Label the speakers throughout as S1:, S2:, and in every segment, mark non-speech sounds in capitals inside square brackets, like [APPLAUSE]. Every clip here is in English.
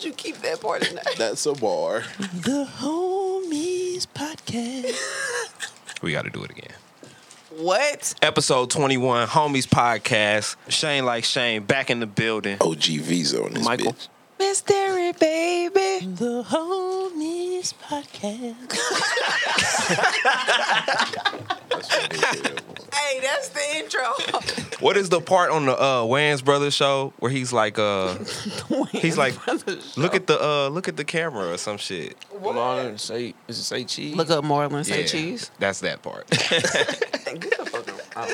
S1: you keep that part in there? [LAUGHS]
S2: That's a bar.
S3: The Homies Podcast. [LAUGHS] we got to do it again.
S1: What?
S3: Episode 21, Homies Podcast. Shane like Shane, back in the building.
S2: OG V's on this
S3: Michael.
S2: bitch.
S1: Mystery baby.
S3: The Homies Podcast.
S2: That's what it is.
S1: Hey, that's the intro.
S3: What is the part on the uh Wayans Brothers show where he's like
S4: [LAUGHS]
S3: uh he's like look at the uh look at the camera or some shit.
S1: What?
S4: Marlon say, is it say cheese?
S1: Look up Marlon say
S3: Yeah,
S1: cheese.
S3: That's that part.
S4: it's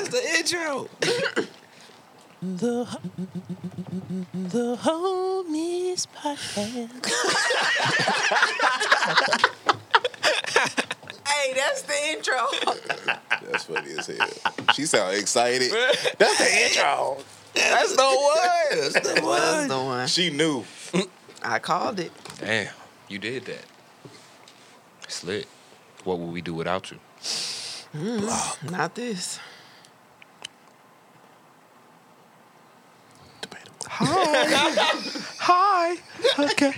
S4: the intro.
S3: The the homies podcast.
S1: Hey, that's the intro.
S2: That's funny as hell. She sound excited. That's the intro.
S4: [LAUGHS] That's the one. That's the
S1: That's
S4: one.
S1: the one.
S2: She knew.
S1: I called it.
S3: Damn, you did that. It's lit. What would we do without you?
S1: Not this.
S3: Hi. Okay.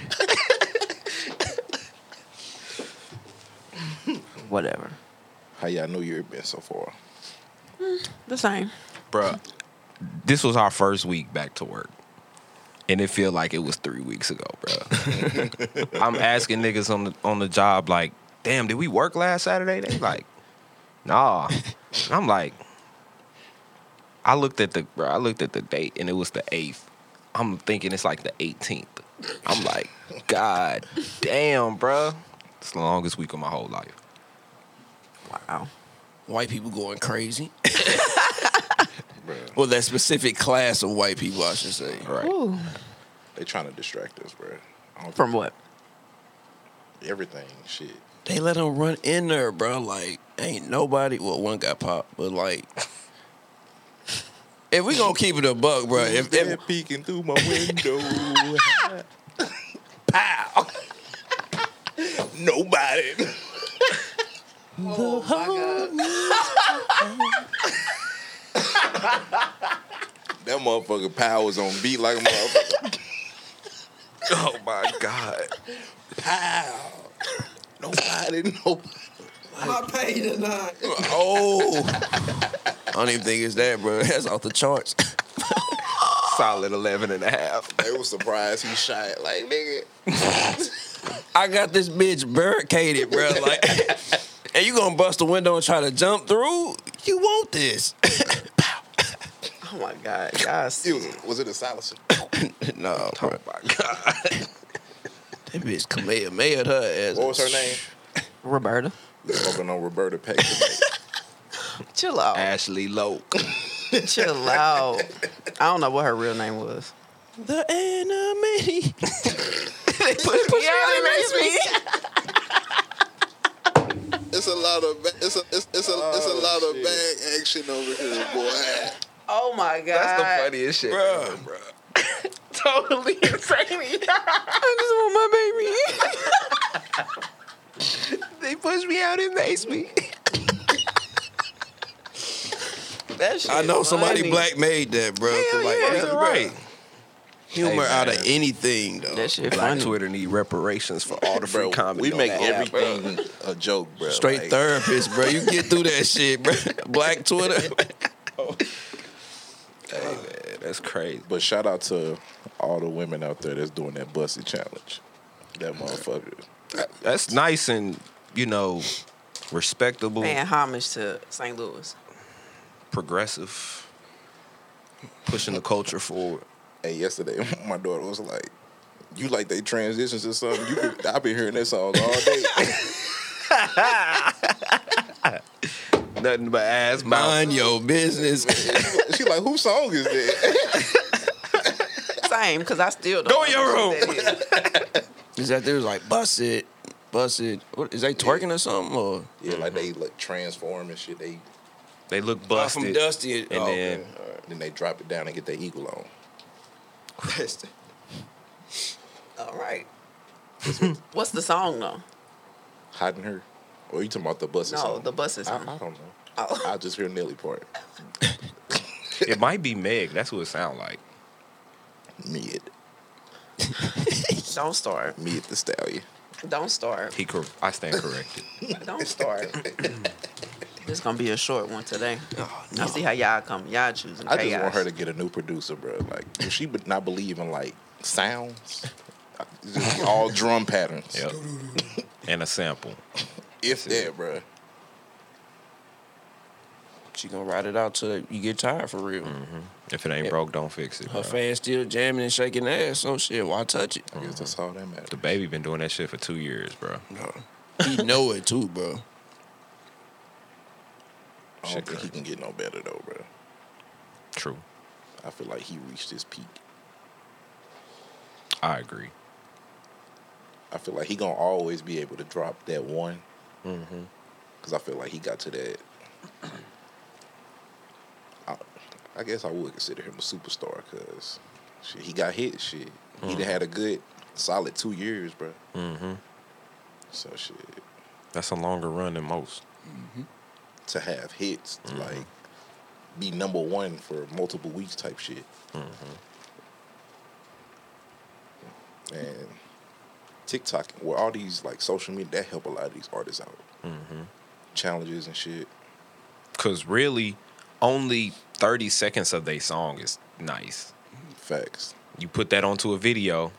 S1: Whatever.
S2: How y'all know you've been so far?
S1: The same.
S3: Bruh, this was our first week back to work. And it feel like it was three weeks ago,
S1: [LAUGHS]
S3: bruh. I'm asking niggas on the on the job, like, damn, did we work last Saturday? They like, nah. And I'm like, I looked at the bruh, I looked at the date and it was the eighth. I'm thinking it's like the 18th. I'm like, God damn, bruh. It's the longest week of my whole life.
S1: Wow.
S4: White people going crazy. [LAUGHS]
S2: Bruh.
S4: Well, that specific class of white people, I should say.
S3: Right.
S1: Ooh.
S2: They trying to distract us, bro.
S1: From what?
S2: everything, shit.
S4: They let them run in there, bro. Like, ain't nobody. Well, one got popped, but like, if we gonna keep it a buck, bro. If,
S2: They're
S4: if
S2: peeking through my window. [LAUGHS]
S4: pow,
S2: Nobody. That motherfucker powers on beat like a motherfucker.
S3: Oh my God.
S2: Pow. Nobody, nobody.
S4: I paid or not? Oh, I don't even think it's that, bro. [LAUGHS] That's off the charts.
S3: Solid 11 and a half.
S2: They was surprised he shot. Like, nigga.
S4: I got this bitch barricaded, [LAUGHS] bro. Like, and you gonna bust the window and try to jump through? You want this? [LAUGHS]
S1: Oh my God. Guys.
S2: It was, was it a silencer?
S4: no, bro. Oh my god, that bitch Kamehameha her ass.
S2: What was her name?
S1: Roberta.
S2: Smoking on Roberta Peck. tonight.
S1: Chill
S3: [LAUGHS]
S1: out.
S3: Ashley Loke.
S1: Chill out. I don't know what her real name was.
S4: The
S1: [LAUGHS]
S4: enemy.
S1: yeah, it makes me.
S2: [LAUGHS] It's a lot of ba- it's a it's, it's a it's a lot of bad action over here, boy.
S1: Oh my God.
S3: That's the funniest shit.
S4: Bro,
S3: [LAUGHS]
S1: totally insane. I just want my baby.
S3: [LAUGHS] They pushed me out and maced me.
S1: That shit
S4: I know somebody
S1: funny.
S4: black made that, bro. 'cause,
S1: Hell
S4: like,
S1: yeah.
S4: we
S1: That's
S4: can
S3: right.
S4: make Humor
S3: Hey,
S4: out of
S3: man.
S4: anything, though.
S1: That shit
S3: Black
S1: funny.
S3: Twitter need reparations for all the free comedy.
S2: we
S3: on
S2: make
S3: that app, bro.
S2: everything a joke, bro.
S4: Straight
S2: like,
S4: therapist, bro. You get through that shit, [LAUGHS] bro. Black [LAUGHS] Twitter.
S3: Hey, man, that's crazy.
S2: But shout out to all the women out there that's doing that bussy challenge. That motherfucker.
S3: That's nice and you know respectable,
S1: Paying homage to St. Louis.
S3: progressive, pushing the culture forward.
S2: Hey, yesterday [LAUGHS] my daughter was like, "You like they transitions or something?" You been, I've been hearing that song all day. [LAUGHS]
S3: Nothing but ass mouth.
S4: Mind your business.
S2: she like, "Whose song is that?" [LAUGHS]
S1: Same, because I still don't.
S3: Go in your
S1: know what that is.
S4: [LAUGHS] Is that there was like bust it, bust it. What, is they twerking or something? Or
S2: yeah, like they like transform and shit. They
S3: They look busted.
S4: Dusty,
S3: and
S1: Oh,
S3: then-
S2: then they drop it down and get their eagle on.
S1: All right. What's the song though?
S2: Hiding her. Or you talking about the bussy
S1: no,
S2: song?
S1: the bus is
S2: I,
S1: on.
S2: I don't know.
S1: Oh. [LAUGHS]
S2: I just hear Nelly part.
S3: it might be Meg. That's what it sound like.
S2: Mid.
S1: Don't start.
S2: Me at the stallion.
S1: Don't start.
S3: He cor- I stand
S4: [LAUGHS]
S3: corrected.
S1: Don't
S3: [LAUGHS]
S1: start. This gonna be a short one today. I see how y'all come. Y'all choosing.
S2: I just want
S1: chaos.
S2: her to get a new producer, bro. Like if she would not believe in like sounds, [LAUGHS] It's just
S3: [LAUGHS]
S2: all drum patterns.
S3: yep. and a sample.
S2: If that, bro.
S4: She gonna ride it out till you get tired for real.
S3: If it ain't broke, don't fix it.
S4: Her
S3: bro.
S4: fans still jamming and shaking ass. So shit, why touch it?
S2: I
S3: Mm-hmm.
S2: guess that's all that matters.
S3: The baby been doing that shit for two years, bro.
S4: No. He know it too, bro. [LAUGHS]
S2: I
S3: Shit
S2: don't think he can
S3: crazy.
S2: get no better though, bro.
S3: True.
S2: I feel like he reached his peak.
S3: I agree.
S2: I feel like he gonna always be able to drop that one. Cause I feel like he got to that. I, I guess I would consider him a superstar. Cause shit, he got hit. Shit, he done had a good, solid two years, bro.
S3: Mm-hmm.
S2: So shit,
S3: That's a longer run than most.
S2: to have hits like be number one for multiple weeks type shit. And TikTok, where all these like social media that help a lot of these artists out. Challenges and shit.
S3: Cause really, only thirty seconds of their song is nice.
S2: Facts.
S3: You put that onto a video,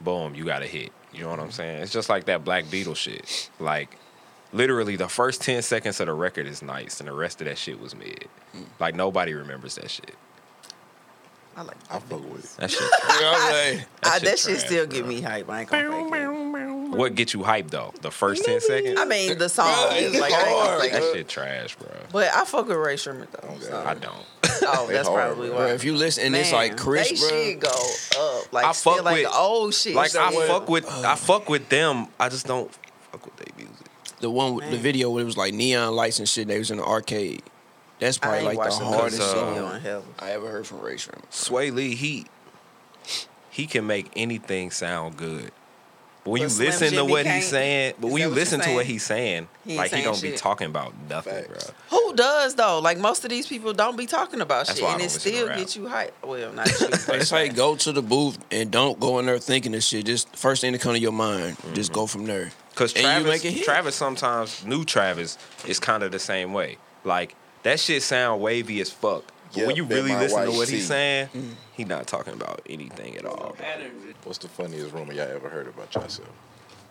S3: boom, you got a hit. You know what I'm saying? It's just like that Black Beetle shit. Like, literally, the first ten seconds of the record is nice, and the rest of that shit was mid. Like nobody remembers that shit.
S1: I like.
S2: I fuck with it.
S3: That shit.
S4: Yeah,
S3: That
S1: I,
S3: shit
S1: that shit
S3: trash,
S1: still
S3: bro.
S1: get me hype. I ain't gonna fake it.
S3: what gets you hyped though? The first ten seconds.
S1: I mean, the song.
S4: Bro,
S1: is
S4: it's
S1: like, I ain't gonna
S4: hard.
S1: fake
S3: That
S1: it.
S3: shit trash, bro.
S1: But I fuck with Ray Sherman though.
S2: Okay.
S1: so-
S3: I don't.
S1: Oh,
S2: They
S1: that's
S2: hard,
S1: probably
S2: bro.
S1: why.
S4: Bro, if you listen and it's like
S1: Man,
S4: Chris,
S1: they
S4: bro.
S1: shit go up. Like
S3: I
S1: still,
S3: fuck
S1: like
S3: with-
S1: the old shit.
S3: Like
S1: still
S3: I
S1: up.
S3: fuck with
S1: Oh.
S3: I fuck with them. I just don't fuck with their music.
S4: The one with the
S1: Man.
S4: video where it was like neon lights and shit. They was in the arcade. That's
S1: I
S4: probably
S1: ain't
S4: like the
S1: watching no
S4: hardest
S3: uh,
S1: video
S4: song
S1: in hell.
S4: I ever heard from Ray Sherman.
S3: Sway Lee, he he can make anything sound good. But when
S1: But
S3: you
S1: Slim
S3: listen to
S1: Jimmy
S3: what he's
S1: can't-
S3: saying, but
S1: is
S3: when
S1: that
S3: you
S1: what you
S3: listen to what
S1: saying?
S3: he's saying,
S1: He ain't
S3: like he
S1: saying
S3: don't be
S1: shit.
S3: talking about nothing,
S2: Facts.
S3: bro.
S1: Who does though? Like most of these people don't be talking about
S3: That's
S1: shit,
S3: why I
S1: and
S3: don't
S1: it
S3: listen to
S1: still
S3: rap.
S1: gets you hype. Well, not you. but-
S4: It's like go to the booth and don't go in there thinking this shit. Just first thing that come to your mind, just go from there.
S3: Because
S4: And you
S3: Travis,
S4: make it hit.
S3: Travis sometimes new Travis is kind of the same way. Like that shit sound wavy as fuck. But
S2: Yep,
S3: when you
S2: that
S3: really
S2: my
S3: listen to
S2: white
S3: what
S2: tee.
S3: he's saying,
S1: Mm.
S3: he not talking about anything at all. bro.
S2: What's the funniest rumor y'all ever heard about yourself?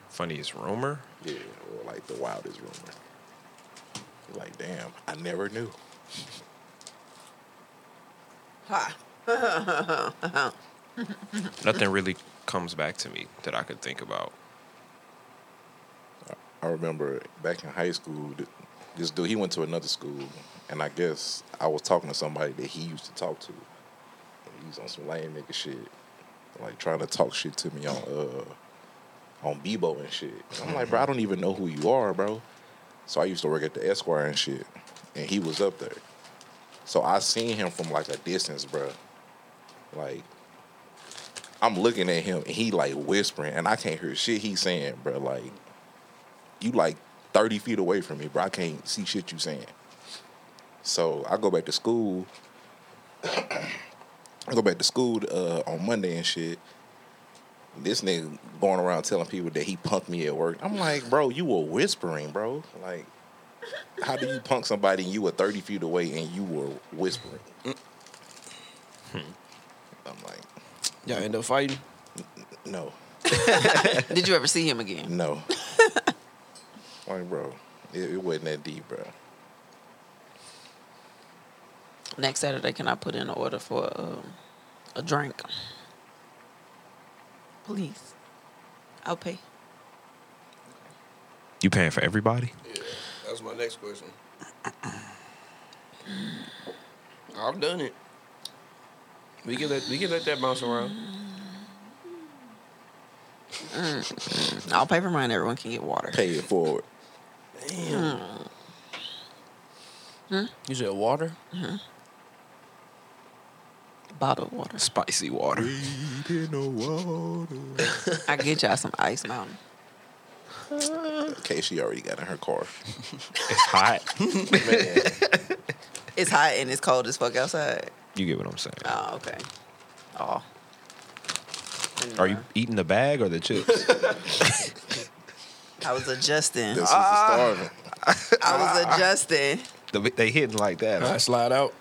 S3: Funniest rumor.
S2: Yeah, or like the wildest rumor. Like, damn, I never knew.
S1: Ha.
S3: Nothing really comes back to me that I could think about.
S2: I remember back in high school, th- this dude he went to another school, and I guess I was talking to somebody that he used to talk to. And he was on some lame nigga shit, like trying to talk shit to me on uh on Bebo and shit. I'm like, bro, I don't even know who you are, bro. So I used to work at the Esquire and shit, and he was up there. So I seen him from like a distance, bro. Like I'm looking at him, and he like whispering, and I can't hear shit he's saying, bro. Like you like 30 feet away from me, bro. I can't see shit you saying. So I go back to school. I go back to school uh, on Monday and shit. This nigga going around telling people that he punked me at work. I'm like, bro, you were whispering, bro. Like, how do you punk somebody and you were 30 feet away and you were whispering? Hmm. I'm like,
S4: Y'all end up fighting.
S2: no.
S1: Did you ever see him again?
S2: No. like, bro, it, it wasn't that deep, bro.
S1: Next Saturday, can I put in an order for um, a drink? Please, I'll pay.
S3: You paying for everybody?
S4: Yeah, that's my next [CLEARS THROAT] question. I've done it. We can let we can let that bounce around.
S1: I'll pay for mine. Everyone can get water.
S2: Pay it forward.
S4: Damn. You said water?
S1: Bottled water.
S3: Spicy water.
S1: [LAUGHS] I get y'all some ice mountain.
S2: Okay, she already got in her car.
S3: It's [LAUGHS] hot.
S2: Man,
S1: It's hot and it's cold as fuck outside.
S3: You get what I'm saying.
S1: Oh, okay. Oh.
S3: Are you eating the bag or the chips?
S1: I was adjusting.
S2: This is starving.
S1: I was adjusting.
S3: The- they hitting like that.
S4: I
S3: huh?
S4: slide out.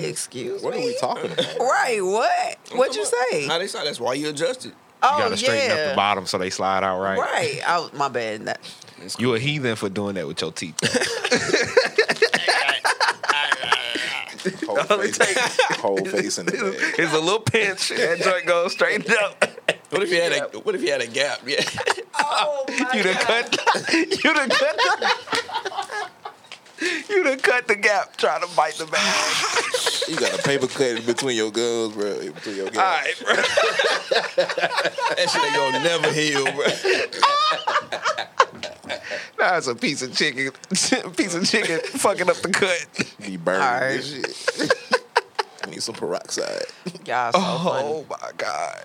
S1: Excuse
S2: What are
S1: me.
S2: we talking about?
S1: Right. What? What'd you say?
S4: How they slide? That's why you adjusted.
S3: You
S1: oh
S3: gotta straighten up the
S1: yeah.
S3: bottom so they slide out right.
S1: Right. Oh my bad. That-
S3: You a heathen for doing that with your teeth.
S2: Whole face, whole face in the bag.
S3: it's a little pinch. That joint goes straight up.
S4: What if you had a What if you had a gap? Yeah. [LAUGHS]
S1: oh my
S3: You done
S1: God.
S3: cut. You done cut. the- you done cut the gap trying to bite the bag.
S2: You got a paper cut in between your gums, bro. in Between your gums.
S3: All right, bro.
S4: That shit ain't gonna never heal, bro.
S3: Now it's a piece of chicken. [LAUGHS] piece of chicken fucking up the cut.
S2: Be burning
S1: All right.
S2: this shit. [LAUGHS] Need some peroxide.
S1: Y'all so funny.
S3: Oh my god.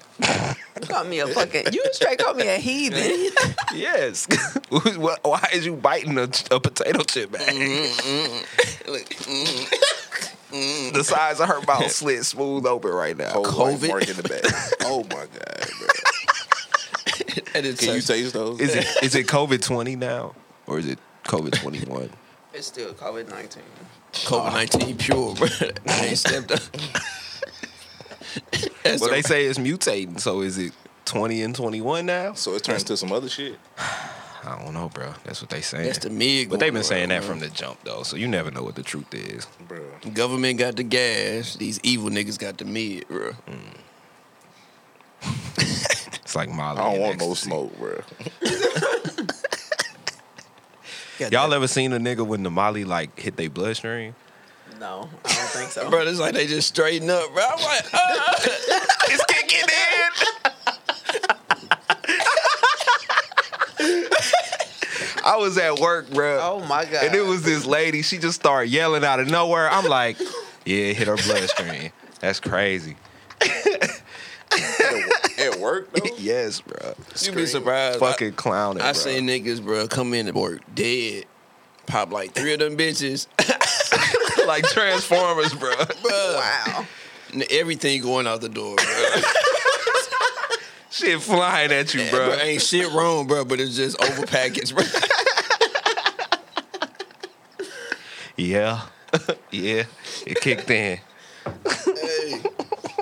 S1: You call me a fucking. You straight call me a heathen.
S3: Yes. [LAUGHS] What- Why is you biting a, a potato chip bag? the sides of her mouth slit smooth open right now.
S2: Whole white
S4: COVID.
S2: mark in the back. Oh my god, bro.
S4: [LAUGHS] And it's
S2: Can you taste those?
S3: Is it is it COVID twenty now or is it COVID twenty one?
S1: It's still COVID nineteen.
S4: COVID nineteen pure, bro. [LAUGHS] I ain't stepped [LAUGHS] up. That's
S3: Well,
S4: a-
S3: they say it's mutating, so is it twenty and twenty one now?
S2: so it's turned to some other shit.
S3: I don't know, bro. That's what they saying.
S4: that's the mig.
S3: but they've
S4: going
S3: been saying
S4: around,
S3: that from the jump though, so you never know what the truth is.
S2: Bro.
S4: bro. government got the gas. These evil niggas got the mid, bro.
S3: It's like Molly.
S2: I don't
S3: and
S2: want no
S3: ecstasy.
S2: smoke, bro.
S4: Got
S3: Y'all ever seen a nigga when the Molly like hit their bloodstream?
S1: No, I [LAUGHS] don't think so.
S4: that- bro. It's like they just straighten up, bro. I'm [LAUGHS] like, ah,
S3: It's kicking in. I was at work, bro.
S1: Oh my god.
S3: And it was this lady. She just started yelling out of nowhere. I'm like, yeah, it hit her bloodstream. That's crazy.
S2: At work though?
S3: yes, bro.
S4: you be surprised. I-
S3: Fucking clowning,
S4: I
S3: bro.
S4: seen niggas, bro, come in and work dead, pop like three of them bitches, [LAUGHS]
S3: like Transformers, bro.
S4: bro.
S1: wow.
S4: N- Everything going out the door, bro.
S3: [LAUGHS] Shit flying at you,
S4: [LAUGHS] bro.
S3: bro.
S4: Ain't shit wrong, bro, but it's just overpackaged, bro.
S3: Yeah. yeah. It kicked in.
S2: [LAUGHS]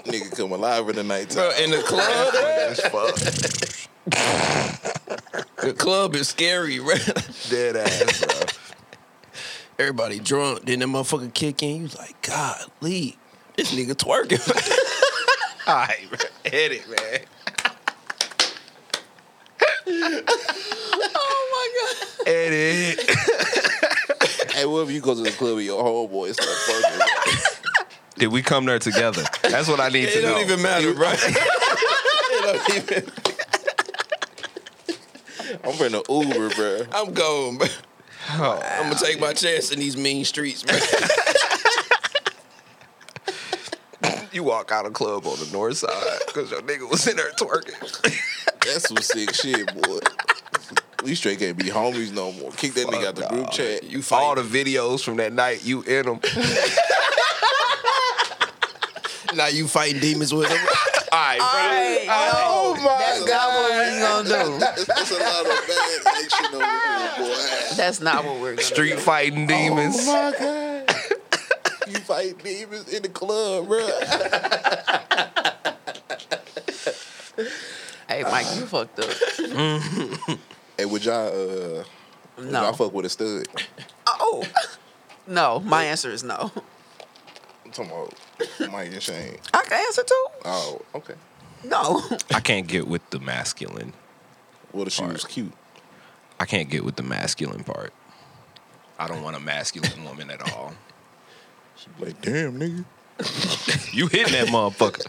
S2: Nigga come alive in the nighttime.
S4: bro [LAUGHS] in the club, bro,
S2: That's fucked.
S4: the club is scary, [LAUGHS] bro.
S3: Dead ass, bro.
S4: Everybody drunk. Then that motherfucker kick in. You was like, golly, this nigga [LAUGHS] twerking.
S3: All right, bro. Hit it, man.
S4: oh my
S3: Edit.
S2: Hey, what if you go to the club with your homeboy and start fucking? bro?
S3: Did we come there together? That's what I need
S4: god.
S3: to
S4: It
S3: know.
S4: don't even matter, bro. [LAUGHS]
S2: [LAUGHS]
S4: it don't even.
S2: I'm finna Uber, bro.
S4: I'm going, bro.
S3: Oh.
S4: I'm gonna take my chance in these mean streets, bro.
S3: You walk out of club on the north side because your nigga was in there twerking.
S2: That's some sick shit, boy. We straight can't be homies no more. Kick that nigga out the group chat.
S3: You all the videos from that night. You in them.
S4: [LAUGHS] now you fighting demons with him.
S3: All right,
S1: All
S3: bro.
S1: right.
S2: Oh my
S1: That's not what we're gonna do.
S2: That's, that's a lot of bad action over here, boy.
S1: That's not what we're gonna
S3: Street fighting demons.
S2: Oh my god. You fight demons in the club, bro.
S1: do. Hey, Mike, you fucked up.
S2: Hey, would y'all uh would y'all
S1: No.
S2: fuck with a stud?
S1: Oh. No, my answer is no.
S2: I'm talking about Mike and Shane.
S1: I can answer too.
S2: Oh, okay.
S1: No.
S3: I can't get with the masculine.
S2: Well the she was cute.
S3: I can't get with the masculine part. I don't want a masculine woman at all.
S2: Like, damn nigga.
S3: You hitting that motherfucker.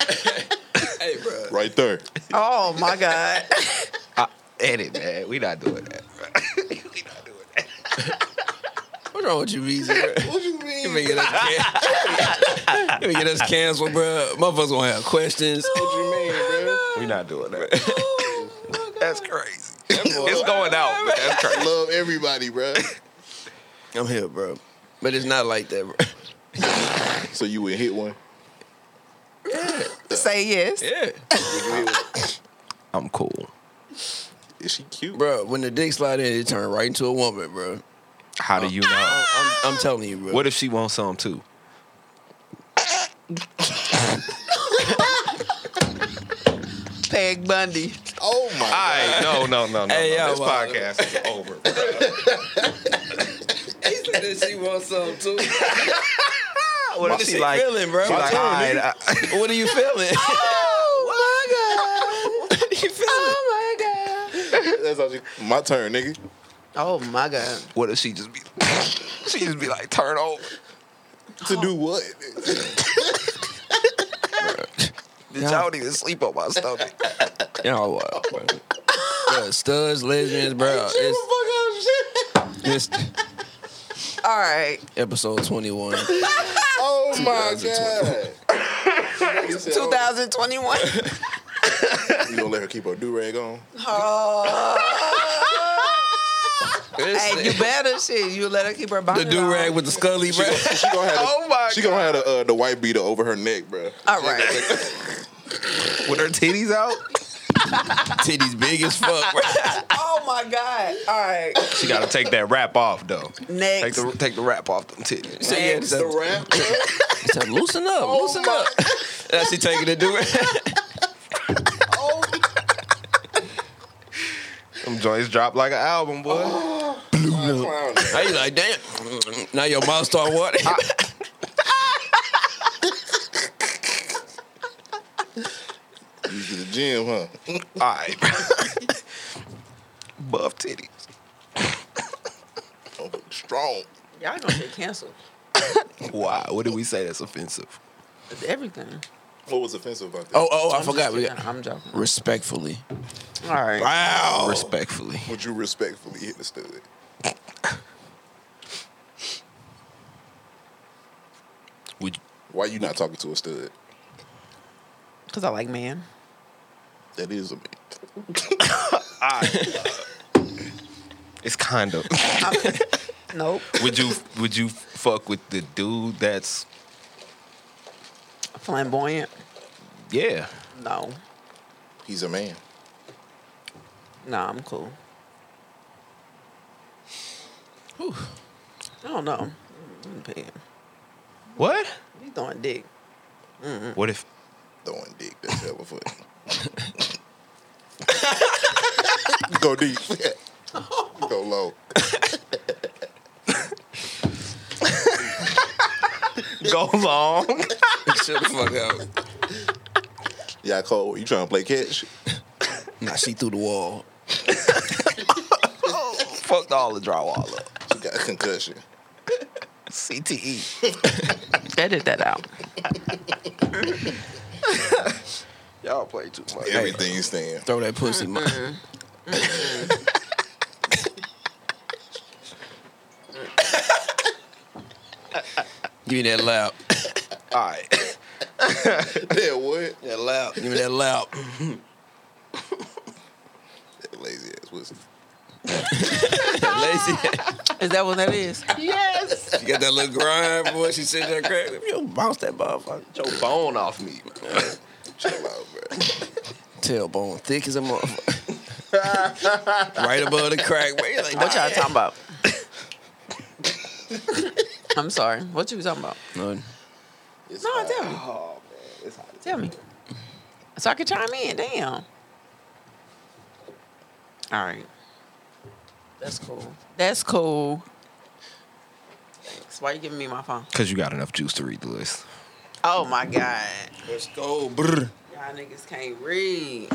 S4: [LAUGHS] hey, bro.
S2: Right there.
S1: Oh my god.
S3: I, edit, man. We not doing that. Bro. we not doing that.
S4: What's wrong with you, Weezy? [LAUGHS] bro?
S2: What you
S4: You
S2: mean?
S4: may get us canceled. [LAUGHS] you may get us canceled, bro. Motherfuckers gonna have questions.
S3: We not doing [LAUGHS] that. that's crazy. It's going out, but that's crazy.
S2: Love everybody, bro.
S4: I'm here, bro. But it's not like that, bro.
S2: So you would hit one?
S1: Say yes.
S4: Yeah.
S3: I'm cool.
S2: Is she cute?
S4: Bro, when the dick slide in, it turn right into a woman, bro.
S3: How do you know?
S4: I'm, I'm telling you, bro.
S3: What if she wants some too?
S1: Peg Bundy.
S2: Oh my
S3: I no no no no.
S4: Hey,
S3: no.
S4: yo,
S3: this
S4: wow.
S3: podcast is over. bro.
S4: if [LAUGHS] she wants some too?
S3: [LAUGHS] What if
S4: What is
S3: she
S4: she
S3: like?
S4: feeling, bro?
S3: she like,
S4: Tell
S3: "All
S4: me,
S3: right, I-
S4: nigga. What are you [LAUGHS] feeling?
S1: [LAUGHS] Oh my god.
S2: god! That's all she, my turn, nigga.
S1: Oh my god.
S3: What if she just be? [LAUGHS] she just be like, turn over.
S2: To do what?
S3: Bitch, I don't even sleep on my stomach.
S4: Y'all wild, bro. Bro, studs, lesbians, bro. It's, it's
S1: All right.
S4: episode 21.
S2: Oh my god! Nigga said,
S1: 2021.
S2: oh, You gonna let her keep her do rag on?
S1: Oh. hey, you better shit. You let her keep her body.
S4: the do rag
S1: on.
S4: with the scully,
S2: She
S4: bro.
S2: gonna, she gonna have the,
S3: Oh my
S2: she gonna have the, uh, the white beater over her neck, bruh.
S1: All right.
S3: With her titties out,
S4: Titties big as fuck, bro.
S1: oh my god. All right.
S3: she gotta take that wrap off though. Take
S1: Next.
S3: the take the wrap off them titties.
S4: So, yeah, it's a-
S2: wrap.
S4: it's a loosen up, loosen up. [LAUGHS] Now she taking the do rag.
S3: Them joints drop like an album, boy.
S4: Now you like, damn. Now your mouth start watering.
S2: You to the gym, huh?
S3: All right, buff titties.
S2: Oh, strong.
S1: Y'all gonna get canceled.
S3: Why? What did we say that's offensive?
S1: It's everything.
S2: What was offensive about that?
S4: Oh, oh, I
S1: I'm
S4: forgot.
S1: just
S4: We
S1: kidding.
S4: got
S1: I'm joking.
S4: respectfully.
S1: All right.
S4: Wow. Respectfully.
S2: Would you respectfully hit the stud?
S3: Would
S2: Why you not talking to a stud?
S1: Cause I like man.
S2: That is a man.
S3: it's kind of.
S1: Nope.
S3: would you would you fuck with the dude that's
S1: Flamboyant.
S3: yeah?
S1: No.
S2: He's a man.
S1: No, I'm cool. I don't know. Mm, Pam,
S3: What?
S1: You throwing dick.
S3: What if?
S2: Throwing dick. That's hella foot. Go deep. Go low.
S3: [LAUGHS] Go long.
S4: Shut the fuck up.
S2: Y'all cold. You trying to play catch?
S4: Nah, she through the wall.
S3: Fucked all the drywall up.
S2: She got a concussion.
S3: CTE.
S1: Edit that out.
S3: Y'all play too much.
S2: Everything you stand.
S4: Throw that pussy, man. Give me that loud.
S3: All right.
S2: Yeah, what?
S4: [LAUGHS] That loud. Give me that loud.
S2: That lazy ass pussy.
S4: That lazy.
S1: Is that what that is?
S4: She got that little grind, boy. She sitting there cracking. You bounce that motherfucker.
S3: Get your bone off me.
S2: Chill out, bro.
S4: Tailbone thick as a motherfucker. right above the crack. Man. Like,
S1: What y'all talking about? [LAUGHS] I'm sorry. What you was talking about?
S4: None.
S2: It's
S1: No,
S2: hot.
S1: tell me. Tell me. So I can chime in. Damn. All right. That's cool. That's cool. Thanks. Why you giving me my phone?
S3: Cause you got enough juice to read the list.
S1: Oh my God.
S4: Let's go. Brr.
S1: Y'all niggas can't read.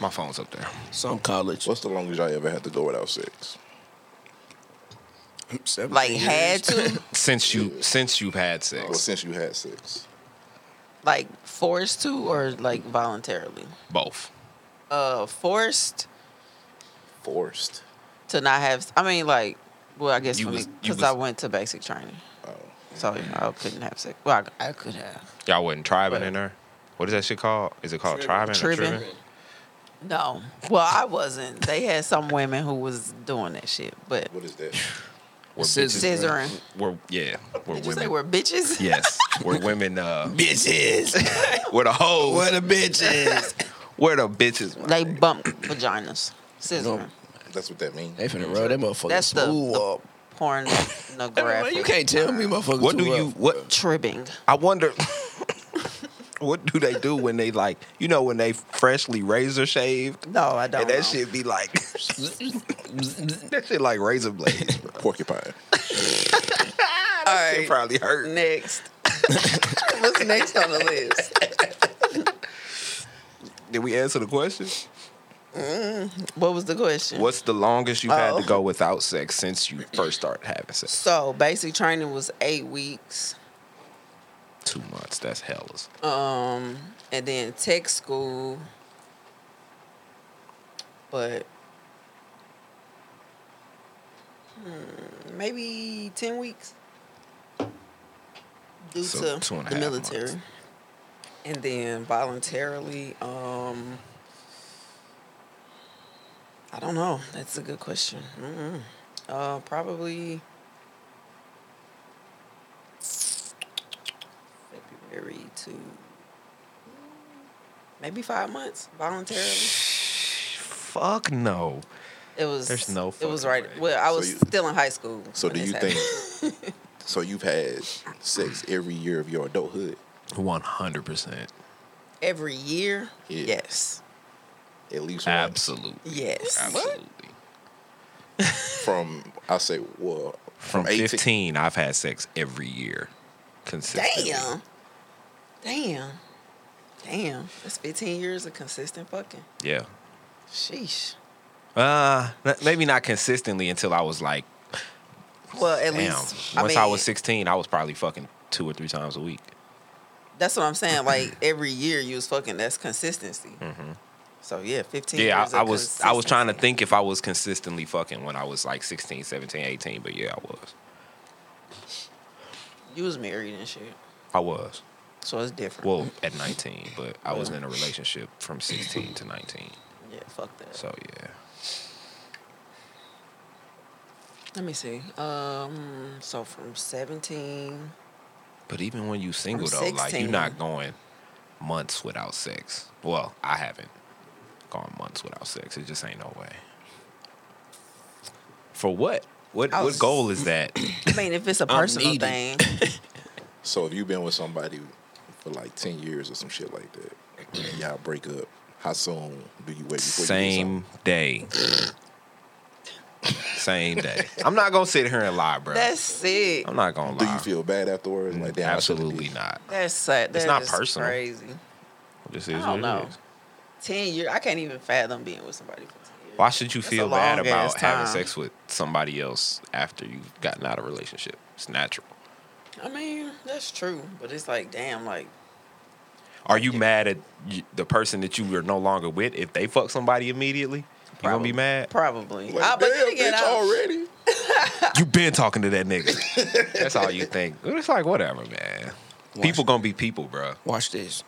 S3: My phone's up there.
S4: Some college.
S2: What's the longest y'all ever had to go without sex?
S1: Like had to,
S3: Since you since you've had
S2: Well,
S3: sex,
S2: since you had sex.
S1: [LAUGHS] like forced to, or like voluntarily.
S3: both.
S1: Uh, forced
S2: Forced.
S1: to not have. I mean, like, well, I guess
S3: You
S1: for me
S3: was- you
S1: because I
S3: was-
S1: went to basic training,
S2: Oh.
S1: so you know, I couldn't have sex. Well, I, I could have.
S3: Y'all wasn't tribing in her. What is that shit called? Is it called tribing? or
S1: Trivin. No. Well, I wasn't. They had some women who was doing that shit, but
S2: What is that?
S3: We're
S4: Scissor.
S1: Scissoring.
S3: We're yeah. We're
S1: Did you
S3: women.
S1: say we're bitches?
S3: yes. We're women. Uh,
S4: Bitches.
S3: we're the hoes.
S4: Where the bitches?
S3: We're the bitches.
S1: [LAUGHS] They bump vaginas. Scissoring.
S4: No.
S2: That's what that means.
S4: they
S3: Mm,
S4: finna roll that motherfucker
S1: That's the-
S4: smooth
S1: the-
S4: up. Man,
S1: Pornographic.
S4: you can't tell me motherfucker
S3: What
S4: too
S3: do you?
S4: rough.
S3: What
S1: Tribbing.
S3: I wonder. [LAUGHS] what do they do when they like? You know when they freshly razor shaved.
S1: No, I don't.
S3: and that
S1: know.
S3: shit be like [LAUGHS] that shit like razor blades. Bro.
S1: All
S2: Porcupine.
S1: [LAUGHS]
S3: It probably hurt.
S1: Next. What's next on the list?
S3: Did we answer the question?
S1: What was the question?
S3: What's the longest you had
S1: Oh.
S3: to go without sex since you first started having sex?
S1: So basic training was eight weeks.
S3: Two months. That's hellas.
S1: Um, and then tech school. But hmm, maybe ten weeks due
S3: So
S1: to
S3: two and a
S1: the
S3: half
S1: military,
S3: months.
S1: and then voluntarily. Um, I don't know. That's a good question. Mm-mm. Uh, probably February to maybe five months voluntarily.
S3: Fuck no.
S1: It was.
S3: There's no
S1: It was
S3: fucking
S1: right.
S3: way.
S1: Well, I was
S2: So you-
S1: still in high school.
S2: So
S1: when
S2: do
S1: this
S2: you
S1: happened.
S2: think? so you've had sex every year of your adulthood,
S3: One hundred percent.
S1: [LAUGHS] every year?
S2: Yeah.
S1: Yes.
S2: at least once
S3: Absolutely.
S1: Yes.
S3: Absolutely.
S2: from I say well
S3: From,
S2: eight to-
S3: fifteen, I've had sex every year, consistently.
S1: Damn. Damn. Damn. That's 15 years of consistent fucking.
S3: Yeah.
S1: Sheesh.
S3: Uh, n- maybe not consistently until I was like,
S1: Well, at
S3: damn.
S1: least
S3: Once I,
S1: mean,
S3: was 16, I was probably fucking two or three times a week.
S1: That's what I'm saying. Like every year you was fucking. That's consistency. So yeah, 15.
S3: Mm-hmm. Yeah,
S1: years
S3: I, I
S1: of
S3: was I was trying to
S1: consistency.
S3: think if I was consistently fucking when I was like 16, 17, 18, but yeah, I was.
S1: You was married and shit,
S3: I was.
S1: so it's different.
S3: Well, at 19, but I was in a relationship from 16 to 19.
S1: yeah, fuck that.
S3: So yeah.
S1: Let me see. Um, so from 17.
S3: But even when you single though,
S1: I'm
S3: like
S1: 16.
S3: you're not going months without sex. Well, I haven't gone months without sex. It just ain't no way. For what? What
S1: I
S3: what
S1: was-
S3: goal
S1: [COUGHS]
S3: is that?
S1: I mean, if
S3: [LAUGHS]
S1: it's a personal
S4: needed.
S1: thing,
S2: So if you've been with somebody for like ten years or some shit like that, and y'all break up, how soon do you wait before you
S3: Same day. Same day. I'm not gonna sit here and lie, bro.
S1: that's it.
S3: I'm not gonna
S2: do, something? do
S3: lie.
S2: you feel bad afterwards? Like damn, I shouldn't
S3: Mm, Absolutely
S2: be-
S3: not.
S1: That's sad.
S3: It's
S1: That
S3: not
S1: is
S3: personal.
S1: Crazy.
S3: This is
S1: I
S3: what
S1: don't
S3: it
S1: know.
S3: is.
S1: Ten years. I can't even fathom being with somebody for ten years.
S3: Why should you
S1: That's
S3: feel
S1: a
S3: bad
S1: long
S3: about
S1: ass
S3: having
S1: time.
S3: sex with somebody else after you've gotten out of a relationship? It's natural.
S1: I mean, that's true, but it's like, damn, like
S3: Are you mad at y- the person that you are no longer with if they fuck somebody immediately? You gonna be mad?
S1: probably.
S2: Like,
S1: Ah, but
S2: damn,
S1: then again,
S2: bitch,
S1: I-
S2: already.
S3: You been talking to that nigga. That's all you think. It's like whatever, man. People gonna be people, bro.
S4: Watch this.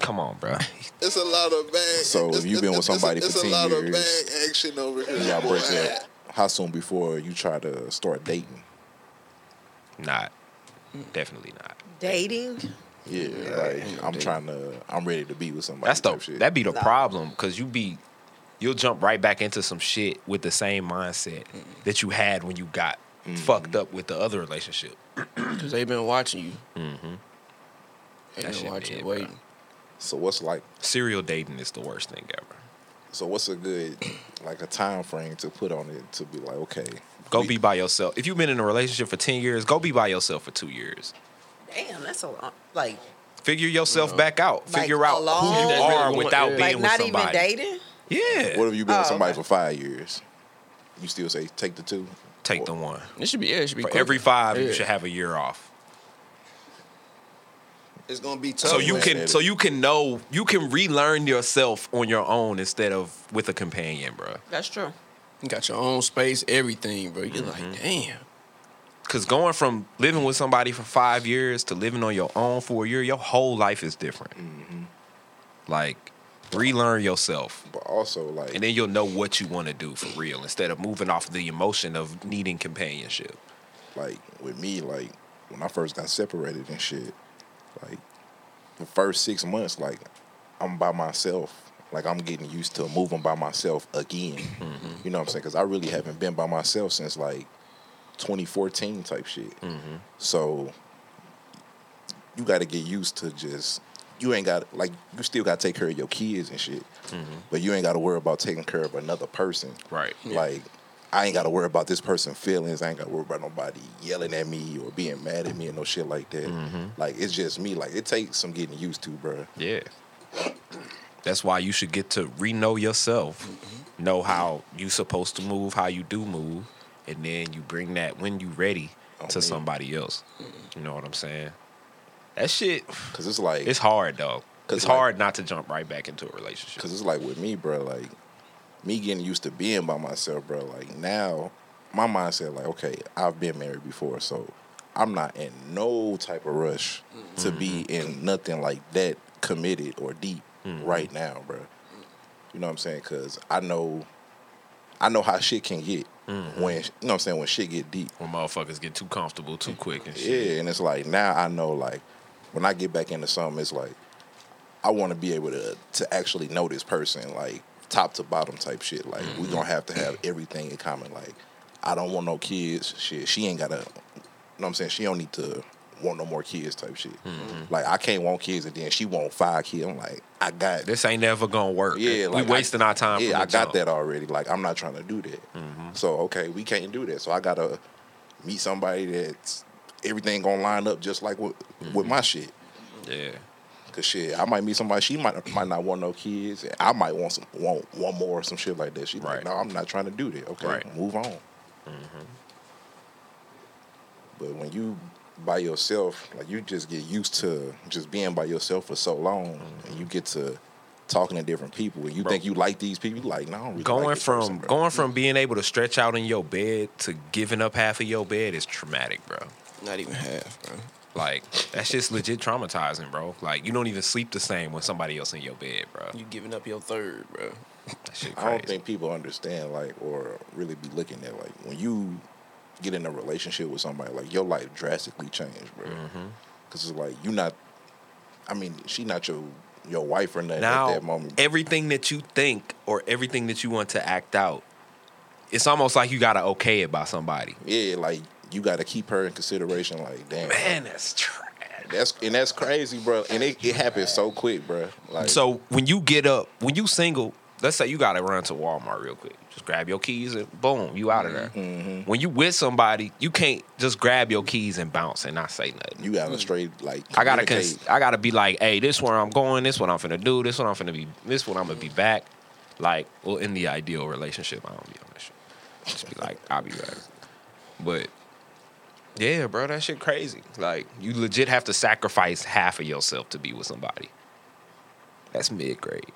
S3: Come on, bro.
S5: It's a lot of bad.
S2: So if you've been with
S5: it's- it's-
S2: somebody
S5: it's,
S2: for
S5: a
S2: 10
S5: lot of
S2: years,
S3: eh,
S5: bad action over here.
S2: And y'all
S5: boy.
S2: break up. How soon before you try to start dating?
S3: Not. Definitely not.
S1: dating.
S2: Yeah, like I'm trying to, I'm ready to be with somebody.
S3: That's
S2: type
S3: the
S2: shit.
S3: that be the
S1: Nah.
S3: problem because you be you'll jump right back into some shit with the same mindset that you had when you got fucked up with the other relationship.
S4: Because they've been watching you. Mm-hmm.
S3: That
S4: They've
S3: shit
S4: been watching
S3: dead,
S4: you,
S3: bro.
S4: waiting.
S2: so what's like?
S3: Serial dating is the worst thing ever.
S2: So what's a good like a time frame to put on it to be like okay,
S3: Go
S2: we-
S3: be by yourself. If you've been in a relationship for ten years, go be by yourself for two years.
S1: Damn, that's a long. Like,
S3: Figure yourself back out.
S1: Like,
S3: Figure out who
S1: alone?
S3: you
S1: That's
S4: really
S3: are
S4: what-
S3: without
S4: yeah.
S3: being
S1: like
S3: with
S1: not even
S3: somebody.
S1: dating.
S3: Yeah,
S2: What if you've been with
S1: Oh,
S2: somebody
S1: okay.
S2: for five years? You still say take the two?
S3: take the one.
S4: It should be, yeah, it should be
S3: For
S4: quicker.
S3: every five,
S4: Yeah.
S3: you should have a year off.
S5: It's gonna be tough.
S3: So you
S2: man.
S3: can, so you can know, you can relearn yourself on your own instead of with a companion, bro.
S1: That's true.
S4: You got your own space, everything, bro. You're
S3: Mm-hmm.
S4: like, damn.
S3: Because going from living with somebody for five
S2: Mm-hmm.
S3: years to living on your own for a year, your whole life is different. Like, Relearn yourself.
S2: But also, like,
S3: And then you'll know what you want to do for real instead of moving off the emotion of needing companionship.
S2: like with me, like when I first got separated and shit, like the first six months, like I'm by myself. Like I'm getting used to moving by myself again. You know what I'm saying? Because I really haven't been by myself since like 2014 type shit. So you got to get used to just you ain't got like you still got to take care of your kids and shit, but you ain't got to worry about taking care of another person.
S3: Right.
S2: Like, I ain't got to worry about this person's feelings. I ain't got to worry about nobody yelling at me or being mad at me and no shit like that. Like, it's just me. Like, it takes some getting used to, bruh.
S3: Yeah. That's why you should get to re know yourself, know how you supposed to move, how you do move, and then you bring that when you ready
S2: Oh,
S3: to
S2: man.
S3: somebody else. You know what I'm saying? That shit,
S2: Because it's like,
S3: it's hard though.
S2: 'Cause
S3: It's
S2: like-
S3: hard not to jump right back into a relationship.
S2: Cause it's like with me, bro. Like me getting used to being by myself, bro. Like now, my mindset, like okay, I've been married before, so I'm not in no type of rush to be in nothing like that committed or deep right now, bro. You know what I'm saying? Cause I know, I know how shit can get when you know what I'm saying when shit get deep.
S3: When motherfuckers get too comfortable too quick and shit.
S2: Yeah, and it's like now I know like when I get back into something, it's like I want to be able to to actually know this person like top to bottom type shit. Like we gonna have
S3: Mm-hmm.
S2: to have everything in common. Like I don't want no kids. Shit, she ain't gotta. You know what I'm saying? She don't need to want no more kids type shit.
S3: Mm-hmm.
S2: Like I can't want kids and then she want five kids. I'm like I got
S3: This ain't never gonna work.
S2: yeah, like
S3: we wasting
S2: I,
S3: our time.
S2: Yeah,
S3: from the
S2: I got
S3: jump. Mm-hmm.
S2: that already. Like I'm not trying to do that. So okay, we can't do that. So I gotta meet somebody that's everything gonna line up just like with
S3: Mm-hmm.
S2: with my shit.
S3: Yeah.
S2: Cause shit, I might meet somebody. She might might not want no kids. and I might want some want one more or some shit like that. She
S3: Right.
S2: like, no, I'm not trying to do that. Okay,
S3: Right. Mm-hmm.
S2: move on. But when you by yourself, like you just get used to just being by yourself for so long, and you get to talking to different people, and you
S3: Mm-hmm. Bro.
S2: think you like these people. You like, no, I don't really like
S3: Going
S2: this
S3: from
S2: person, bro." Mm.
S3: going from being able to stretch out in your bed to giving up half of your bed is traumatic, bro.
S4: Not even half, bro.
S3: Like that's just legit traumatizing, bro. Like you don't even sleep the same when somebody else in your bed, bro.
S4: You giving up your third, bro.
S3: That shit crazy.
S2: I don't think people understand like or really be looking at like when you get in a relationship with somebody like your life drastically changed, bro.
S3: Mm-hmm.
S2: Because it's like you not. I mean, she not your your wife or nothing
S3: now
S2: at that moment.
S3: everything that you think or everything that you want to act out, it's almost like you gotta okay it by somebody.
S2: yeah, like you got to keep her in consideration. Like, damn,
S3: Man, that's trash.
S2: that's and that's crazy, bro. And it, it happens so quick, bro. Like,
S3: So when you get up, when you single, let's say you gotta run to Walmart real quick. Just grab your keys and boom, you out of there. When you with somebody, you can't just grab your keys and bounce and not say nothing.
S2: you got to straight like
S3: I gotta
S2: communicate.
S3: cons- I gotta be like, hey, this where I'm going, this what I'm finna do, this what I'm finna be, this what I'm gonna be back. Like, well, in the ideal relationship, I don't be on that shit. Just be like, I'll be back. But yeah, bro, that shit crazy. Like, you legit have to sacrifice half of yourself to be with somebody. That's mid grade.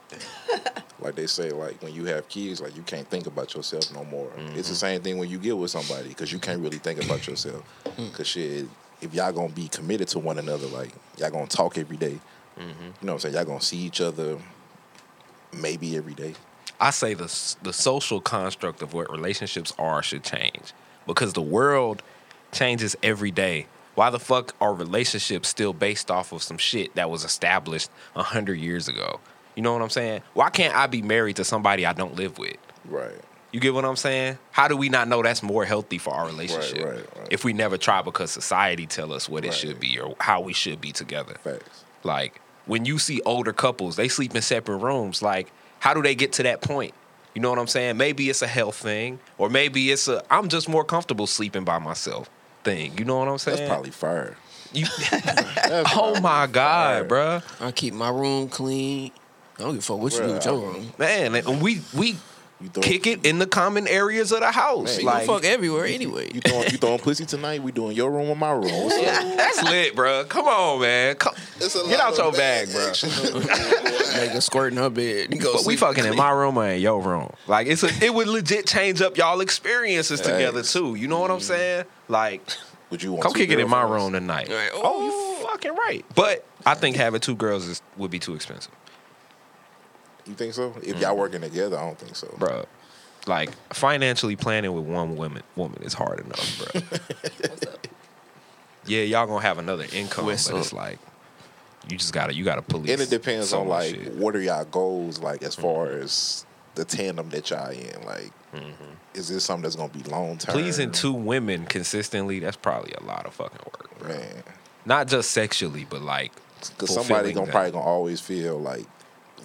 S2: like they say, like when you have kids, like you can't think about yourself no more.
S5: Mm-hmm.
S2: It's the same thing when you get with somebody because you can't really think about yourself.
S5: Hmm.
S2: Cause shit, if y'all gonna be committed to one another, like y'all gonna talk every day.
S5: Mm-hmm.
S2: You know what I'm saying? Y'all gonna see each other maybe every day.
S3: I say the s- the social construct of what relationships are should change because the world changes every day. Why the fuck are relationships still based off of some shit that was established a hundred years ago? You know what I'm saying? Why can't I be married to somebody I don't live with?
S2: Right.
S3: You get what I'm saying? How do we not know that's more healthy for our relationship
S2: right, right.
S3: if we never try because society tell us what it
S2: Right.
S3: should be or how we should be together?
S2: Facts.
S3: Like when you see older couples, they sleep in separate rooms. Like how do they get to that point? You know what I'm saying? Maybe it's a health thing, or maybe it's a I'm just more comfortable sleeping by myself thing. You know what I'm saying?
S2: That's probably fire.
S3: You,
S2: [LAUGHS] That's
S3: [LAUGHS] oh
S2: fire.
S3: my god, bruh.
S4: I keep my room clean. I don't give a fuck what you do with your room.
S3: man! And we we
S2: You throw-
S3: kick it in the common areas of the house.
S2: Man, you
S3: like
S4: fuck everywhere anyway. [LAUGHS]
S2: You throwing you throwing pussy tonight? We doing your room or my room? What's up?
S3: [LAUGHS] that's lit, bruh. Come on, man. Come,
S5: It's a
S3: get out
S5: lot of
S3: your bag,
S5: bad
S3: bruh.
S5: action on the
S4: Nigga squirt in her bed. You Go
S3: But we
S4: sleep [LAUGHS]
S3: fucking in
S4: clean.
S3: my room or in your room. Like it's a, it would legit change up y'all experiences together
S2: Thanks.
S3: too. You know what I'm saying? Like Oh.
S2: Would Mm. you want
S3: come
S2: two
S3: kick it in my
S2: girlfriends?
S3: room tonight.
S4: Right.
S3: Oh, you fucking right. But I think having two girls is, would be too expensive.
S2: You think so? If y'all
S5: Mm-hmm.
S2: working together, I don't think so.
S3: bro. Like financially planning with one woman woman is hard enough,
S2: [LAUGHS]
S3: bro. yeah, y'all gonna have another income,
S4: Whistle.
S3: but it's like you just gotta you gotta police.
S2: and it depends
S3: some
S2: on
S3: of the
S2: like
S3: shit. Mm-hmm.
S2: what are y'all goals like as far as the tandem that y'all in. Like,
S3: Mm-hmm.
S2: is this something that's gonna be long term?
S3: pleasing two women consistently. That's probably a lot of fucking work, bro.
S2: man.
S3: Not just sexually, but like
S2: Because somebody
S3: fulfilling
S2: gonna
S3: that.
S2: probably gonna always feel like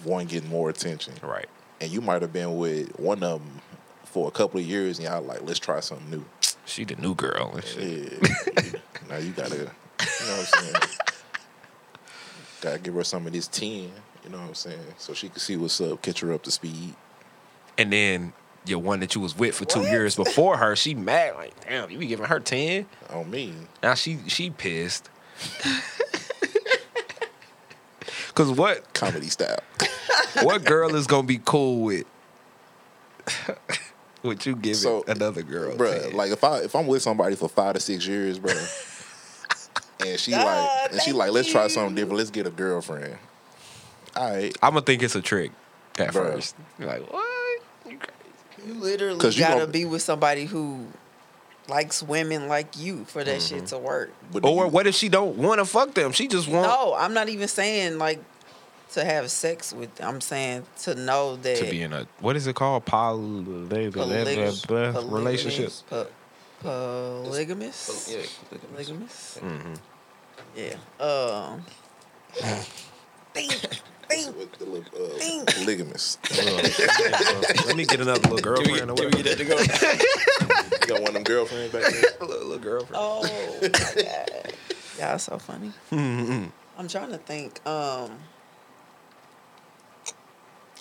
S2: one getting more attention,
S3: right.
S2: and you might have been with one of them for a couple of years, and y'all like let's try something new.
S3: She the new girl and shit.
S2: Yeah.
S3: [LAUGHS]
S2: now you gotta, you know what I'm saying? gotta give her some of this 10, you know what I'm saying? So she can see what's up, catch her up to speed.
S3: And then your one that you was with for two years before her, she mad like, damn, you be giving her ten.
S2: On me.
S3: Now she she pissed. [LAUGHS] Cause what
S2: Comedy style.
S3: what girl is gonna be cool with [LAUGHS] what you giving
S2: So,
S3: another girl?
S2: Bruh,
S3: 10?
S2: like if I if I'm with somebody for five to six
S1: [LAUGHS]
S2: years, bruh, and she like and she like, let's try something different, let's get a girlfriend. All right.
S3: I'ma think it's a trick at
S2: Bruh.
S3: first. You're like, what? You crazy.
S1: You literally
S2: 'Cause you
S1: gotta
S2: gonna-
S1: be with somebody who likes women like you for that
S3: Mm-hmm.
S1: shit to work.
S2: But do
S3: Or
S2: you-
S3: what if she don't wanna fuck them? She just want
S1: No, I'm not even saying like to have sex with. I'm saying to know that
S3: to be in a what is it called? Poly
S1: polyg-
S3: relationship.
S1: polygamous- po- polygamous,
S4: Yeah,
S1: polygamous.
S3: Mm-hmm.
S1: Yeah. Um.
S3: [LAUGHS]
S1: think, think,
S2: with the little, uh,
S1: think.
S2: ligaments?
S3: Let me get another little
S4: Did we,
S3: girlfriend or
S4: did we get
S3: whatever.
S4: that to go?
S2: You got one of them girlfriends back there?
S3: Little, little girlfriend.
S1: Oh my god, y'all so funny. I'm trying to think. Um,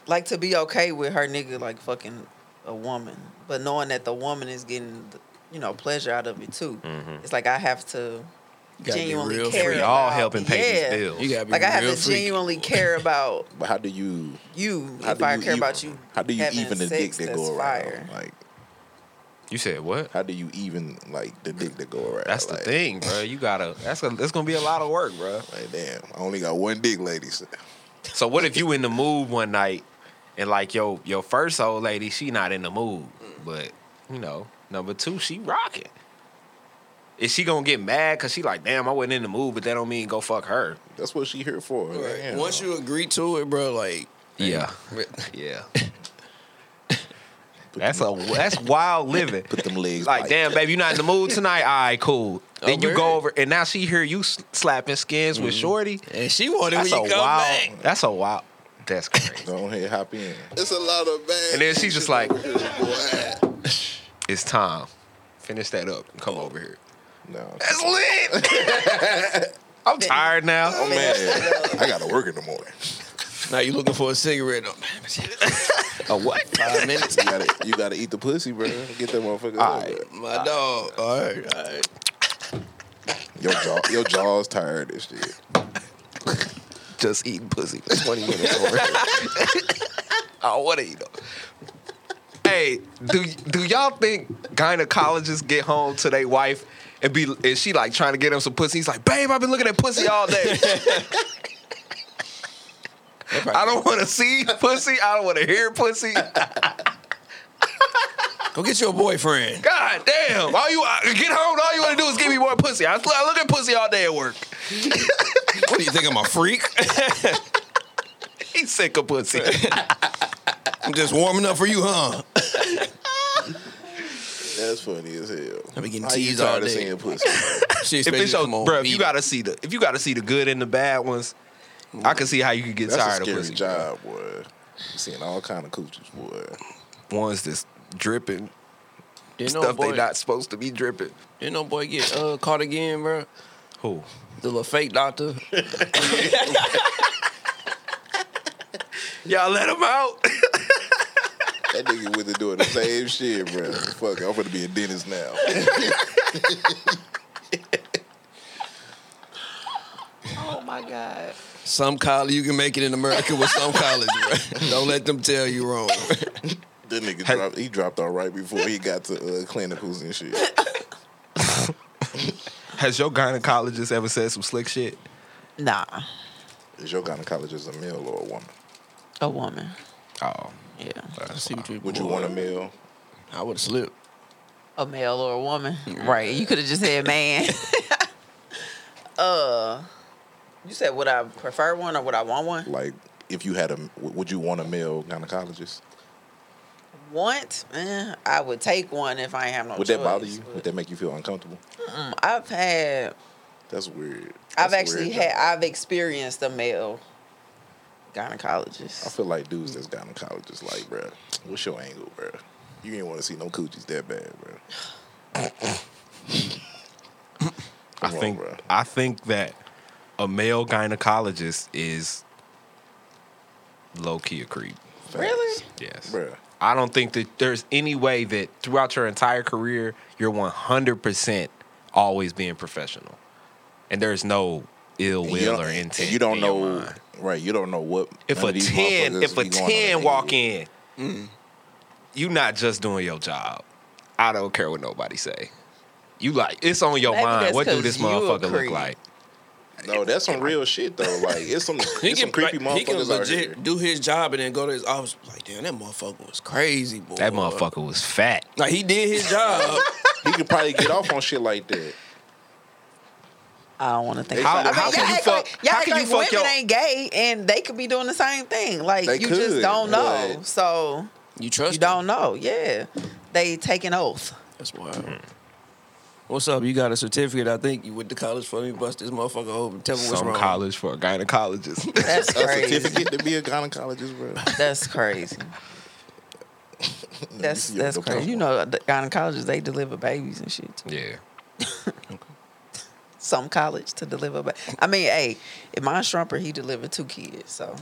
S1: like to be okay with her nigga like fucking a woman, but knowing that the woman is getting you know pleasure out of it too. It's like I have to
S4: gotta be
S1: genuinely
S4: real
S1: care.
S4: free.
S3: We all
S1: about-
S3: helping pay
S1: yeah.
S3: these bills.
S4: You gotta be
S1: Like I have
S4: real
S1: to
S4: freaky.
S1: genuinely care about
S2: [LAUGHS] But how do you
S1: you
S2: [LAUGHS] How
S1: if
S2: do
S1: I
S2: you
S1: care
S2: even-
S1: about you.
S2: How do you
S1: having
S2: even the dick
S1: sex
S2: that
S1: that's
S2: go around?
S1: fire.
S2: Like,
S3: you said what?
S2: how do you even like the dick that go around?
S3: That's the
S2: Like,
S3: thing, bro. You gotta. That's gonna. That's gonna be a lot of work, bro.
S2: Like, damn, I only got one dick, ladies.
S3: So what if you in the mood one night, and like yo your first old lady, she not in the mood, but you know number two, she rocking. Is she gonna get mad? Cause she like, damn, I wasn't in the mood, but that don't mean go fuck her.
S2: That's what she here for. Like, damn.
S4: Once you agree to it, bro, like [LAUGHS]
S3: Yeah,
S4: re-
S3: yeah. [LAUGHS] that's a that's wild
S2: [LAUGHS]
S3: living.
S2: put them legs
S3: Like,
S2: like
S3: damn, baby, you not in the mood tonight? All right, cool. Then you go
S4: word.
S3: over, and now she hear you s- slapping skins with Shorty.
S4: and she wanted when
S3: That's
S4: you
S3: a
S4: come
S3: wild.
S4: back.
S3: That's a wild.
S2: [LAUGHS]
S3: That's crazy.
S2: Go ahead, hop in.
S5: It's a lot of bang.
S3: And then she's just like-
S5: Over here, boy.
S3: it's time. Finish that up and come over here.
S2: No,
S3: That's lit. [LAUGHS] I'm tired now.
S2: oh [LAUGHS] man, I gotta work in the morning.
S4: Now you looking for a cigarette? Oh,
S3: A what?
S4: [LAUGHS] Five minutes.
S2: You gotta, you gotta eat the pussy, bro. Get that motherfucker.
S3: All
S2: All
S3: right.
S2: right.
S4: My dog. All right, all right.
S2: Your jaw, your jaw's tired and shit.
S3: Just eating pussy for 20 minutes. Over. [LAUGHS] I don't want to eat them. Hey, do do y'all think gynecologists get home to their wife and be and she like trying to get him some pussy? He's like, babe, I've been looking at pussy all day. I don't want to see pussy. I don't want to hear pussy.
S4: Go get your boyfriend.
S3: God damn! All you uh, get home, all you want to do is give me more pussy. I, I look at pussy all day at work.
S4: What do you think I'm a freak?
S3: He's sick of pussy.
S4: I'm just warming up for you, huh?
S2: That's funny as hell.
S4: I be getting
S2: How you
S4: teased all
S2: tired of
S4: day.
S2: seeing
S3: [LAUGHS]
S2: pussy.
S4: She
S3: if
S4: expect you
S3: it's
S4: to
S3: your
S4: come on
S3: bro, if
S4: beat.
S3: you gotta see the if you gotta see the good and the bad ones, I can see how you could get
S2: That's
S3: tired
S2: a scary
S3: of pussy.
S2: job, boy. You seeing all kind of coochies, boy.
S3: Ones that's dripping
S4: Didn't
S3: stuff
S4: boy,
S3: they not supposed to be dripping.
S4: Didn't no boy get uh, caught again, bro?
S3: Who?
S4: The little fake doctor.
S3: Y'all let him out. [LAUGHS]
S2: That nigga with it doing the same shit, bro. Fuck, it, I'm gonna be a dentist now.
S1: Oh my god.
S4: Some college you can make it in America with some college,
S3: [LAUGHS]
S4: bro. Don't let them tell you wrong.
S2: That nigga
S3: Hey.
S2: dropped. He dropped all right before he got to uh, clinicals and shit.
S3: Has your gynecologist ever said some slick shit?
S1: Nah,
S2: Is your gynecologist a male or a woman?
S1: a woman.
S2: Oh,
S3: all.
S1: Yeah.
S4: I see what you
S2: Would you want a meal?
S4: I would have slipped.
S1: A male or a woman. Right. You could have just said man. [LAUGHS] uh you said would I prefer one or would I want one?
S2: Like, if you had a, would you want a male gynecologist?
S1: Want? Eh, I would take one if I ain't have no
S2: Would
S1: choice.
S2: that bother you?
S1: but-
S2: Would that make you feel uncomfortable?
S1: Mm, I've had
S2: That's weird.
S1: I've
S2: That's
S1: actually
S2: weird,
S1: had
S2: though.
S1: I've experienced a male
S2: I
S1: gynecologist.
S2: feel like dudes that's gynecologists, like, bruh, what's your angle, bruh? You ain't want to see no coochies that bad, bruh.
S3: I
S2: Come on,
S3: think
S2: bruh.
S3: I think that a male gynecologist is low key a creep.
S2: Facts.
S1: Really?
S3: Yes.
S2: Bruh.
S3: I don't think that there's any way that throughout your entire career you're 100% always being professional. And there's no ill
S2: And you
S3: will
S2: don't-
S3: or
S2: and
S3: intent.
S2: You don't
S3: in your
S2: know,
S3: mind.
S2: right? You don't know what.
S3: if
S2: none
S3: a
S2: of these
S3: 10
S2: motherfuckers
S3: if a
S2: be going on Mm-hmm. a
S3: 10
S2: date
S3: walk
S2: with.
S3: in, you not just doing your job. I don't care what nobody say. You like it's on your
S1: Maybe
S3: mind.
S1: that's
S3: What do
S1: 'cause
S3: this
S1: you a
S3: motherfucker look
S1: creep.
S3: like?
S2: No, that's some real shit though. Like it's
S3: [LAUGHS]
S2: some, it's
S4: He
S2: some
S4: can,
S2: creepy
S4: like, he can
S2: motherfuckers out
S4: legit
S2: here.
S4: do his job and then go to his office. Like, damn, that motherfucker was crazy, boy.
S3: That motherfucker was fat.
S4: Like he did his job.
S2: He could probably get off on shit
S1: [LAUGHS]
S2: like that.
S1: I don't want to think.
S3: How-
S1: about it.
S3: how
S1: I mean,
S3: can
S1: y'all
S3: you
S1: act
S3: fuck-
S1: Like, y'all
S3: how
S1: act
S3: can you
S1: like women
S3: fuck your-
S1: ain't gay and they could be doing the same thing. Like
S2: They
S1: you
S2: could,
S1: just don't know.
S2: but-
S1: So
S4: You trust?
S1: you
S4: him?
S1: don't know. Yeah, they take an oath.
S4: That's wild. What's up? You got a certificate? I think you went to college for me. Bust this motherfucker open. Tell me what's
S3: Some
S4: wrong.
S3: college for a gynecologist.
S2: [LAUGHS]
S1: That's
S2: A
S1: crazy.
S2: certificate to be a gynecologist, bro.
S1: That's crazy. That's
S2: see, yeah,
S1: that's
S2: no
S1: crazy. You know, the gynecologists they deliver babies and shit. Too.
S3: yeah.
S1: Some college to deliver, but I mean, hey, if my Strumper he delivered two kids, so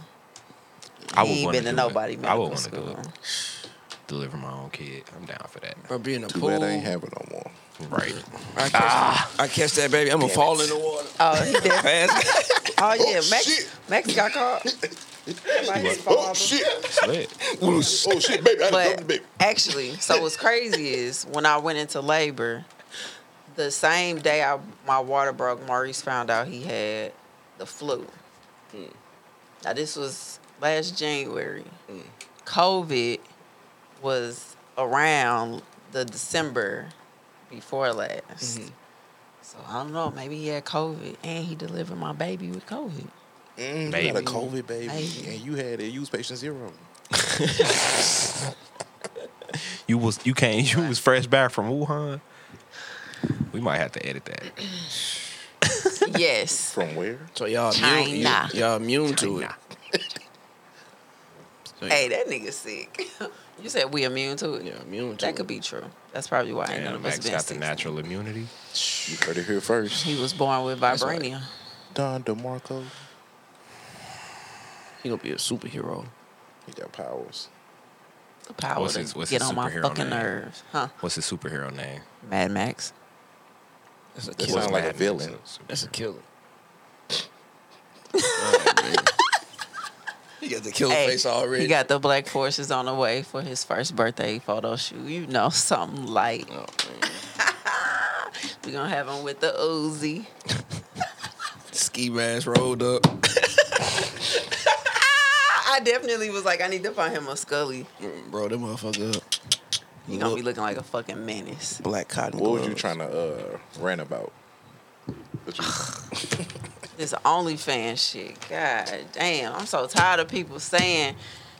S3: I
S1: he ain't
S3: wanna
S1: been to
S3: do
S1: nobody
S3: it. I
S1: medical
S3: would want to do
S1: school.
S3: it. Deliver my own kid. I'm down for
S1: [LAUGHS]
S3: that.
S4: Bro, being a
S2: Too
S4: pool.
S2: bad I ain't have it no more.
S3: Right.
S4: I catch,
S3: Ah.
S4: I catch that baby. I'm gonna fall in the water.
S1: Oh, he did.
S4: Pass.
S1: Oh yeah, Max,
S5: shit.
S1: Max got caught. Like, his father.
S5: Oh shit!
S3: Slit.
S5: Oh shit, baby! I had to dump the
S1: But
S5: baby.
S1: actually, so what's crazy is when I went into labor, the same day I my water broke, Maurice found out he had the flu. Now this was last January. COVID was around the December before last. So I don't know. Maybe he had COVID, and he delivered my baby with COVID.
S2: Mm, you
S3: Maybe.
S2: had a COVID baby,
S1: Maybe.
S2: and you had it. You was patient zero.
S3: You was you came you was fresh back from Wuhan. We might have to edit
S1: [CLEARS THROAT]
S3: that.
S1: yes.
S2: From where?
S4: So y'all immune, you,
S1: China.
S4: y'all immune to it. [LAUGHS] So,
S1: Hey, that nigga sick. [LAUGHS] you said we immune to it.
S4: yeah, immune to
S1: That
S4: it.
S1: could be true. That's probably why ain't none
S3: Damn,
S1: of us
S3: Max
S1: been
S3: got the
S1: sick.
S3: natural immunity.
S2: You heard it here first.
S1: He was born with
S4: That's right.
S1: vibranium.
S2: Don DeMarco.
S4: He gonna be a superhero.
S2: He got powers.
S1: The power
S3: What's
S1: to
S3: his- what's
S1: get
S3: his
S1: on my
S3: superhero
S1: fucking
S3: name?
S1: nerves, huh?
S3: What's his superhero name?
S1: Mad Max.
S4: That's a
S2: That
S4: killer.
S2: sound like a villain.
S4: That's a killer. Oh, man. [LAUGHS] He got the killer
S1: Hey,
S4: face already.
S1: He got the black forces on the way for his first birthday photo shoot. You know, [LAUGHS] something light.
S4: Oh, man.
S1: We gonna have him with the Uzi.
S4: Ski mask rolled up. [CLEARS THROAT]
S1: I, I definitely was like, I need to find him a Scully.
S4: Bro, that motherfucker up.
S1: He gonna be looking like a fucking menace.
S4: black cotton.
S2: What was you
S4: gloves.
S2: trying to uh, rant about? What you-
S1: This OnlyFans shit. God damn, I'm so tired of people saying,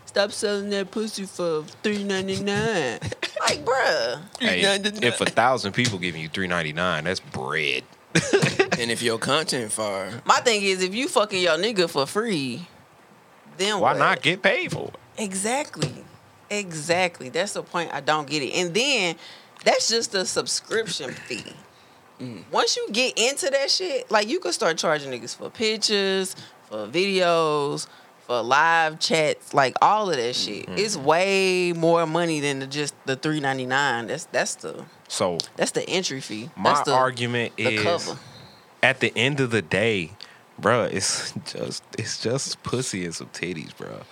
S1: "Stop selling that pussy for $3.99." like, bruh. [LAUGHS]
S3: Hey,
S4: Yeah, I did
S3: if a
S4: that.
S3: thousand people giving you three ninety nine, that's bread.
S4: And if your content fire,
S1: My thing is, if you fucking your nigga for free, then
S3: Why
S1: what?
S3: not get paid for it?
S1: Exactly, exactly. That's the point. I don't get it. And then that's just a subscription fee. Mm. Once you get into that shit, like you could start charging niggas for pictures, for videos, for live chats, like all of that shit. It's way more money than the, just the three ninety nine. That's that's the
S3: So
S1: that's the entry fee.
S3: my
S1: that's the,
S3: argument
S1: the
S3: is
S1: cover.
S3: at the end of the day, bruh, it's [LAUGHS] just it's just pussy and some titties, bruh.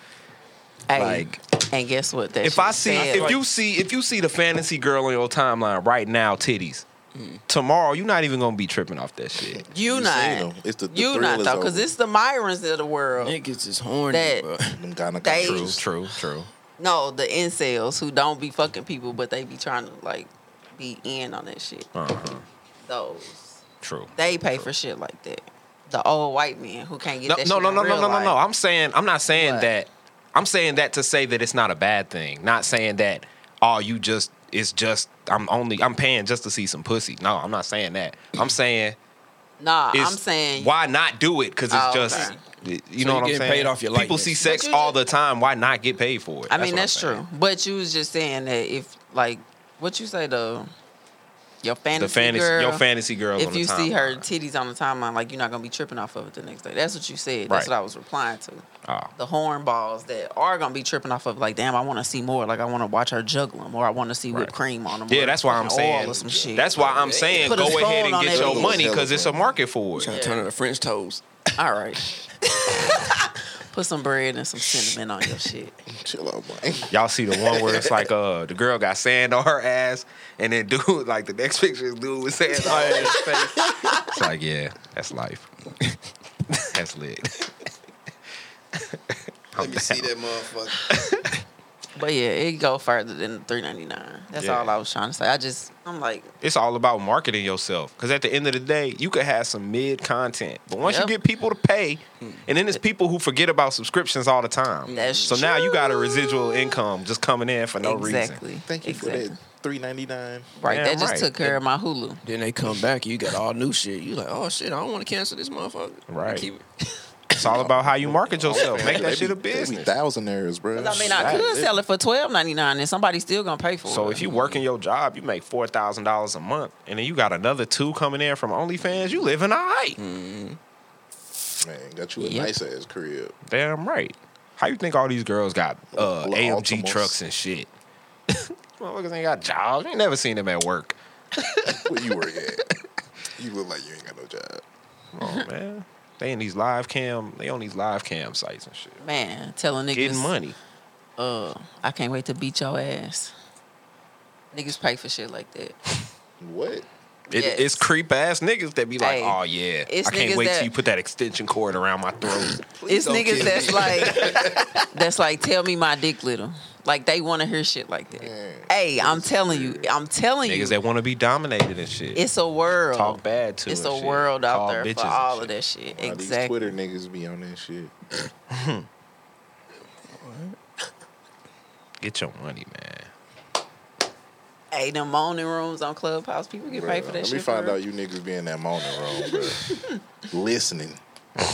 S1: Hey,
S3: like-
S1: and guess what? That
S3: If
S1: shit
S3: I see
S1: said.
S3: if you see if you see the fantasy girl on your timeline right now, titties.
S1: Mm.
S3: Tomorrow, you're not even gonna be tripping off that shit.
S1: You,
S2: You
S1: not.
S2: seen 'em. It's the- the
S1: you
S2: thrill
S1: not
S2: is
S1: though, because
S2: over.
S1: it's the Myrons of the world.
S4: niggas is horny,
S1: That-
S4: bro.
S2: [SIGHS]
S4: [LAUGHS]
S2: Them
S1: They-
S2: gynecologists.
S3: True, true, true.
S1: No, the incels who don't be fucking people, but they be trying to like be in on that shit.
S3: Uh-huh.
S1: Those
S3: True.
S1: they pay for shit like that. The old white men who can't get
S3: No,
S1: that.
S3: no,
S1: shit
S3: no,
S1: in
S3: no,
S1: real
S3: no, no, no, no.
S1: life.
S3: I'm saying I'm not saying
S1: What?
S3: that. I'm saying that to say that it's not a bad thing. Not saying that. Oh, you just it's just I'm only I'm paying just to see some pussy. No, I'm not saying that. I'm saying
S1: Nah,
S3: it's,
S1: I'm saying
S3: why not do it? Because it's
S1: Oh,
S3: just you
S4: you're
S3: know what I'm
S4: getting
S3: saying.
S4: paid off your
S3: People
S4: likeness.
S3: see sex
S1: But you
S3: all
S1: just-
S3: the time. Why not get paid for it?
S1: I mean,
S3: what I'm
S1: that's
S3: saying.
S1: true. But you was just saying that if like what you say the your fantasy,
S3: The fantasy,
S1: girl,
S3: your fantasy girl.
S1: if you see her titties on the timeline, like you're not gonna be tripping off of it the next day. That's what you said. That's
S3: Right.
S1: what I was replying to.
S3: oh,
S1: The horn balls that are gonna be tripping off of like, damn, I want to see more. Like I want to watch her juggle 'em, or I want to see whipped
S3: Right.
S1: cream on them.
S3: yeah, that's why I'm saying.
S1: Or some shit.
S3: That's why I'm saying
S1: Put a
S3: go
S1: scroll
S3: ahead and
S1: on
S3: get
S1: that
S3: your
S1: bitch.
S3: money because it's a market for
S4: Trying
S3: it.
S4: to turn into French toast.
S1: all right. [LAUGHS] Put some bread and some cinnamon on your shit.
S2: Chill out, boy.
S3: Y'all see the one where it's like uh the girl got sand on her ass, and then [LAUGHS] dude like the next picture is dude with sand on his face. It's like yeah, that's life. [LAUGHS] that's lit. [LAUGHS]
S6: Let me see that motherfucker.
S1: But yeah, it go further than three ninety nine. That's
S3: Yeah.
S1: all I was trying to say. I just I'm like,
S3: It's all about marketing yourself because at the end of the day, you could have some mid content, but once
S1: Yep.
S3: you get people to pay, and then it's people who forget about subscriptions all the time.
S1: That's
S3: so now you got a
S1: true.
S3: residual income just coming in for no reason.
S1: exactly.
S2: Thank you
S1: exactly.
S2: for that. Three ninety nine.
S1: Right,
S3: Damn
S1: that just
S3: right.
S1: took care of my Hulu.
S4: Then they come back, you got all new shit. You like, oh shit, I don't want to cancel this motherfucker.
S3: Right.
S4: Keep it.
S3: It's all about how you market yourself. Make that shit a business.
S2: Thousandaires, bro.
S1: I mean, I could sell it for twelve ninety nine, and somebody's still gonna pay for it.
S3: So if you work in your job, you make four thousand dollars a month, and then you got another two coming in from OnlyFans. You living all right.
S1: Hmm.
S2: Man, got you a
S1: Yep.
S2: nice ass crib.
S3: Damn right. How you think all these girls got uh,
S2: Little
S3: AMG
S2: Altimos.
S3: trucks and shit? [LAUGHS] Motherfuckers ain't got jobs. You ain't never seen them at work.
S2: Where you work [LAUGHS] at? you look like you ain't got no job.
S1: [LAUGHS]
S3: Come on, Oh, man. They in these live cam. They on these live cam sites and shit.
S1: man, telling niggas
S3: Getting money.
S1: Uh, I can't wait to beat your ass. Niggas pay for shit like that.
S2: What?
S3: It,
S1: Yes.
S3: It's creep ass niggas that be like,
S1: Hey,
S3: oh yeah,
S1: it's
S3: I can't
S1: niggas
S3: wait
S1: that-
S3: till you put that extension cord around my throat.
S1: it's niggas that's like,
S2: [LAUGHS]
S1: that's like, tell me my dick little. Like they want to hear shit like that.
S2: Man,
S1: hey, I'm telling you, I'm telling you,
S3: niggas that want to be dominated and shit.
S1: it's a world.
S3: Talk bad to.
S1: it's
S3: and
S1: a
S3: shit.
S1: world out
S3: Call
S1: there
S3: bitches
S1: for
S3: and
S1: all of
S3: shit.
S1: that shit.
S2: Why These
S1: exactly.
S2: Twitter niggas be on that shit.
S3: Get your money, man.
S1: Hey, them moaning rooms on Clubhouse, people get
S2: Bruh,
S1: paid for that
S2: Let
S1: shit.
S2: me
S1: for
S2: find
S1: real.
S2: out you niggas be in that moaning room, bro.
S1: [LAUGHS]
S2: Listening.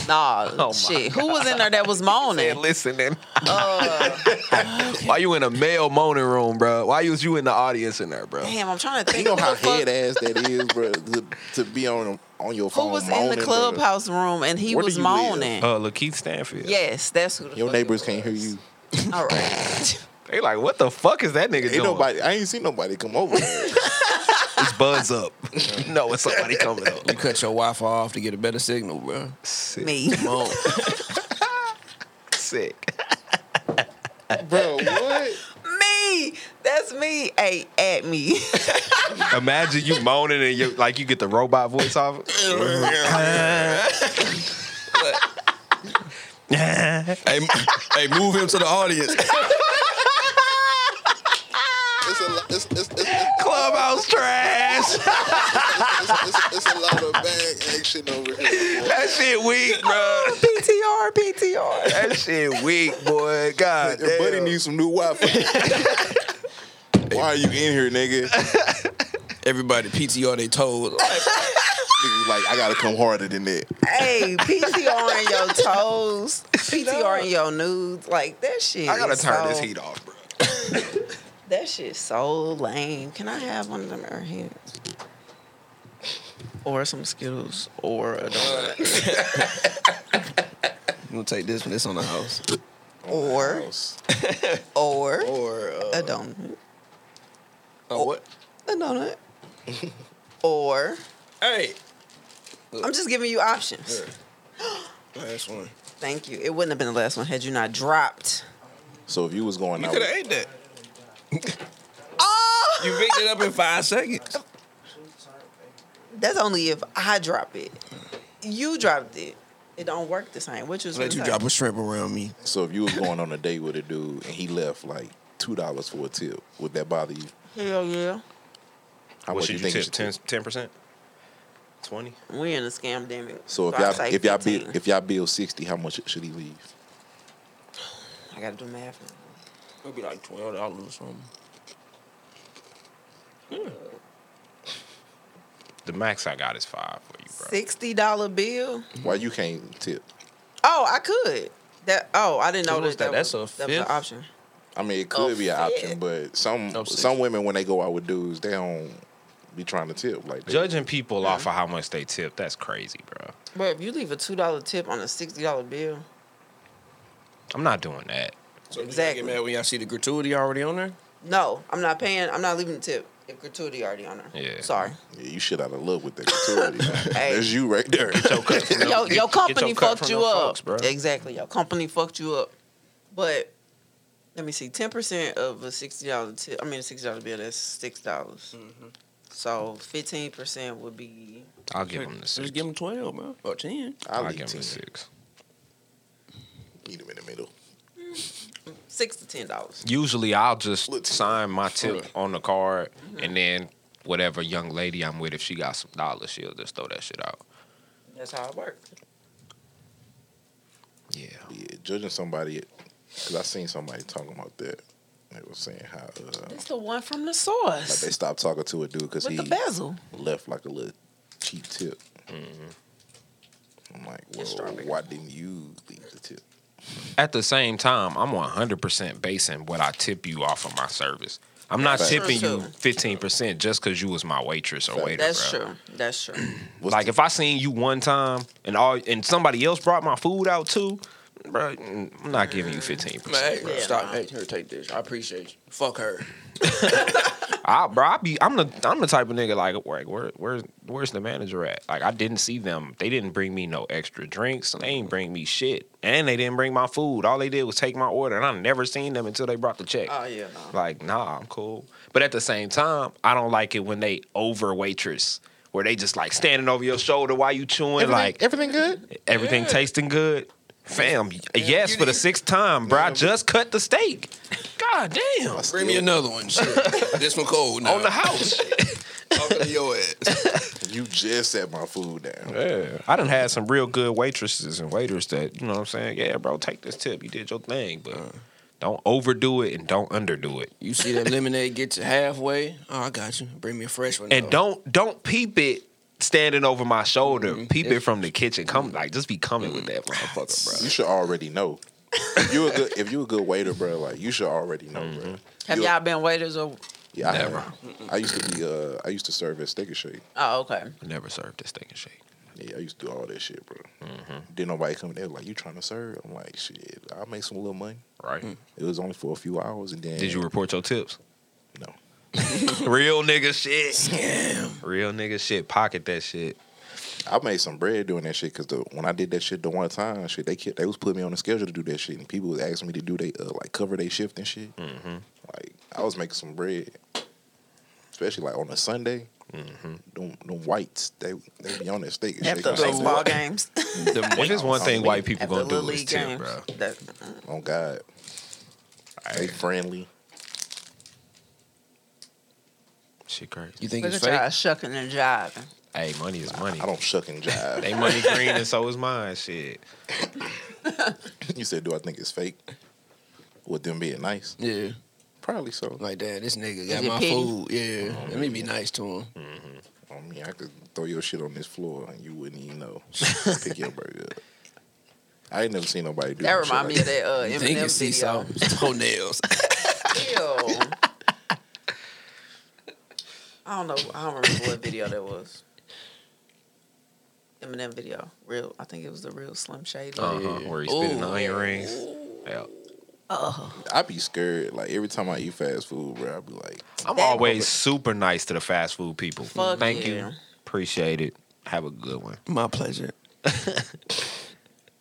S1: Nah,
S3: [LAUGHS] Oh my
S1: shit. Who was in there that
S3: [LAUGHS]
S1: was moaning?
S3: listening.
S1: Uh.
S3: [LAUGHS] Why you in a male moaning room, bro? Why was you in the audience in there, bro?
S1: Damn, I'm trying to
S2: You
S1: think.
S2: know
S1: who
S2: how
S1: the fuck-
S2: head ass that is, bro. To, to be on on your phone.
S1: Who was in
S2: moaning,
S1: the
S2: bruh.
S1: clubhouse room and he
S2: Where do
S1: was
S2: you live?
S1: moaning?
S3: Uh, Lakeith Stanfield.
S1: Yes, that's who. The
S2: Your
S1: fuck it
S2: neighbors can't hear
S1: was.
S2: you.
S1: All right.
S3: They like, what the fuck is that nigga
S2: Ain't
S3: doing?
S2: nobody. I ain't seen nobody come
S1: [LAUGHS]
S2: over. there.
S3: It's buzz up. [LAUGHS] you know it's somebody coming up.
S4: You cut your Wi-Fi off to get a better signal, bro.
S3: Sick.
S1: Me. [LAUGHS]
S4: Mom,
S3: Sick.
S2: bro. What?
S1: me. That's me. Hey, at me. [LAUGHS]
S3: Imagine you moaning and you like you get the robot voice [LAUGHS] off.
S4: hey, m- hey, move him to the audience.
S6: It's a, lo- it's, it's, it's,
S3: Clubhouse trash.
S6: it's, it's, it's a lot of bag action over here. boy.
S3: That shit weak, bro.
S1: PTR, PTR.
S3: That shit weak, boy. God
S2: Your buddy
S3: damn.
S2: needs some new Wi-Fi.
S1: [LAUGHS]
S2: Why are you in here, nigga?
S4: Everybody PTR they told. Like,
S2: Nigga, like I gotta come harder than that.
S1: Hey, PTR in [LAUGHS] your toes. PTR in your nudes. Like that shit.
S3: I gotta
S1: is
S3: turn
S1: so,
S3: this heat off, bro.
S1: That shit's so lame. Can I have one of them airheads? Or some Skittles or a donut.
S4: I'm gonna take this one. It's on the house.
S1: Or or
S4: Or uh,
S1: a donut.
S4: uh, what?
S1: A donut. [LAUGHS] or
S4: Hey,
S1: I'm just giving you options.
S4: last one.
S1: Thank you. It wouldn't have been the last one had you not dropped.
S2: So if you was going
S4: You
S2: out,
S4: could have ate that.
S1: Oh,
S4: You picked it up in five seconds.
S1: that's only if I drop it. You dropped it. It don't work the same. Which is
S4: Let you drop a shrimp around me.
S2: So if you was going on a date with a dude and he left like two dollars for a tip, would that bother you?
S1: Hell yeah.
S2: How
S3: what
S2: much
S3: should
S2: you
S3: you
S2: think you
S3: tip?
S2: should tip?
S3: 10 percent, twenty.
S1: We in a scam demic.
S2: So if
S1: I
S2: y'all
S1: say
S2: if y'all
S1: 15.
S2: bill if y'all bill sixty, how much should he leave?
S1: I gotta do math.
S4: It'll be like twelve dollars or something.
S3: The max I got is five for you, bro.
S1: Sixty dollar bill.
S2: Why you can't tip?
S1: Oh, I could. That. Oh, I didn't know
S4: What was
S1: that. that
S4: that?
S1: was-
S4: That's a
S1: that was an
S4: fifth?
S1: option.
S2: I mean, it could
S1: Oh,
S2: be an
S1: shit.
S2: option, but some
S4: Oh, six.
S2: some women when they go out with dudes, they don't be trying to tip like they-
S3: Judging people off of how much they tip, that's crazy, bro.
S1: But if you leave a two dollar tip on a sixty dollar bill,
S3: I'm not doing that.
S4: So do y'all
S1: Exactly.
S4: Get mad when y'all see the gratuity already on there.
S1: no, I'm not paying. I'm not leaving the tip. If gratuity already on her.
S3: Yeah.
S1: Sorry.
S2: Yeah, you shit out of love with that gratuity.
S1: [LAUGHS] Hey.
S2: There's you right there. [LAUGHS]
S1: your, your company
S3: your cut
S1: fucked
S3: from
S1: you
S3: them
S1: up.
S3: folks, bro.
S1: Exactly. Your company fucked you up. But let me see, ten percent of a sixty dollar tip. I mean, a sixty dollar bill. That's six dollars.
S3: Mm-hmm.
S1: So fifteen percent would be.
S3: I'll give them the six.
S4: Just give them twelve, bro, or ten.
S2: I'll,
S3: I'll
S2: eat
S3: give them
S2: ten.
S3: the six.
S2: Meet him in the middle.
S1: Six to ten dollars.
S3: Usually, I'll just
S2: Look.
S3: sign my tip on the card, and then whatever young lady I'm with, if she got some dollars, she'll just throw that shit out.
S1: That's how it works.
S3: Yeah.
S2: Yeah, judging somebody, because I seen somebody talking about that. They were saying how uh,
S1: It's the one from the
S2: like they
S1: source
S2: stopped talking to a dude because
S1: with
S2: he
S1: the bezel.
S2: left like a little cheap tip. I'm like,
S1: It's
S2: well,
S1: strawberry.
S2: why didn't you leave the tip?
S3: At the same time, I'm 100% basing what I tip you off of my service. I'm not
S1: That's true,
S3: tipping you
S1: too.
S3: 15% just because you was my waitress or waiter,
S1: That's
S3: bro.
S1: true. That's
S3: [CLEARS THROAT]
S1: true.
S2: What's
S3: like
S2: the-
S3: if I seen you one time and all and somebody else brought my food out too, bro, I'm not giving you 15%.
S4: Man,
S1: Yeah.
S4: stop. Hey, here, take this. I appreciate you. Fuck her.
S3: I, bro, I be I'm the I'm the type of nigga like like where where's where's the manager at? Like I didn't see them. They didn't bring me no extra drinks. They ain't bring me shit, and they didn't bring my food. All they did was take my order, and I never seen them until they brought the check.
S1: Oh yeah. No.
S3: Like nah, I'm cool. But at the same time, I don't like it when they over waitress. Where they just like standing over your shoulder while you chewing, like
S2: everything good?
S3: Everything tasting good. Fam, yes,
S4: you
S3: for the
S4: did.
S3: sixth time, bro. I just cut the steak. God damn.
S4: Bring me another one. [LAUGHS] Shit. this one cold now.
S3: On the house.
S4: Talking to your ass.
S2: You just set my food down.
S3: yeah. I done had some real good waitresses and waiters that, you know what I'm saying? Yeah, bro, take this tip. You did your thing, but don't overdo it and don't underdo it.
S4: You see that lemonade get to halfway? Oh, I got you. Bring me a fresh one.
S3: And
S4: though.
S3: don't don't peep it standing over my shoulder. Peep
S4: Yeah.
S3: it from the kitchen. Come like just be coming with that motherfucker,
S2: You
S3: bro.
S2: should already know. If you a good, if you a good waiter, bro, like you should already know, bro.
S1: Have
S2: You-
S1: y'all been waiters or?
S2: Yeah, I,
S3: Mm-hmm. Never.
S2: have. I used to be. Uh, I used to serve at Steak and Shake.
S1: Oh okay.
S3: I never served this steak and shake.
S2: Yeah, I used to do all that shit, bro.
S3: Mm-hmm.
S2: Then nobody come in there like you trying to serve. I'm like, shit, I'll make some little money.
S3: Right.
S2: It was only for a few hours, and then
S3: Did you report your tips?
S2: No.
S3: [LAUGHS] Real nigga shit. Scam. Real nigga shit. Pocket that shit.
S2: I made some bread doing that shit because the when I did that shit the one time, shit they kept, they was putting me on the schedule to do that shit, and people was asking me to do they uh, like cover they shift and shit.
S3: Mm. Mm-hmm.
S2: Like I was making some bread, especially like on a Sunday. Them, them whites they they be on that steak and shit.
S1: After baseball [LAUGHS]
S2: Like,
S1: games.
S3: if it's one thing white people
S1: After
S3: gonna
S1: little
S3: do is
S1: league
S3: tip,
S1: games.
S3: bro.
S1: That,
S2: oh God, they friendly.
S3: Shit crazy.
S4: You think
S1: look
S4: it's
S1: at
S4: fake?
S1: y'all shucking and jiving.
S3: Hey, money is money.
S2: I don't shuck and jive.
S3: They money green and so is mine. Shit.
S2: [LAUGHS] you said, do I think it's fake? With them being nice,
S4: Yeah.
S2: probably so.
S4: Like, damn, this nigga got
S1: it
S4: my
S1: petty?
S4: food. Yeah. Let me be nice to him.
S2: I mean, I could throw your shit on this floor and you wouldn't even
S3: [LAUGHS]
S2: know. Pick your burger up. I ain't never seen nobody do
S1: That
S2: no shit
S1: remind me
S2: like
S1: of that uh,
S4: You think
S1: Eminem
S4: it's sea
S1: video.
S4: salt? [LAUGHS] Toenails.
S1: Ew. I don't know. I don't remember what video that was. Eminem video. Real. I think it was the real Slim Shady.
S3: Uh huh. Where he spitting
S4: Ooh.
S3: onion rings. Yeah.
S2: that. I be scared. Like every time I eat fast food, bro, I be like,
S3: I'm always super nice to the fast food people.
S1: Fuck
S3: Thank
S1: yeah.
S3: you. Appreciate it. Have a good one.
S4: my pleasure.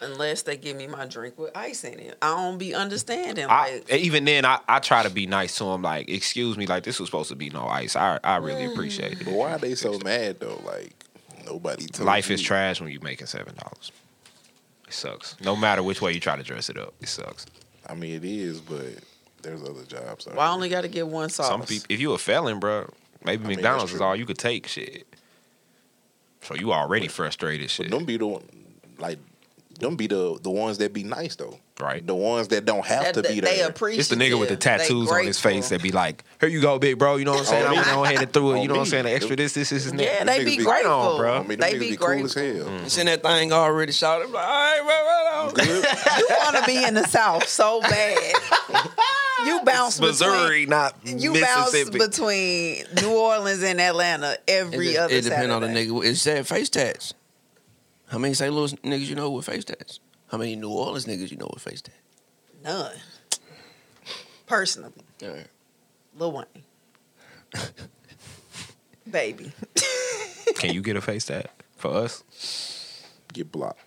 S1: Unless they give me my drink with ice in it, I don't be understanding.
S3: I,
S1: Like,
S3: even then, I, I try to be nice to him. Like, excuse me, like this was supposed to be no ice. I I really appreciate
S2: but
S3: it.
S2: why are they so mad though? Like nobody. Told
S3: Life is
S2: you.
S3: trash when you making seven dollars. sucks. No matter which way you try to dress it up, it sucks.
S2: I mean, it is, but there's other jobs. out
S1: Well, I
S2: there.
S1: only got to get one sauce.
S3: Some people, if you a felon, bro, maybe
S2: mean,
S3: McDonald's
S2: that's
S3: is
S2: true.
S3: all you could take. Shit. So you already frustrated. Shit.
S2: But don't be the one- like, don't be the the ones that be nice though.
S3: Right.
S2: The ones that don't have
S1: that,
S2: to
S1: they,
S2: be
S1: they
S2: there.
S1: appreciate.
S3: It's the nigga with the tattoos on his face that be like, "Here you go, big bro." You know what I'm
S2: On
S3: saying? I
S2: me.
S3: went Oh, on ahead and threw it.
S2: On
S3: You know what I'm
S2: me.
S3: saying? The extra this, this, this, and that.
S1: Yeah,
S2: Them
S1: they
S2: niggas
S1: be
S2: be-
S1: grateful,
S3: Come on, bro.
S2: I mean, them
S1: They
S2: niggas
S1: be
S2: cool as
S1: grateful.
S2: hell.
S3: Mm.
S4: It's in that thing already shot. I'm like, all right, bro, bro, bro.
S1: you want to be in the South so bad. you bounce
S3: Missouri, not
S1: Between, you bounce
S3: Mississippi.
S1: between New Orleans and Atlanta every
S4: just-
S1: other.
S4: it depend on the
S1: Saturday.
S4: nigga. It said face tats. How many St. Louis niggas you know with face tats? How many New Orleans niggas you know with face tats?
S1: None. Personally,
S4: Yeah.
S1: Lil Wayne,
S4: [LAUGHS]
S1: baby,
S3: Can you get a face that for us?
S2: Get
S3: [LAUGHS]
S2: blocked,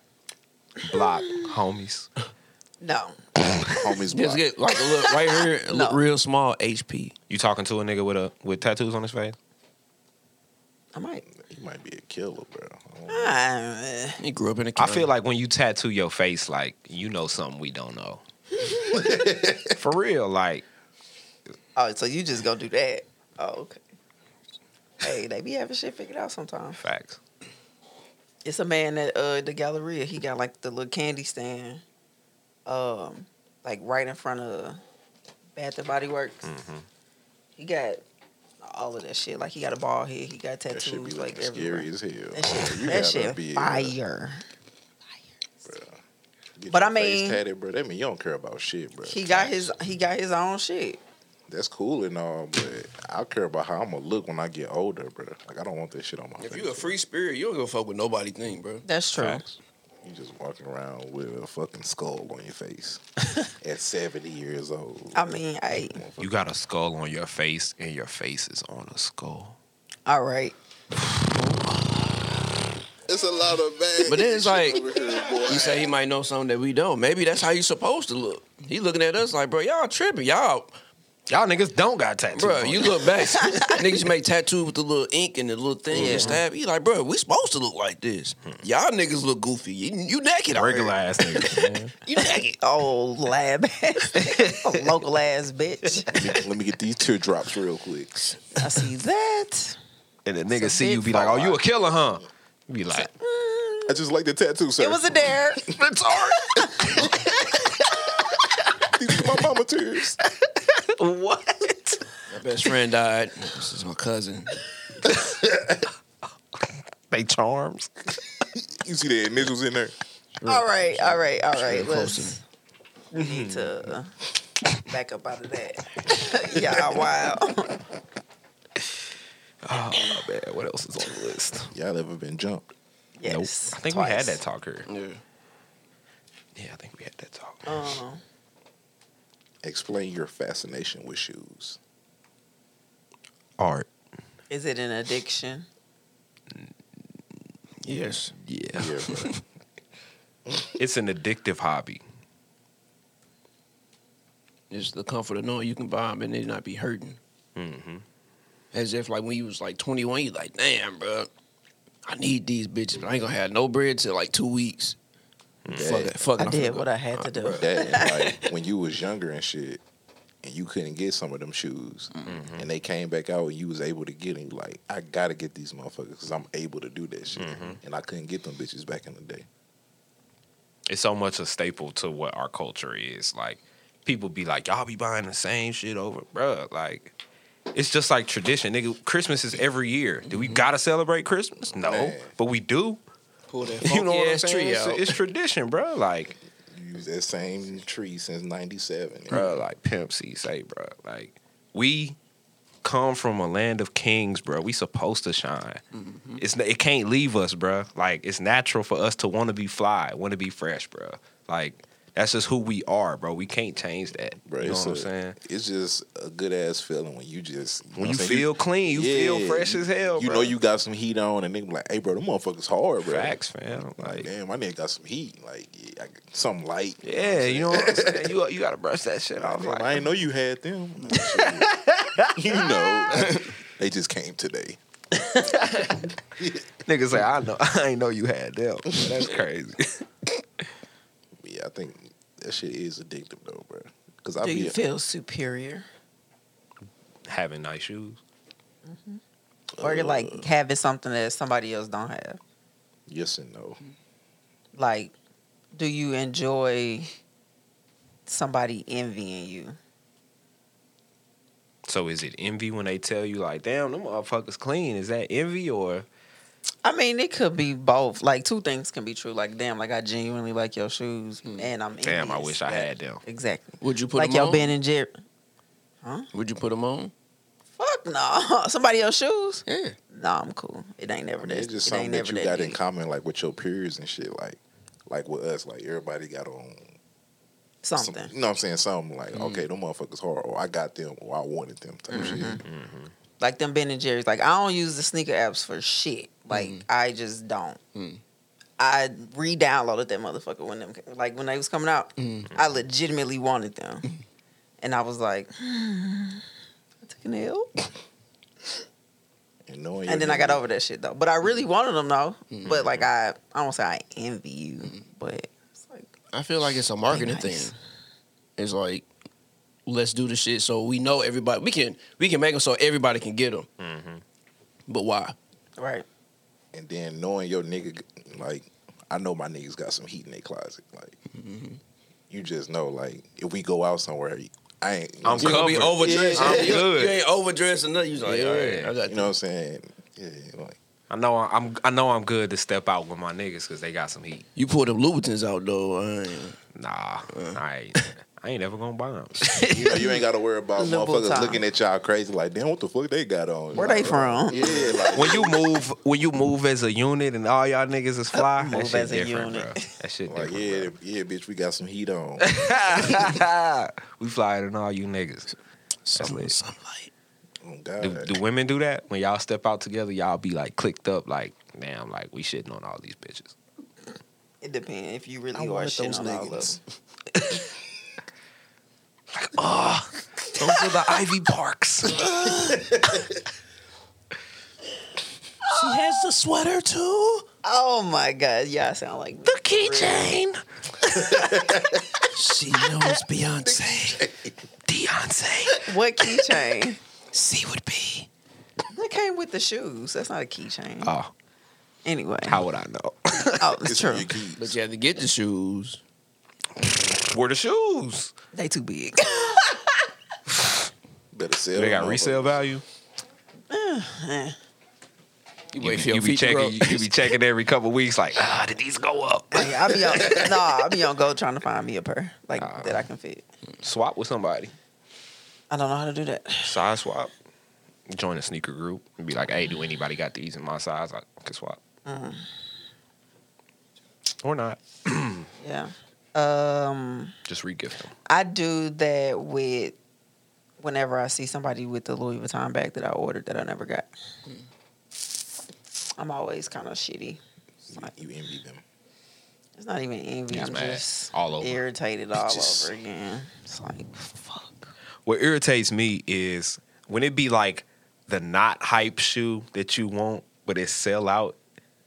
S3: Block homies.
S1: no,
S2: homies.
S4: Just
S2: blocked.
S4: get like a look right here, a look
S1: No.
S4: real small HP.
S3: You talking to a nigga with a with tattoos on his face?
S1: I might.
S2: He might be a killer, bro. I don't know.
S1: I,
S4: He grew up in a
S3: I
S4: county.
S3: feel like when you tattoo your face, like you know something we don't [LAUGHS] know. for real, like
S1: oh, so you just gonna do that? Oh, okay. Hey, they be having shit figured out sometimes.
S3: facts.
S1: It's a man at uh, the Galleria. He got like the little candy stand, um, like right in front of Bath and Body Works.
S2: Mm-hmm.
S1: He got all of that shit. Like he got a bald head. He got
S2: That should be
S1: tattoos like
S2: looking
S1: everywhere.
S2: scary as hell.
S1: That shit,
S2: You
S1: that
S2: gotta
S1: shit
S2: be, uh,
S1: fire.
S2: get
S1: but
S2: your
S1: I
S2: face
S1: mean-
S2: tatted, bro. That mean you don't care about shit, bro.
S1: He got his he got his own shit.
S2: That's cool and all, but I care about how I'm gonna look when I get older, bro. Like I don't want that shit on my
S4: if
S2: face.
S4: you a free spirit, you don't give a fuck what nobody think, bro.
S1: That's true.
S2: You just walking around with a fucking skull on your
S1: [LAUGHS]
S2: face at 70 years old.
S1: I mean, hey,
S2: Mm-hmm.
S3: You got a skull on your face, and your face is on a skull.
S1: all right.
S6: It's a lot of bad.
S4: But then it's like-
S6: over here, boy.
S4: You say he might know something that we don't. Maybe that's how you supposed to look. He looking at us like, bro, y'all tripping, y'all,
S3: Y'all niggas don't got tattoos.
S4: bro.
S3: on
S4: You look [LAUGHS] back, niggas make tattoos with the little ink and the little thing and stab. He like, bro, we supposed to look like this. Y'all niggas look goofy. You, you naked, already.
S3: regular ass niggas. man.
S4: You naked.
S1: [LAUGHS] Oh, lab ass,
S2: [LAUGHS]
S1: local ass bitch.
S2: let, me, [LAUGHS] let me get these teardrops real quick.
S1: I see that.
S3: [LAUGHS] And the nigga
S1: It's a
S3: see you
S1: big
S3: be like, "Oh,
S1: fuck.
S3: you a killer, huh?" You be like,
S2: I just like the tattoo, sir.
S1: It was a dare.
S3: "It's art."
S2: These are my mama tears.
S1: [LAUGHS] what?
S4: My best friend died. [LAUGHS] This is my cousin.
S3: They charms.
S2: You see the initials in there?
S1: All right, all right, all right.
S4: real
S1: Let's we need to uh, back up out of that. [LAUGHS] Y'all
S3: [LAUGHS]
S1: wild.
S3: Oh man, what else is on the list?
S2: Y'all ever been jumped?
S1: Yes.
S3: I think we had
S1: twice.
S3: that talk here.
S4: Yeah.
S3: Yeah, I think we had that talk. Uh-huh.
S1: Um,
S2: Explain your fascination
S1: [LAUGHS]
S2: with shoes.
S3: Art.
S1: is it an addiction?
S4: Yes.
S3: Yeah.
S2: Yeah, bro.
S3: It's an addictive hobby.
S4: It's the comfort of knowing you can buy them and they not be hurting.
S3: Mm-hmm.
S4: As if like when you was like 21, you like, damn, bro, I need these bitches, but I ain't gonna have no bread till like two weeks. Fuck it, fuck it,
S1: I
S4: I'm
S1: did
S4: finna
S1: what
S4: go.
S1: I had to do.
S2: that and, like when you was younger and shit, and you couldn't get some of them shoes,
S3: Mm-hmm.
S2: and they came back out and you was able to get them. you Like I gotta get these motherfuckers because I'm able to do that shit,
S3: Mm-hmm.
S2: and I couldn't get them bitches back in the day.
S3: It's so much a staple to what our culture is. Like people be like, "Y'all be buying the same shit over, bruh. Like it's just like tradition, nigga. Christmas is every year. Do we gotta celebrate Christmas? No,
S2: Man.
S3: but we do.
S4: Pull [LAUGHS] that
S3: You know what I'm
S4: funky-ass
S3: saying?
S4: tree
S3: It's,
S4: out.
S3: it's tradition, bruh. Like
S2: You use that same tree since '97,
S3: bro. Like Pimp C say, bro. Like we come from a land of kings, bro. We supposed to shine. It's it can't leave us, bro. Like it's natural for us to want to be fly, want to be fresh, bro. Like that's just who we are, bro. We can't change that.
S2: Bro,
S3: you know
S2: it's
S3: what i I'm
S2: a-
S3: saying?
S2: It's just a good ass feeling when you just you know
S3: When
S2: what
S3: you
S2: I'm saying?
S3: feel clean, you feel
S2: Yeah,
S3: fresh as hell.
S2: You
S3: bro.
S2: know you got some heat on, and they be like, "Hey, bro, them motherfuckers
S3: Oh,
S2: hard, bro."
S3: facts, fam.
S2: Like,
S3: Like.
S2: damn, my nigga got some heat. Like, yeah, I got something light.
S3: Yeah, you know what I'm saying. You you gotta brush that [LAUGHS] shit
S2: I,
S3: off. Like,
S2: I didn't know you had [LAUGHS] them. [LAUGHS] you know, they just came today.
S3: [LAUGHS] niggas say I know I ain't know you had them. That's crazy.
S2: I think that shit is addictive though, bro. Because I
S1: Do
S2: be
S1: you feel superior?
S3: [LAUGHS] Having nice shoes.
S1: Or you're like having something that somebody else don't have?
S2: yes and
S1: Mm-hmm.
S2: no.
S1: Like, do you enjoy somebody envying you?
S3: So is it envy when they tell you like, damn, them motherfuckers clean? Is that envy or
S1: I mean, it could be both. Like two things can be true. Like, damn, like I genuinely like your shoes, and I'm
S3: Mm. damn, I
S1: envious.
S3: wish I had them.
S1: exactly
S4: Would you put
S1: like
S4: them
S1: your
S4: on?
S1: Ben and Jerry.
S4: Would you put them on?
S1: Fuck no, [LAUGHS] somebody else shoes.
S4: Yeah.
S1: No, I'm cool. It ain't never
S2: I mean,
S1: that.
S2: it's just
S1: it ain't
S2: something that
S1: never
S2: you got in
S1: deep.
S2: common, like with your peers and shit, like like with us, like everybody got on some-
S1: Something. Mm-hmm.
S2: you know what I'm saying? Something like, okay, them motherfuckers hard, or I got them, or I wanted them type shit.
S1: Mm-hmm. like them Ben and Jerry's. Like I don't use the sneaker apps for shit. Like
S2: Mm-hmm.
S1: I just don't.
S4: Mm.
S1: I re-downloaded that motherfucker when them like when they was coming out.
S4: Mm.
S1: I legitimately wanted them,
S2: Mm-hmm.
S1: and I was like, [SIGHS] I took an L,
S2: And knowing
S1: and then I got over that shit though. But I really wanted them though.
S2: Mm-hmm.
S1: But like I, I don't say I envy you, but it's like
S4: I feel like it's a marketing
S1: Be nice.
S4: thing. It's like let's do the shit so we know everybody. We can we can make them so everybody can get them. But why?
S1: right.
S2: and then knowing your nigga, like I know my niggas got some heat in their closet. Like you just know, like if we go out somewhere, I ain't. you know
S3: I'm
S2: what saying?
S3: covered.
S4: overdressed.
S3: I'm
S4: You-
S3: good.
S4: You ain't overdressed or nothing. You like,
S3: Yeah.
S4: all right, I got
S2: You know what I'm saying? Yeah,
S3: [LAUGHS]
S2: like
S3: I know I'm I know I'm good to step out with my niggas because they got some heat.
S4: You pull them Louboutins out though. I ain't-
S3: Nah, I [LAUGHS] ain't, I ain't ever gonna buy [LAUGHS] them.
S2: you know, you ain't got to worry about
S1: Little
S2: motherfuckers
S1: time.
S2: looking at y'all crazy. Like damn, what the fuck they got on?
S1: Where they
S2: Like,
S1: from?
S2: Yeah,
S1: [LAUGHS]
S2: like
S3: when you move when you move as a unit and all y'all niggas is fly, that
S1: Move
S3: shit
S1: as a
S3: different,
S1: unit.
S3: bro. That shit
S2: Like,
S3: different.
S2: yeah, yeah, bitch, we got some heat
S3: [LAUGHS]
S2: on.
S3: we flyer than all you niggas.
S4: Some,
S3: lit.
S4: some light.
S2: Oh, God.
S3: Do, do women do that? When y'all step out together, y'all be like clicked up, like damn, like we shitting on all these bitches.
S1: It depends if you
S2: I
S1: really are
S2: wanted
S1: shit
S2: those
S1: on all of them.
S2: niggas.
S3: Those are the Ivy Parks.
S4: She has the sweater too.
S1: Oh my god, y'all sound like me.
S3: the keychain.
S4: She knows Beyonce.
S1: [LAUGHS]
S3: Beyonce.
S1: what [LAUGHS] keychain?
S4: C would be.
S1: That came with the shoes. That's not a keychain.
S3: Oh,
S1: anyway,
S3: how would I know?
S1: [LAUGHS] oh, it's
S2: It's
S1: true.
S2: your
S1: [LAUGHS]
S2: keys.
S4: But you have to get the shoes.
S3: Where the shoes?
S1: They too big.
S2: Better sell.
S3: They got
S2: them,
S3: resale value.
S4: You,
S3: You,
S4: wait for
S3: be-
S4: your
S3: you be
S4: feet to grow.
S3: checking. You, [LAUGHS] you be checking every couple weeks. Like, ah, did these go up?
S1: Like, I'll be on. [LAUGHS] Nah, I'll be on go trying to find me a pair like
S3: Ah.
S1: that I can fit.
S3: Swap with somebody.
S1: I don't know how to do that.
S3: Size swap. Join a sneaker group and be like, hey, do anybody got these in my size? I can swap. Mm-hmm. Or not.
S1: Yeah. Um,
S3: Just regift them.
S1: I do that with whenever I see somebody with the Louis Vuitton bag that I ordered that I never got. I'm always kind of shitty.
S2: Hmm. You, you envy them.
S1: It's not even envy.
S3: Just
S1: I'm
S3: mad.
S1: just
S3: All over.
S1: irritated all
S2: Just-
S1: over again. It's like fuck.
S3: What irritates me is when it be like the not hype shoe that you want, but it sell out,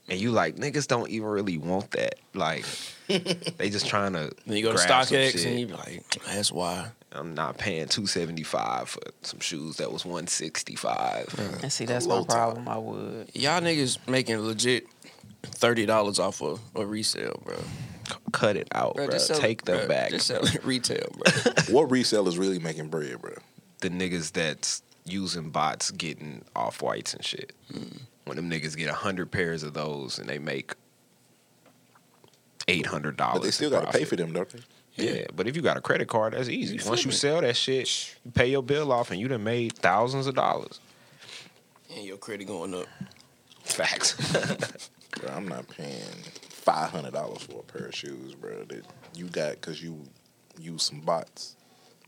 S3: and you like niggas don't even really want that. [LAUGHS] Like they just trying to.
S4: Then you go to
S3: grab some
S4: StockX
S3: shit.
S4: and you be like, that's why.
S3: I'm not paying two seventy five for some shoes that was one sixty five.
S1: And see, that's my
S2: low top.
S1: problem. I would.
S4: Y'all niggas making legit thirty dollars off of a resale, bro.
S3: Cut it out, bro.
S4: Bro, just sell-
S3: Take them
S4: bro,
S3: back.
S4: Just sell it [LAUGHS] retail, bro.
S2: What resellers really making bread, bro?
S3: the niggas that's using bots getting off whites and shit.
S4: Hmm.
S3: When them niggas get hundred pairs of those and they make eight hundred dollars,
S2: But they still got to pay for them, don't they?
S3: Yeah, but if you got a credit card, that's easy.
S4: You
S3: Once you
S4: flipping.
S3: sell that shit, you pay your bill off, and you done made thousands of dollars.
S4: and your credit going up.
S3: Facts.
S2: Bro, I'm not paying five hundred dollars for a pair of shoes, bro. That you got because you use some bots.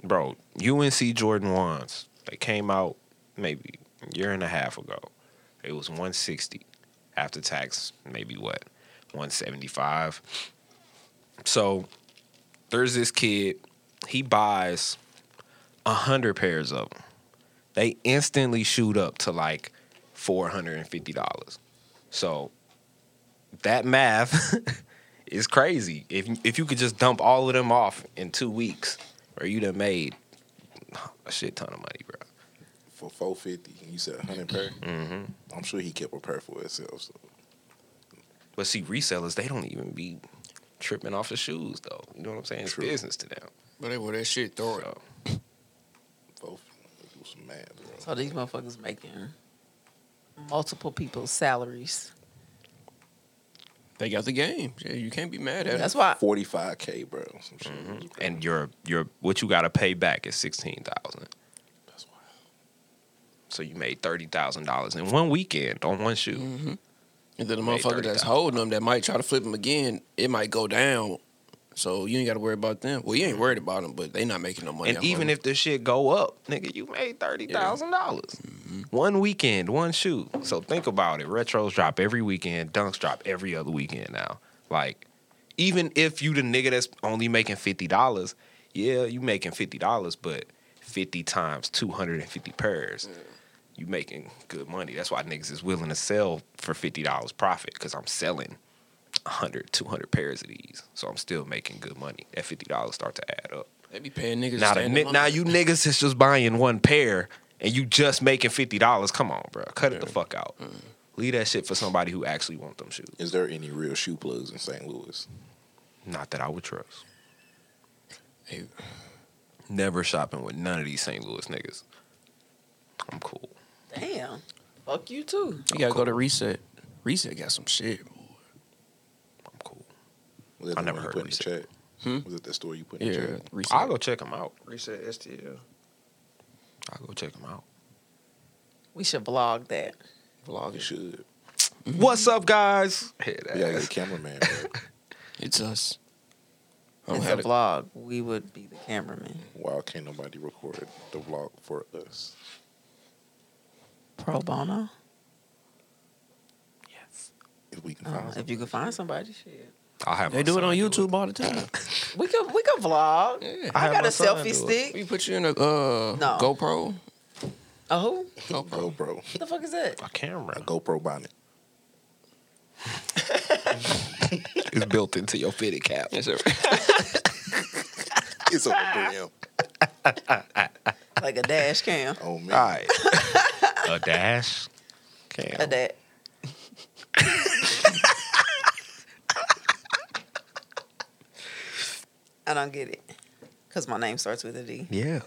S3: bro, UNC Jordan ones. They came out maybe a year and a half ago. It was 160 after tax, maybe what 175. So there's this kid. He buys a hundred pairs of them. They instantly shoot up to like four hundred and fifty dollars. So that math [LAUGHS] It's crazy. If if you could just dump all of them off in two weeks, or you done made a shit ton of money, bro.
S2: for four fifty. You said hundred per.
S3: Mm-hmm.
S2: I'm sure he kept a pair for himself. So.
S3: But see, resellers they don't even be tripping off the shoes though. You know what I'm saying? It's
S2: True.
S3: business to them.
S4: But they wear that shit, throw it.
S3: So
S2: Four. fifty. Do some math, bro.
S1: So these motherfuckers making multiple people's salaries.
S4: They got the game. Yeah, you can't be mad at
S1: That's
S4: it.
S1: why
S2: Forty five k, bro. Some shit.
S3: hmm. and your your what you got to pay back is sixteen thousand.
S2: That's wild.
S3: So you made thirty thousand dollars in one weekend on one shoe.
S4: And then the
S3: Made
S4: motherfucker that's
S3: $30,000.
S4: holding them that might try to flip them again, it might go down. So you ain't got to worry about them. Well, you ain't worried about them, but they not making no money.
S3: And even if the shit go up, nigga, you made thirty thousand dollars. One weekend, one shoe. So think about it. Retros drop every weekend, dunks drop every other weekend now. Like, even if you the nigga that's only making fifty dollars, yeah, you making fifty dollars, but fifty times two hundred and fifty pairs. You making good money. That's why niggas is willing to sell for fifty dollars profit because I'm selling 100, 200 pairs of these. So I'm still making good money. That fifty dollars start to add up.
S4: they be paying niggas.
S3: Now, the,
S4: to stand
S3: ni-
S4: in
S3: now
S4: line.
S3: you niggas is just buying one pair and you just making fifty dollars. Come on, bro, cut it the fuck out. Leave that shit for somebody who actually want them shoes.
S2: Is there any real shoe plugs in St. Louis?
S3: Not that I would trust.
S4: Hey,
S3: Never shopping with none of these St. Louis niggas. I'm cool.
S1: damn. Fuck you too.
S4: You gotta go to Reset. Reset got some shit. boy.
S3: I'm cool.
S2: Was that
S3: I
S2: the one
S3: never
S2: you
S3: heard
S2: put
S3: of
S2: in the
S3: it.
S2: chat?
S4: Hmm?
S2: Was it the store you put in the
S4: Yeah,
S2: chat?
S4: Reset.
S3: I'll go check them out.
S4: Reset STL
S3: I'll go check them out.
S1: We should vlog that.
S4: vlog
S2: You
S4: and shit.
S2: should.
S3: What's up, guys? Hey,
S2: We gotta
S3: [LAUGHS]
S2: get
S3: that's-
S2: a cameraman, bro.
S4: It's us.
S3: Oh,
S4: I don't
S1: It's a
S4: have it.
S1: vlog. We would be the cameraman.
S2: Why can't nobody record the vlog for us?
S1: Pro bono.
S2: If we can
S1: Uh,
S2: find
S1: if you could find somebody, shit.
S3: I'll have.
S4: They
S3: my
S4: do it
S3: son
S4: on
S3: do
S4: YouTube all the time.
S1: We could we could vlog.
S4: Yeah.
S1: I,
S3: have
S1: got
S3: my
S1: a
S3: son do
S1: selfie
S3: it.
S1: stick.
S4: We put you in a uh,
S1: No.
S4: GoPro.
S1: A who?
S2: a GoPro.
S1: What the fuck is that?
S3: A camera
S2: A GoPro bonnet.
S3: is built into your fitted cap.
S2: It's on the gram.
S1: Like a dash
S3: [LAUGHS]
S1: cam.
S2: Oh man.
S3: All right. [LAUGHS] a dash cam.
S1: A that. I don't get it. Cause my name starts with a D.
S3: [LAUGHS] Yeah.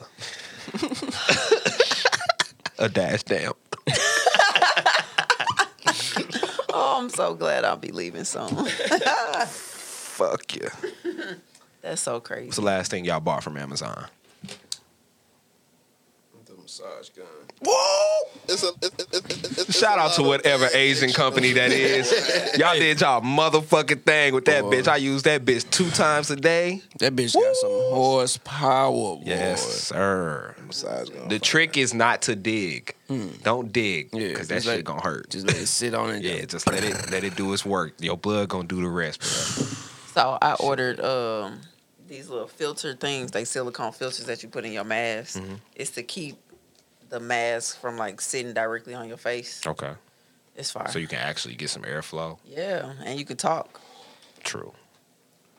S3: a dash damn.
S1: Oh, I'm so glad I'll be leaving soon.
S3: Fuck yeah.
S1: That's so
S3: What's
S1: crazy.
S3: the last thing y'all bought from Amazon?
S4: The massage gun.
S3: Whoa!
S6: It's a, it's, it's, it's, it's
S3: Shout
S6: a
S3: out to
S6: lot of
S3: whatever
S6: bad
S3: Asian
S6: action
S3: company
S6: over
S3: that
S6: there. [LAUGHS]
S3: is. Y'all did y'all motherfucking thing with that
S4: Boy.
S3: bitch. I use that bitch two times a day.
S4: That bitch got some horsepower. Boy.
S3: Yes, sir.
S2: Besides going
S3: The trick is not to dig.
S6: Hmm.
S3: Don't dig
S4: Yeah,
S3: because that
S4: just
S3: shit
S4: let-
S3: gonna hurt.
S4: Just let it sit on it.
S3: yeah, just let it let it do its work. Your blood gonna do the rest. Bro.
S1: So I ordered um these little filter things, like silicone filters that you put in your mask.
S3: Mm-hmm.
S1: It's to keep the mask from like sitting directly on your face.
S3: Okay,
S1: It's fine.
S3: so you can actually get some airflow.
S1: yeah, and you can talk.
S3: True.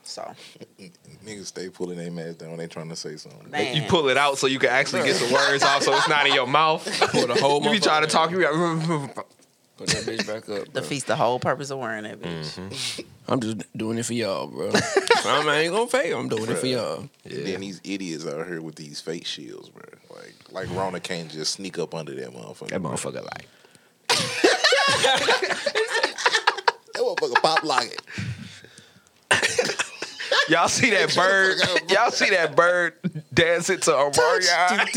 S1: So
S2: niggas stay pulling their mask down when they trying to say something.
S1: man,
S3: You pull it out so you can actually get the words off, so it's not in your [LAUGHS] mouth.
S4: Pull the whole
S3: You be
S4: motherfucker
S3: trying to talk,
S4: down.
S3: you be like,
S4: Put that bitch back up. bro.
S1: defeats the whole purpose of wearing that bitch.
S3: Mm-hmm.
S4: I'm just doing it for y'all, bro. I'm, [LAUGHS] I ain't gonna fail. I'm doing it for [LAUGHS] y'all.
S2: And Then these idiots out here with these fake shields, bro. Like, like Rona can't just sneak up under that motherfucker.
S3: Mm. that motherfucker like.
S6: That motherfucker pop lock
S3: [LAUGHS]
S6: it.
S3: Y'all see that bird? Y'all see that bird dancing [LAUGHS] to Omarion?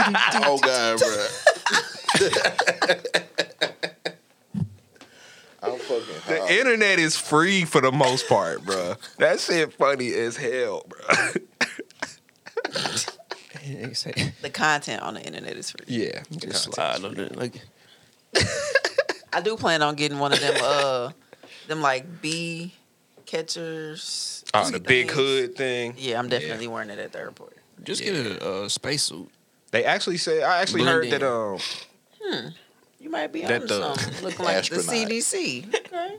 S6: Oh
S2: [LAUGHS]
S6: god, bro.
S2: I'm fucking hot.
S3: The internet is free for the most part, bruh. That shit funny as hell, bruh.
S1: The content on the internet is free.
S3: Yeah,
S4: just slide on it. Like,
S1: I do plan on getting one of them uh them like bee catchers.
S3: Oh, the big
S1: things.
S3: hood thing.
S1: Yeah, I'm definitely wearing it at the airport.
S4: just get a uh, spacesuit.
S3: They actually said I actually
S4: Blend
S3: heard
S4: in.
S3: that um
S1: You might be
S3: That
S1: on
S3: the-
S1: something. Look like
S2: Astronaut.
S1: the CDC. Okay.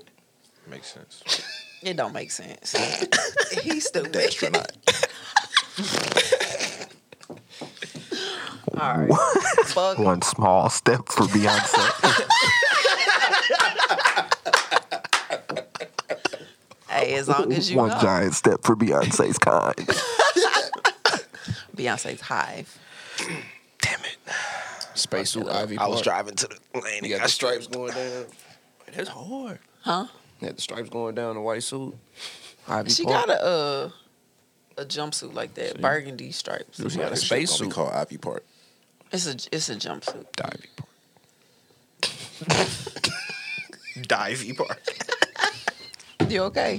S3: makes sense.
S1: It don't make
S3: [LAUGHS]
S1: sense. He's stupid.
S2: The astronaut.
S1: [LAUGHS] All right. Fuck.
S3: One small step [LAUGHS] for Beyonce.
S1: Hey, as long as you
S3: One
S1: know.
S3: giant step for Beyonce's kind.
S1: Beyonce's hive.
S3: Damn it.
S4: Spacesuit Ivy
S3: I was
S4: Park.
S3: driving to the lane.
S4: You got the stripes going down. Man, that's hard.
S1: Huh?
S4: You got the stripes going down the white suit. Ivy
S1: She
S4: Park.
S1: got a uh, a jumpsuit like that, burgundy stripes.
S4: She got a
S2: This shit
S4: space
S2: gonna
S4: suit.
S2: be called Ivy Park.
S1: It's a it's a jumpsuit.
S3: Divey Park. Divey Park.
S1: You okay?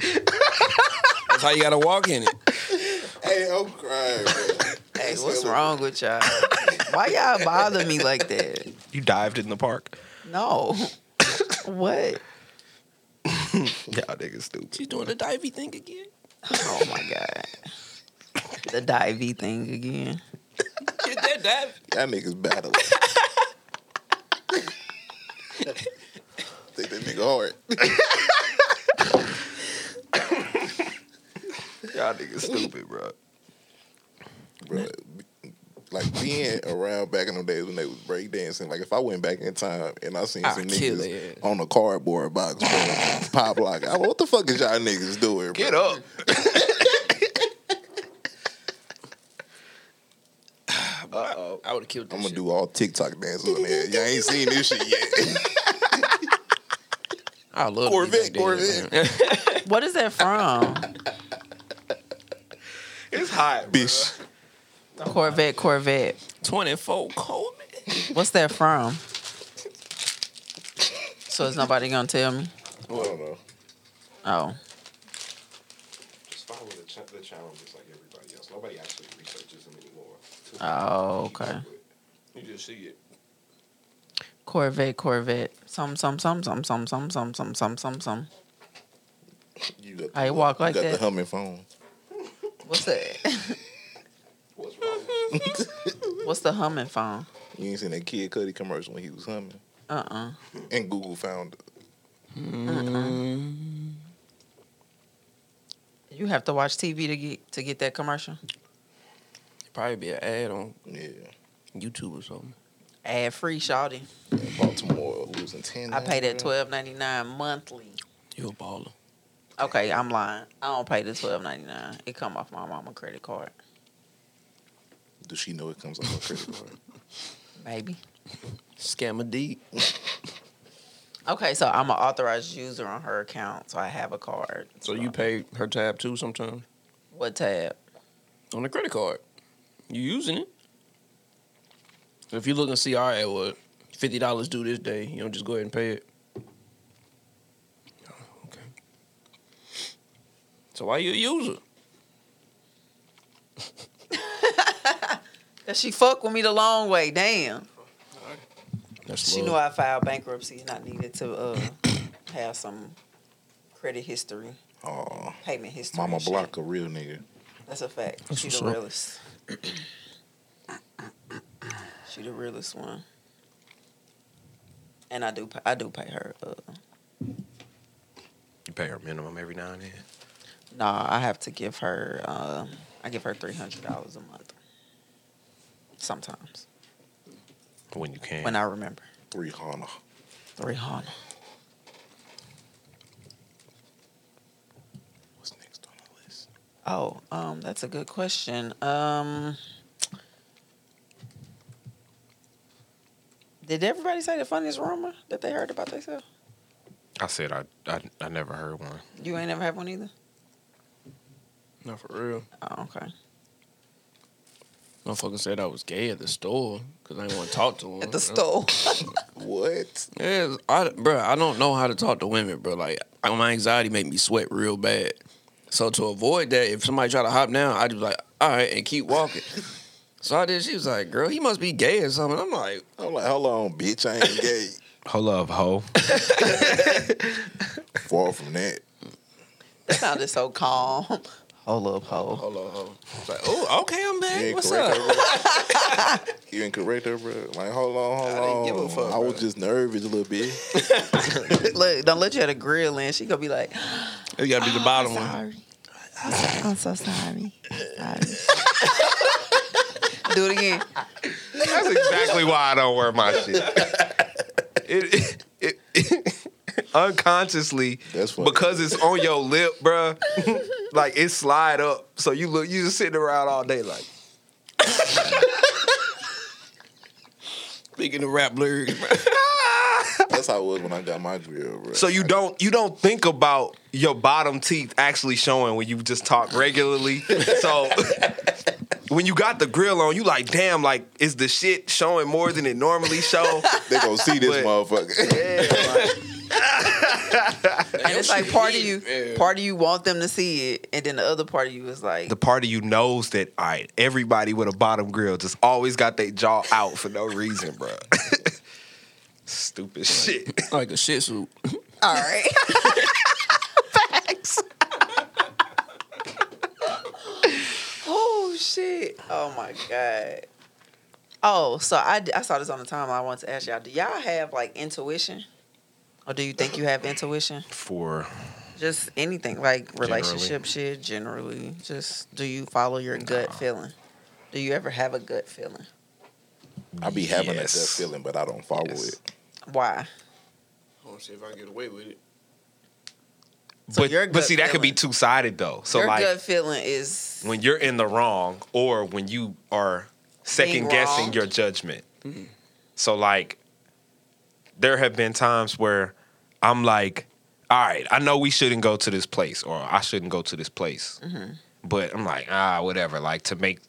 S4: That's how you gotta walk in it.
S6: Hey, I'm crying. Bro.
S1: Hey, what's wrong with [LAUGHS] y'all? Why y'all bother me like that?
S3: You dived in the park?
S1: No. what?
S3: Y'all niggas stupid.
S4: She's doing the divey thing again.
S1: Oh my god. The divey thing again.
S4: Get that dive.
S2: Y'all niggas
S6: [LAUGHS]
S2: battling.
S6: Think that nigga hard.
S3: Y'all niggas stupid, bro.
S2: bro. Like being around back in the days when they was breakdancing. Like if I went back in time and I seen
S4: I'll
S2: some
S4: kill
S2: niggas
S4: it.
S2: on a cardboard box, bro, pop lock. I, what the fuck is y'all niggas doing? Bro?
S3: Get
S4: [LAUGHS]
S3: up.
S4: I would have killed this
S2: I'm gonna
S4: shit.
S2: do all TikTok dances on there. Y'all ain't seen this shit yet.
S4: I love to be
S2: Corvette,
S4: back there, [LAUGHS] man.
S1: What is that from?
S3: It's hot,
S2: Bitch,
S1: Corvette, Corvette.
S4: 24 Coleman.
S1: What's that from? So is nobody gonna tell me?
S2: I don't know.
S1: Oh.
S2: Just follow the, ch- the challenges like everybody else. Nobody actually researches them anymore.
S1: Oh, okay.
S2: You just see it.
S1: Corvette, Corvette. Some, some, some, some, some, some, some, some, some, some, some.
S2: You got,
S1: How you walk like
S2: you got
S1: that?
S2: the humming phone.
S1: What's that?
S2: What's wrong?
S1: What's the humming phone?
S2: You ain't seen that Kid Cudi commercial when he was humming,
S1: Uh uh
S2: and Google found it.
S1: Uh-uh. You have to watch TV to get to get that commercial.
S4: Probably be an ad on
S2: Yeah.
S4: YouTube or something.
S1: Ad free, shawty.
S2: Baltimore losing ten.
S1: I pay that twelve ninety nine monthly.
S4: You a baller.
S1: Okay, I'm lying. I don't pay the twelve ninety nine. It come off my mama credit card.
S2: Does she know it comes off her credit card?
S1: Maybe.
S4: Scammer D.
S1: Okay, so I'm an authorized user on her account, so I have a card.
S4: So you pay her tab too sometimes?
S1: What tab?
S4: On the credit card. You using it. If you look and see, all right, well, fifty dollars due this day, you don't just go ahead and pay it. Oh, Okay. So why you a user?
S1: Cause she fucked with me the long way. Damn.
S4: That's
S1: She knew I filed bankruptcy and I needed to uh, have some credit history,
S2: Oh,
S1: payment history.
S2: Mama
S1: and shit.
S2: Block a real nigga.
S1: That's a fact.
S4: That's
S1: she
S4: what's
S1: the
S4: up.
S1: realest. she the realest one. And I do, pay, I do pay her. Uh,
S3: You pay her minimum every now and then.
S1: nah, I have to give her. Um, I give her three hundred dollars a month. Sometimes
S3: When you can.
S1: when I remember
S2: Three Hana.
S1: three hundred.
S2: What's next on the list?
S1: Oh, um, that's a good question. Um, did everybody say the funniest rumor that they heard about themselves?
S3: I said I, I I never heard one.
S1: You ain't never had one either.
S4: Not for real.
S1: Oh, okay.
S4: Motherfucker said I was gay at the store because I didn't want to talk to
S1: [LAUGHS]
S4: him.
S1: At the store.
S2: What?
S4: Yeah, I, bro, I don't know how to talk to women, bro. Like, I- my anxiety make me sweat real bad. So to avoid that, if somebody try to hop down, I just like, all right, and keep walking.
S1: [LAUGHS]
S4: so I did. She was like, girl, he must be gay or something. I'm like,
S2: I'm like, hold on, bitch. I ain't gay.
S3: [LAUGHS] Hold up, hoe.
S2: [LAUGHS] Far from that.
S1: That sounded so calm. Hold up, ho.
S4: hold on, hold on. It's like, oh, okay, I'm
S2: You
S4: back.
S2: ain't
S4: What's
S2: correct
S4: up?
S2: her, bro. You ain't correct her, bro. Like, hold on, hold
S4: I
S2: on.
S4: didn't give a fuck,
S2: I was
S4: bro.
S2: just nervous a little bit.
S1: Look, don't let you at a grill in. She gonna be like,
S4: It gotta be
S1: Oh,
S4: the bottom one.
S1: Sorry. I'm so sorry. sorry. Do it
S4: [LAUGHS]
S1: again.
S3: That's exactly why I don't wear my shit. It, it, it- [LAUGHS] unconsciously,
S2: That's funny.
S3: because it's on your lip, bruh. [LAUGHS] like it slide up, so you look, you just sitting around all day, like
S4: Speaking of rap lyrics, bro.
S2: That's how it was when I got my grill, bro.
S3: so you don't you don't think about your bottom teeth actually showing when you just talk regularly. so [LAUGHS] when you got the grill on, you like, damn, like is the shit showing more than it
S2: [LAUGHS]
S3: normally show?
S2: they gonna see this
S3: But-
S2: motherfucker.
S1: And [LAUGHS] it's like part of you, part of you want them to see it, and then the other part of you is like,
S3: the part of you knows that all right, everybody with a bottom grill just always got their jaw out for no reason, bro. [LAUGHS] Stupid shit.
S4: [LAUGHS] like a shih tzu.
S1: all
S4: [LAUGHS]
S1: right. Facts. oh shit! Oh my god. Oh, so I, I saw this on the timeline. I wanted to ask y'all: Do y'all have like intuition, or do you think you have intuition?
S3: For
S1: Just anything like relationship shit generally. Just do you follow your gut feeling? Do you ever have a gut feeling?
S2: I be having
S3: Yes.
S2: a gut feeling, but I don't follow
S3: Yes.
S2: it.
S1: Why?
S4: I want to see if I can get away with it.
S1: So
S3: but,
S1: your
S3: but
S1: gut
S3: see, that could be
S1: feeling-
S3: two sided though. So
S1: your
S3: like
S1: gut feeling is
S3: when you're in the wrong or when you are second guessing
S1: wronged.
S3: your judgment. So like there have been times where I'm like, all right, I know we shouldn't go to this place or I shouldn't go to this place. But I'm like, ah, whatever, like to make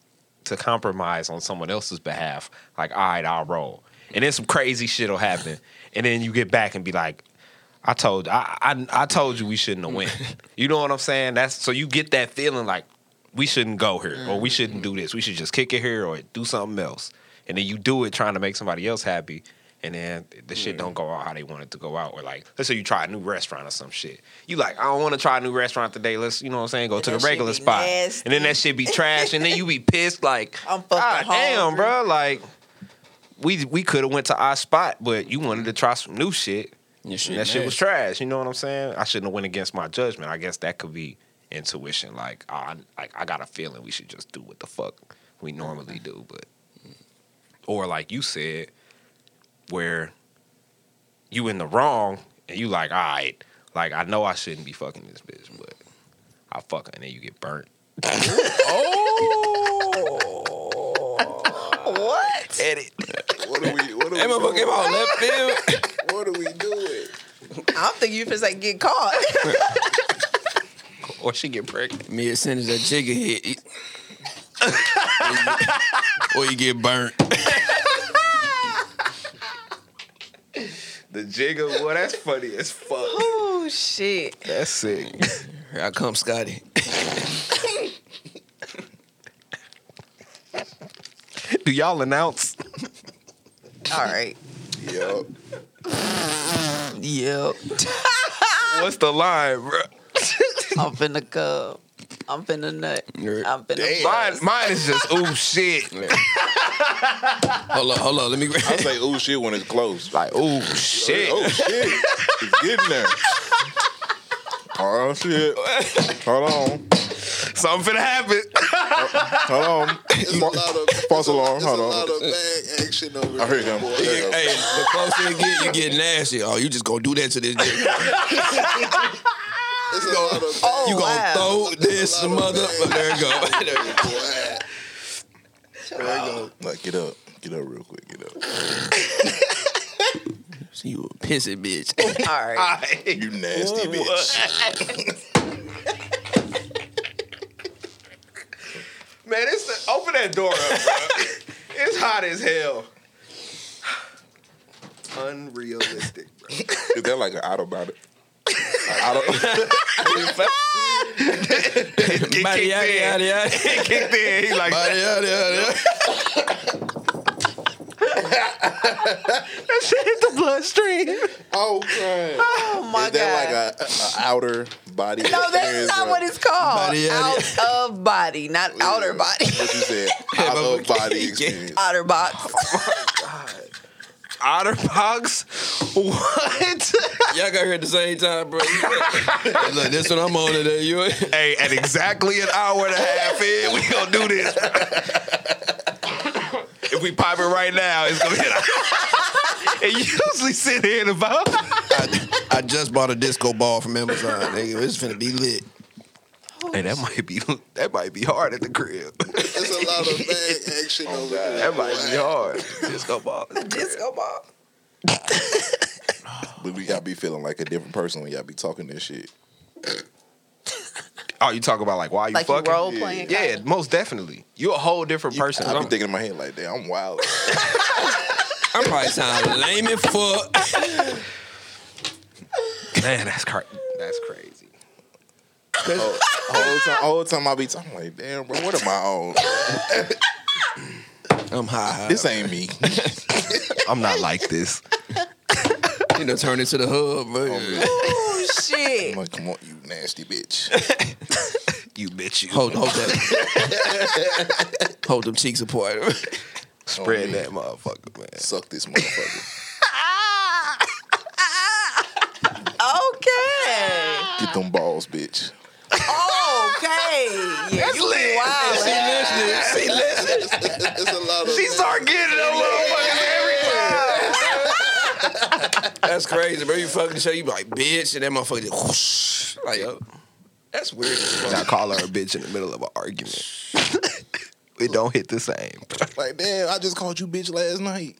S3: to compromise on someone else's behalf, like, all right, I'll roll. And then some crazy shit'll happen. And then you get back and be like, I told I, I I told you we shouldn't have went.
S1: [LAUGHS]
S3: you know what I'm saying? That's so you get that feeling like we shouldn't go here or we shouldn't
S1: Mm-hmm.
S3: do this. We should just kick it here or do something else. And then you do it trying to make somebody else happy. And then the shit
S1: Mm-hmm.
S3: don't go out how they want it to go out. Or like, let's say you try a new restaurant or some shit. You like, I don't want to try a new restaurant today. Let's, you know what I'm saying, go to
S1: that
S3: the
S1: shit
S3: regular
S1: be
S3: spot.
S1: nasty.
S3: And then that shit be trash. and then you be pissed like,
S1: I'm fucking
S3: ah, damn,
S1: hungry."
S3: bro. Like, we we could have went to our spot, but you wanted to try some new shit.
S4: Your
S3: And
S4: shit
S3: that shit was
S4: nasty.
S3: trash. You know what I'm saying? I shouldn't have went against my judgment. I guess that could be intuition. Like "Ah, I, like I got a feeling we should just do what the fuck we normally do. But or like you said, where you in the wrong and you like, all right, like I know I shouldn't be fucking this bitch, but I fuck her and then you get burnt.
S1: what?
S3: Edit.
S6: What are we? What are
S4: That
S6: we
S4: motherfucker
S6: doing?
S4: came out left
S3: [COUGHS]
S4: field.
S6: What are we doing?
S1: I'm thinking you just like get caught. [LAUGHS]
S3: Or she get pregnant.
S4: Mid sentence, that jigger hit. He- or you get burnt.
S3: The jigger, well, that's funny as fuck.
S1: oh shit!
S3: That's sick.
S4: Here I come, Scotty. [LAUGHS]
S3: Do y'all announce?
S1: All right.
S6: Yup.
S1: Yep.
S3: What's the line, bro?
S1: I'm finna come. I'm finna nut.
S4: You're-
S1: I'm finna.
S6: Damn.
S1: bust.
S3: Mine, mine is just oh shit.
S4: Hold on, hold on. Let me
S1: [LAUGHS]
S4: grab [LAUGHS]
S2: I say, oh shit, when it's close. Like,
S3: Oh shit.
S2: oh shit, it's getting there. Oh shit. Hold on.
S3: Something finna happen.
S2: Hold on.
S6: It's a lot of
S2: False
S6: it's a-
S2: alarm.
S6: It's
S2: Hold
S6: a
S2: on.
S6: lot of bag action over
S2: I
S6: here.
S2: heard him.
S6: boy.
S2: He get-
S4: Hey, the closer it get, you get nasty. Oh, you just gonna do that to
S1: [LAUGHS]
S4: this nigga.
S6: It's a lot of
S1: Oh,
S6: bag.
S4: You gonna
S1: wow.
S4: throw this
S6: That's a lot of
S4: mother. oh,
S6: bad.
S4: There you go. [LAUGHS] There you go.
S6: Boy.
S2: Like, get up. Get up real quick. Get up.
S4: So you a pissy bitch.
S1: All right.
S2: You nasty bitch.
S3: [LAUGHS] Man, it's open that door up, bro. [LAUGHS] it's hot as hell. Unrealistic, bro.
S2: Is that like an Autobot? Like,
S3: [LAUGHS]
S2: auto-
S3: [LAUGHS] Get
S4: Body, yada, yada,
S3: kicked [LAUGHS]
S4: yada.
S3: in. kicked in. He like
S4: Body, yada, yada.
S3: hit the bloodstream.
S2: oh, God.
S1: Oh my
S2: Is that
S1: god.
S2: like a, a outer body?
S1: no, that's
S2: experience,
S1: not
S2: bro?
S1: what it's called.
S4: Body, yada.
S1: Out of body, not outer body. [LAUGHS]
S2: What you said? Out of body experience.
S1: Outer box.
S3: OtterBox? What?
S4: [LAUGHS] Y'all got here at the same time, bro. Look, this one I'm on today. [LAUGHS]
S3: [LAUGHS]
S4: You
S3: hey, at exactly an hour and a half in, we gonna do this. [LAUGHS] if we pop it right now, it's gonna hit. [LAUGHS] our- It usually sit here in about.
S4: I, I just bought a disco ball from Amazon. Nigga. It's finna be lit.
S3: Hey, that might be [LAUGHS] that might be hard at the crib. [LAUGHS]
S6: It's a lot of bag
S2: [LAUGHS]
S6: action
S2: Oh
S6: over here.
S3: That might be hard. Disco ball.
S1: Disco ball.
S2: But we gotta be feeling like a different person when y'all be talking this shit.
S3: Oh, you talk about like why you
S1: Like you
S3: fucking?
S1: role playing.
S3: yeah, most definitely. You a whole different person.
S2: I be thinking in my head like, damn, I'm wild.
S4: I probably sound lame as fuck.
S3: Man, that's cra- that's crazy.
S2: whole, whole time, whole time I be talking like, damn, bro, what am I on?
S4: I'm high.
S2: This ain't me.
S3: I'm not like
S1: [LAUGHS]
S3: this.
S4: You know, turn into the hub, bro.
S1: Oh shit.
S2: [LAUGHS] I'm like, come on, you nasty bitch.
S3: You bitch. You
S4: Hold, hold [LAUGHS] that. hold them cheeks apart.
S3: spread that motherfucker, man.
S2: Suck this motherfucker.
S1: Ah. [LAUGHS] okay.
S2: Get them balls, bitch. [LAUGHS]
S1: Okay. Yeah, you wild.
S4: See, listen.
S6: It's, it's, it's a lot of.
S3: start getting them motherfuckers every time.
S4: That's crazy, bro. You fucking show, you be like, bitch, and that motherfucker just whoosh. Like, yo, that's weird as fuck.
S3: I call her a bitch in the middle of an argument. it don't hit the same.
S2: Like, damn, I just called you bitch last night.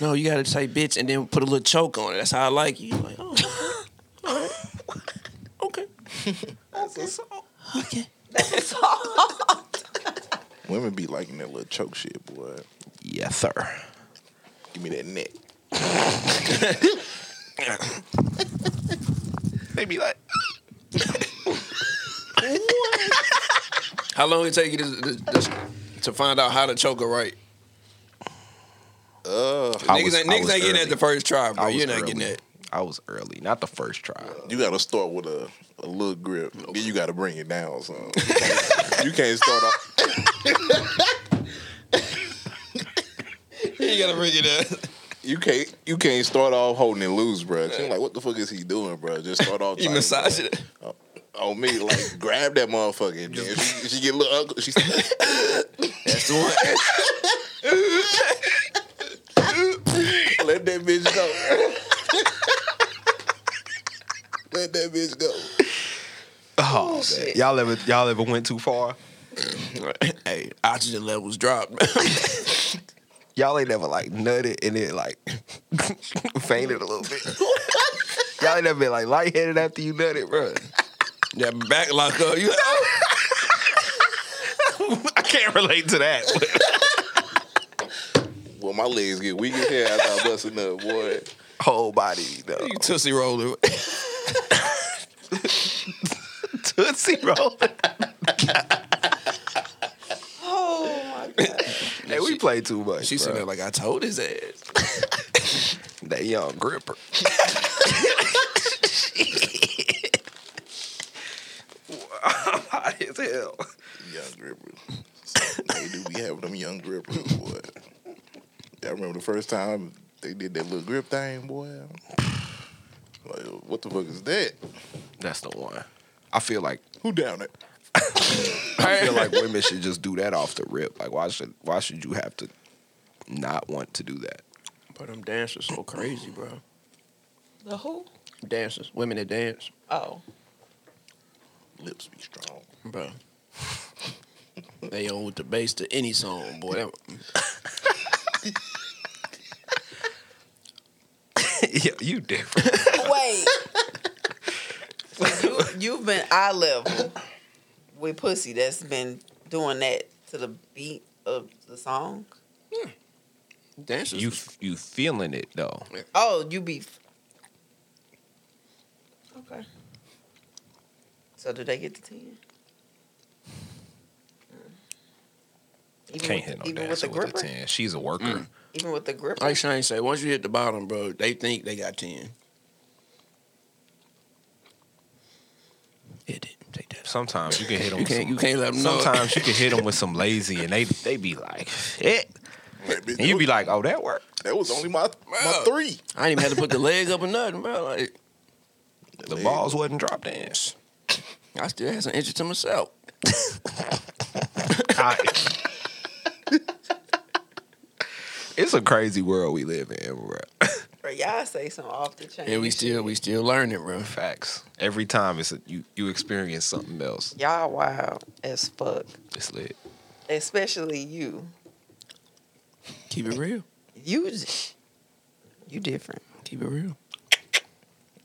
S4: No, you gotta say bitch and then put a little choke on it. That's how I like you. Like, oh, [LAUGHS] okay. Okay.
S2: Women be liking that little choke shit, boy.
S3: Yes, sir.
S2: Give me that neck.
S3: They be like,
S4: How long it take you to, to, to find out how to choke her right? niggas ain't, niggas ain't getting that the first try, bro. You're not getting that.
S3: I was early, not the first try. [LAUGHS]
S2: You gotta start with a, a little grip. Then you gotta bring it down. So [LAUGHS] you can't start off.
S4: You gotta uh, bring it up.
S2: You can't you can't start off holding it loose, bro. She's like, what the fuck is he doing, bro? Just start off.
S4: You
S2: trying to-
S4: massage it.
S2: on me, [LAUGHS] like grab that motherfucker. And then she, she get a little uncle. She's
S4: That's the one.
S2: [LAUGHS] let that bitch go. [LAUGHS] let that bitch go.
S3: Oh, man. y'all ever y'all ever went too far?
S4: hey, oxygen levels dropped.
S3: Y'all ain't never like nutted and then like [LAUGHS] fainted a little bit. y'all ain't never been like lightheaded after you nutted, bro.
S4: [LAUGHS] that back lock up. You like, oh.
S3: I can't relate to that.
S2: Well, my legs get weak as hell after I busting up, boy.
S3: Whole body, though.
S4: You tootsie roller.
S3: [LAUGHS] Tootsie roll.
S1: Oh my god.
S3: hey, we play too much.
S4: She
S3: bro.
S4: said like I told his ass.
S3: That young [LAUGHS] gripper. I'm hot as hell.
S2: Young grippers. they do be having them young grippers, boy. I remember the first time they did that little grip thing, boy. Like, what the fuck is that?
S3: That's the one. I feel like
S2: Who down it?
S3: I feel like women should just do that off the rip. Like why should why should you have to not want to do that?
S4: But them dancers so crazy, bro.
S1: The who?
S4: Dancers, women that dance,
S1: Oh.
S2: Lips be strong.
S4: bro. they on with the bass to any song, boy. That,
S3: [LAUGHS] yeah, you different.
S1: Wait. you, you've been eye level with pussy that's been doing that to the beat of the song.
S4: dancers,
S3: you you feeling it though.
S1: Oh, you be. Okay. So do they get to ten? Even
S3: Can't
S1: with,
S3: hit
S1: even
S3: no
S1: with
S3: dancer
S1: the
S3: with,
S1: gripper.
S3: a ten. She's a worker.
S1: even with the gripper.
S4: like Shane said, once you hit the bottom, bro, they think they got ten. Hit it, take that.
S3: Sometimes you can hit them.
S4: You can't, you can't let them
S3: [LAUGHS]
S4: know.
S3: sometimes you can hit them with some lazy, and they they be like, "Eh,
S6: Like, bitch,
S3: And you'd be like, oh, that worked.
S2: That was only my my
S4: Bruh.
S2: three.
S4: I ain't even had to put the leg up or nothing, bro. Like,
S3: The balls wasn't dropped in.
S4: I still had some interest to myself.
S3: [LAUGHS] it's a crazy world we live in, bro.
S1: Bro, y'all say some off the chain.
S4: And we still we still learning, bro.
S3: Facts. Every time it's a, you you experience something else.
S1: y'all wild as fuck.
S3: It's lit.
S1: Especially you.
S4: Keep it real.
S1: You j- you different.
S4: Keep it real.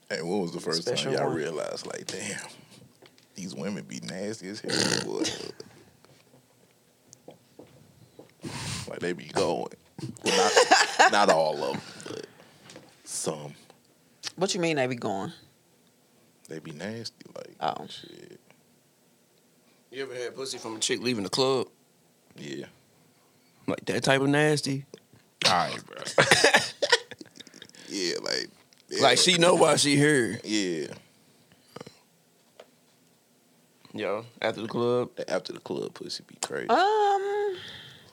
S2: And when was the first
S1: Special
S2: time y'all
S1: one.
S2: realized, like, damn, these women be nasty as hell? boy. like they be going. Well, not, not all of them, but some.
S1: What you mean they be going?
S2: They be nasty, like
S1: Oh.
S2: shit.
S4: You ever had pussy from a chick leaving the club?
S2: Yeah,
S4: Like that type of nasty.
S3: All right, bro.
S2: yeah, like, yeah,
S4: Like she know why she here.
S2: yeah.
S4: Yo, after the club.
S2: After the club, pussy be crazy.
S1: Um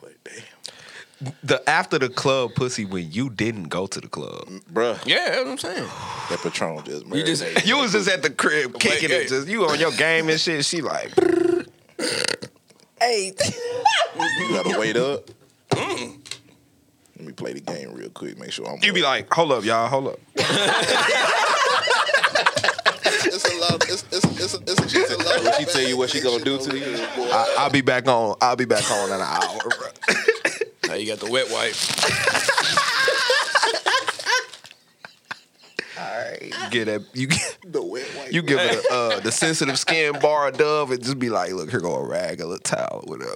S2: Like, damn,
S3: The after the club pussy when you didn't go to the club.
S2: bruh,
S4: Yeah, that's what I'm saying.
S2: that patron just
S4: You just-
S2: marinated.
S3: You was just at the crib kicking
S4: hey.
S3: it. Just you on your game and shit. She like,
S1: Hey [LAUGHS]
S2: You gotta wait up. Let me play the game real quick. Make sure I'm.
S3: [LAUGHS] you be
S2: up.
S3: like, hold up, y'all, hold up.
S6: It's a lot. It's it's it's it's, it's just a lot.
S2: When she tell you what she gonna do to you?
S3: I, I'll be back on. I'll be back on in an hour, bro.
S4: Now you got the wet wipe.
S3: Get that you. Get,
S6: The wet wipe.
S3: You give it a, uh, the sensitive skin bar a dove and just be like, look, here go a rag, a little towel, whatever.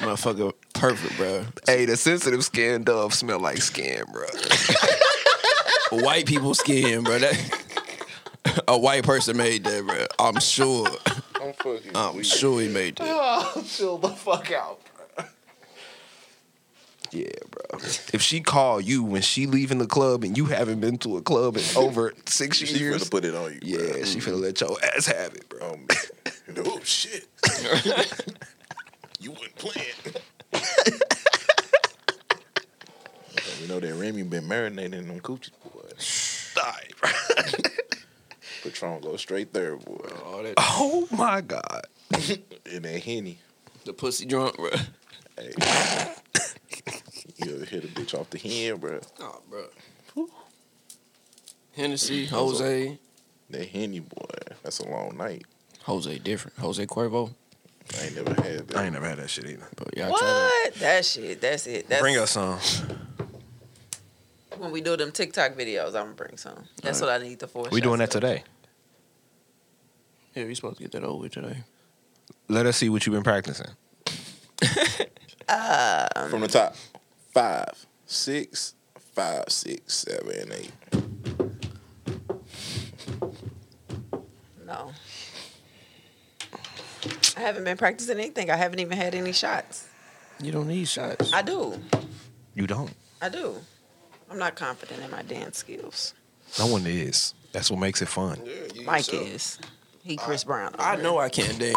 S4: Motherfucker perfect, bro.
S3: hey, the sensitive skin dove smell like skin, bro. [LAUGHS]
S4: White people skin, bro. That, [LAUGHS] a white person made that, bro. I'm sure. [LAUGHS]
S2: I'm fucking.
S4: I'm
S2: weak.
S4: sure he made that.
S3: Yeah, bro. If she call you when she leaving the club and you haven't been to a club in over six
S2: She
S3: years,
S2: finna put it on you.
S3: yeah,
S2: bruh.
S3: she finna let your ass have it, bro.
S2: Um, oh shit. you wasn't playing. you know that Remy been marinating them coochies, boy.
S3: Die, bro.
S2: Patron go straight there, boy.
S4: All that
S3: Oh my god.
S2: And that henny.
S4: the pussy drunk, bro.
S2: Hey. you ever hit a bitch off the hen, bro?
S4: Oh, bro. Hennessy, Jose.
S2: That henny, boy. That's a long night.
S4: Jose different. Jose Cuervo.
S2: I ain't never had that.
S3: never had that shit either.
S4: But y'all try that.
S1: What? That shit. That's it. That's
S3: Bring us some.
S1: when we do them TikTok videos, I'm gonna bring some. That's what I need the four.
S3: We doing that
S1: shots of.
S3: today.
S4: Yeah, we supposed to get that over with today.
S3: Let us see what you've been practicing.
S2: From the top. Five, six, five, six, seven, eight.
S1: No. I haven't been practicing anything. I haven't even had any shots.
S4: You don't need shots.
S1: I do.
S3: You don't.
S1: I do. I'm not confident in my dance skills.
S3: No one is. That's what makes it fun.
S6: Yeah, you
S1: Mike
S6: yourself.
S1: is. He Chris Brown.
S4: I know I can't dance.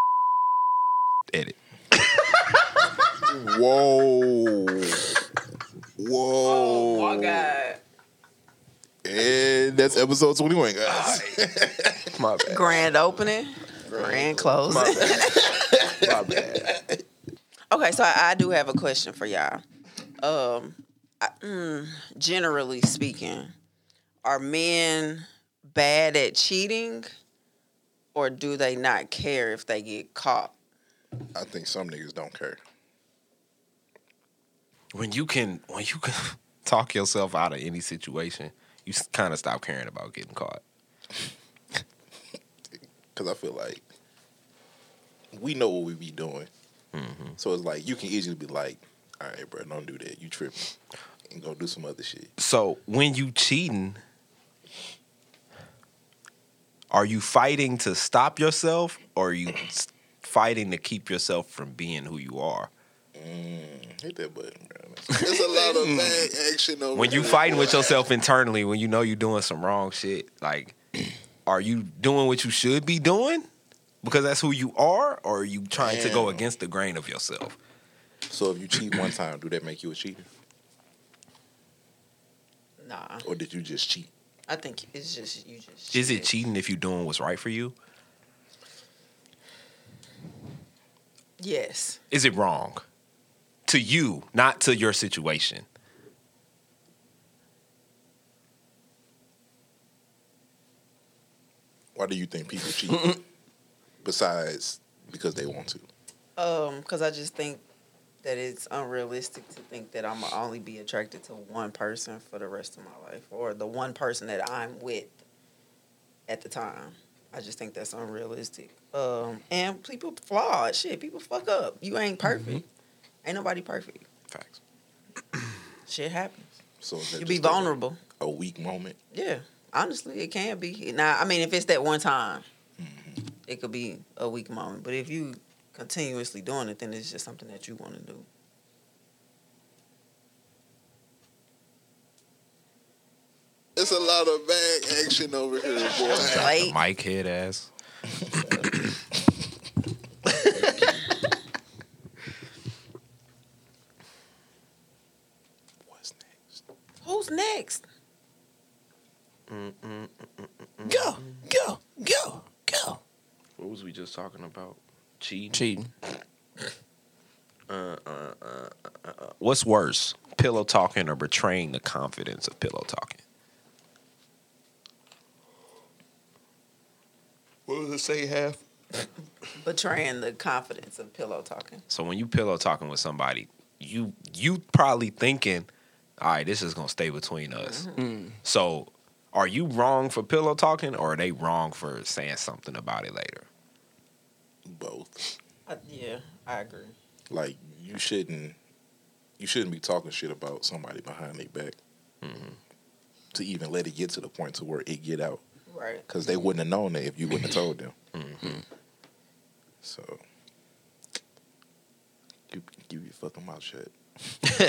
S3: Edit.
S2: Whoa. Whoa.
S1: God.
S2: And that's episode 21, guys.
S3: My bad.
S1: Grand opening. Grand closing. [LAUGHS]
S3: My bad.
S1: Okay, so I, I do have a question for y'all. Um, I, mm, generally speaking, are men bad at cheating, or do they not care if they get caught?
S2: I think some niggas don't care.
S3: When you can, when you can talk yourself out of any situation, you kind of stop caring about getting caught.
S2: Because I feel like we know what we be doing.
S3: Mm-hmm.
S2: So it's like you can easily be like, all right, bro, don't do that. You tripping. And go do some other shit.
S3: So when you cheating, are you fighting to stop yourself, or are you s- fighting to keep yourself from being who you are?
S2: Hit that button, bro.
S6: It's a lot
S3: [LAUGHS]
S6: of bad action over
S3: Mm. When you
S6: here,
S3: fighting
S6: boy.
S3: with yourself internally, when you know you're doing some wrong shit, like, [CLEARS THROAT] are you doing what you should be doing? Because that's who you are, or are you trying to go
S2: Damn.
S3: against the grain of yourself?
S2: So if you cheat one time, do that make you a cheater,
S1: Nah,
S2: or did you just cheat?
S1: I think it's just you just.
S3: Is it
S1: cheated.
S3: cheating if you doing what's right for you?
S1: Yes.
S3: Is it wrong to you, not to your situation?
S2: Why do you think people
S3: [LAUGHS]
S2: cheat? Besides, because they want to.
S1: Um, because I just think that it's unrealistic to think that I'm only be attracted to one person for the rest of my life, or the one person that I'm with at the time. I just think that's unrealistic. Um, and people flawed. Shit, people fuck up. You ain't perfect. Ain't nobody perfect.
S3: Facts.
S1: Shit happens.
S2: So is that
S1: You be
S2: just a-
S1: vulnerable.
S2: A, weak moment.
S1: Yeah, honestly, it can be. Now, I mean, if it's that one time,
S2: Mm-hmm.
S1: it could be a weak moment. But if you continuously doing it, then it's just something that you want to do.
S6: It's a lot of bag action over here, boy.
S1: Like,
S3: Mike head ass.
S2: What's next?
S1: who's next?
S4: Go, go, go, go.
S3: What was we just talking about? Cheating.
S4: Cheating.
S3: What's worse, pillow talking or betraying the confidence of pillow talking?
S6: What was it say? Half.
S1: Betraying the confidence of pillow talking.
S3: So when you pillow talking with somebody, you you probably thinking, all right, this is gonna stay between us.
S4: Mm.
S3: So are you wrong for pillow talking or are they wrong for saying something about it later?
S2: Both.
S1: I, yeah, I agree.
S2: Like you shouldn't. You shouldn't be talking shit about somebody behind their back.
S3: Mm-hmm.
S2: To even let it get to the point to where it get out,
S1: Right.
S2: because they wouldn't have known that if you wouldn't have told them.
S1: Mm-hmm.
S2: So. Keep, keep your fucking mouth shut.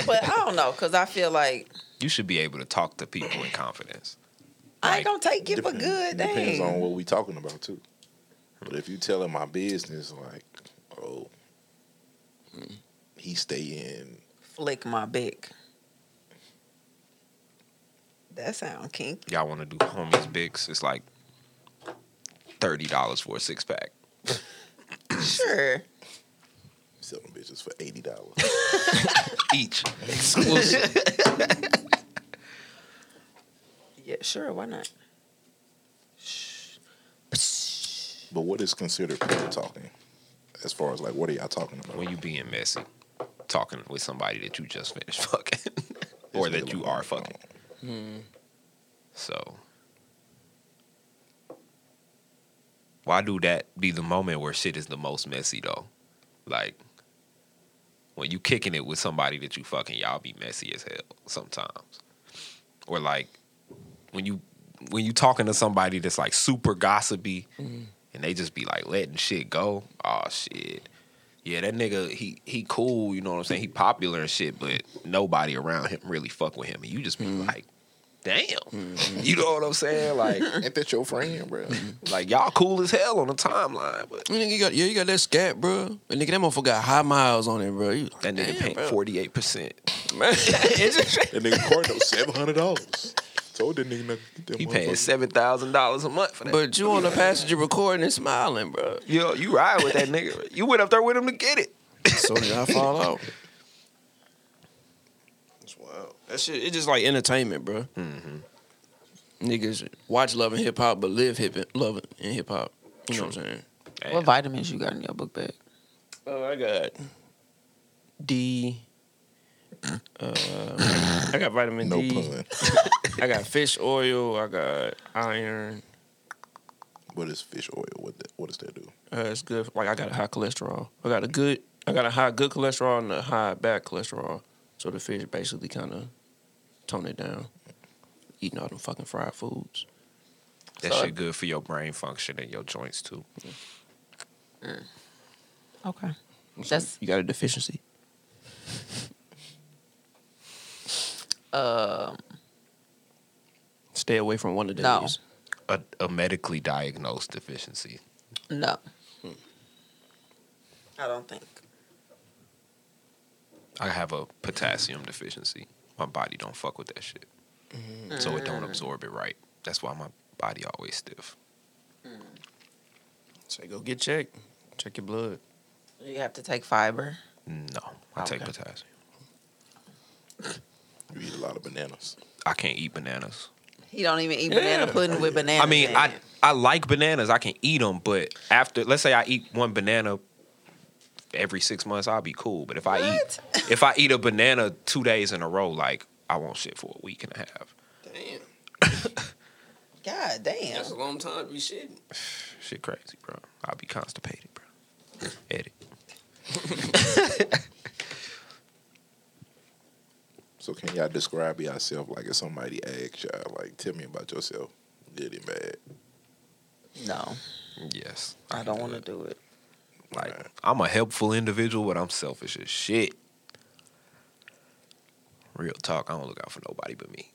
S1: But I don't know, cause I feel like
S3: [LAUGHS] You should be able to talk to people in confidence.
S1: I ain't gonna take it for
S2: Depend-
S1: good.
S2: Depends on
S1: Dang. Hmm.
S2: what we talking about too. But if you telling my business, like, oh,
S1: Hmm.
S2: he stay in.
S1: Flick my back. That sound kinky.
S3: Y'all wanna do homies bigs? It's like thirty dollars for a six pack.
S1: Sure.
S2: Selling bitches for eighty dollars.
S3: Each. Exclusive.
S1: Yeah. Sure. Why not?
S2: but what is considered pillow talking? As far as like, what are y'all talking about?
S3: when you being messy, talking with somebody that you just finished [LAUGHS] fucking. or that
S2: oh,
S3: you are fucking. So why do that be the moment where shit is the most messy though? Like when you kicking it with somebody that you fucking, y'all be messy as hell sometimes. Or like when you when you talking to somebody that's like super gossipy and they just be like letting shit go. Oh shit. Yeah, that nigga, he he cool, you know what I'm saying? He popular and shit, but nobody around him really fuck with him. And you just be like, damn. Mm-hmm. You know what I'm saying? Like [LAUGHS]
S2: Ain't that your friend, [LAUGHS] bro?
S3: like y'all cool as hell on the timeline, but
S4: You nigga, you got, yeah, you got that scat, bro. And nigga, that motherfucker got high miles on it, bro. You like,
S3: that nigga
S4: "Damn,
S3: paid
S4: bro."
S3: forty eight percent.
S4: Man, [LAUGHS] it's just-
S2: that nigga Cardo seven hundred dollars. Told that nigga not to get that
S3: He paying
S2: motherfucker.
S3: seven thousand dollars a month for that.
S4: but you on the passenger recording and smiling, bro.
S3: yo, you ride with that nigga. [LAUGHS] You went up there with him to get it.
S4: So did I fall out?
S6: That's wild.
S4: That shit, it's just like entertainment, bro. Mm-hmm. Niggas watch Love and Hip Hop, but live hip Love and Hip Hop. You know what I'm saying?
S1: What vitamins you got in your book bag?
S4: Oh, I got D. Uh, I got vitamin
S2: No
S4: D.
S2: pun,
S4: I got fish oil. I got iron.
S2: but it's fish oil. What the, what does that do?
S4: Uh, it's good. Like I got a high cholesterol. I got a good. I got a high good cholesterol and a high bad cholesterol. So the fish basically kind of tone it down. Eating all them fucking fried foods.
S3: That shit good for your brain function and your joints too.
S1: Okay.
S4: So
S1: That's-
S4: you got a deficiency.
S1: [LAUGHS] Um.
S4: Stay away from one of these.
S1: No.
S3: A, a medically diagnosed deficiency.
S1: Hmm. No. I don't think.
S3: I have a potassium deficiency. My body don't fuck with that shit, so it don't absorb it right. That's why my body always stiff.
S4: Say go get checked. Check your blood.
S1: You have to take fiber.
S3: No, I take
S1: Okay.
S3: potassium.
S2: You eat a lot of bananas.
S3: I can't eat bananas.
S1: He don't even eat
S4: Yeah.
S1: banana pudding with bananas.
S3: I mean,
S1: in
S3: I
S1: it.
S3: I like bananas. I can eat them, but after let's say I eat one banana every six months, I'll be cool. But if
S1: [LAUGHS]
S3: I eat if I eat a banana two days in a row, like I won't shit for a week and a half.
S4: Damn,
S1: God damn.
S4: that's a long time to be shitting.
S3: Shit crazy, bro. I'll be constipated, bro.
S1: [LAUGHS]
S3: Eddie.
S2: So can y'all describe yourself like if somebody asked y'all, like, tell me about yourself? Did it bad?
S1: No,
S3: Yes.
S1: I
S3: can
S1: don't
S3: do
S1: want to
S3: it.
S1: do it.
S3: Like I'm a helpful individual, but I'm selfish as shit. Real talk, I don't look out for nobody
S1: [LAUGHS]
S3: but me.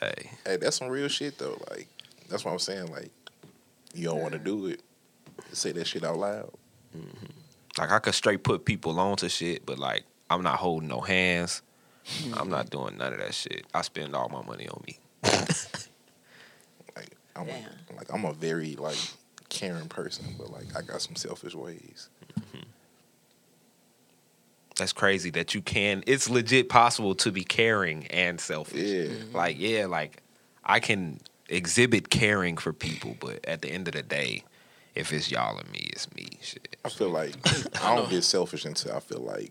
S3: hey,
S2: Hey, that's some real shit though. Like, that's what I'm saying. Like, you don't want to do it. Say that shit out loud.
S3: like I could straight put people on to shit, but like I'm not holding no hands. I'm not doing none of that shit. I spend all my money on me.
S2: Like, I'm
S1: Damn.
S2: like I'm a very like caring person, but like I got some selfish ways.
S3: That's crazy that you can. It's legit possible to be caring and selfish.
S2: Yeah.
S3: Like yeah, like I can exhibit caring for people, but at the end of the day, if it's y'all and me, it's me. Shit.
S2: I feel like
S3: [LAUGHS]
S2: I don't get selfish until I feel like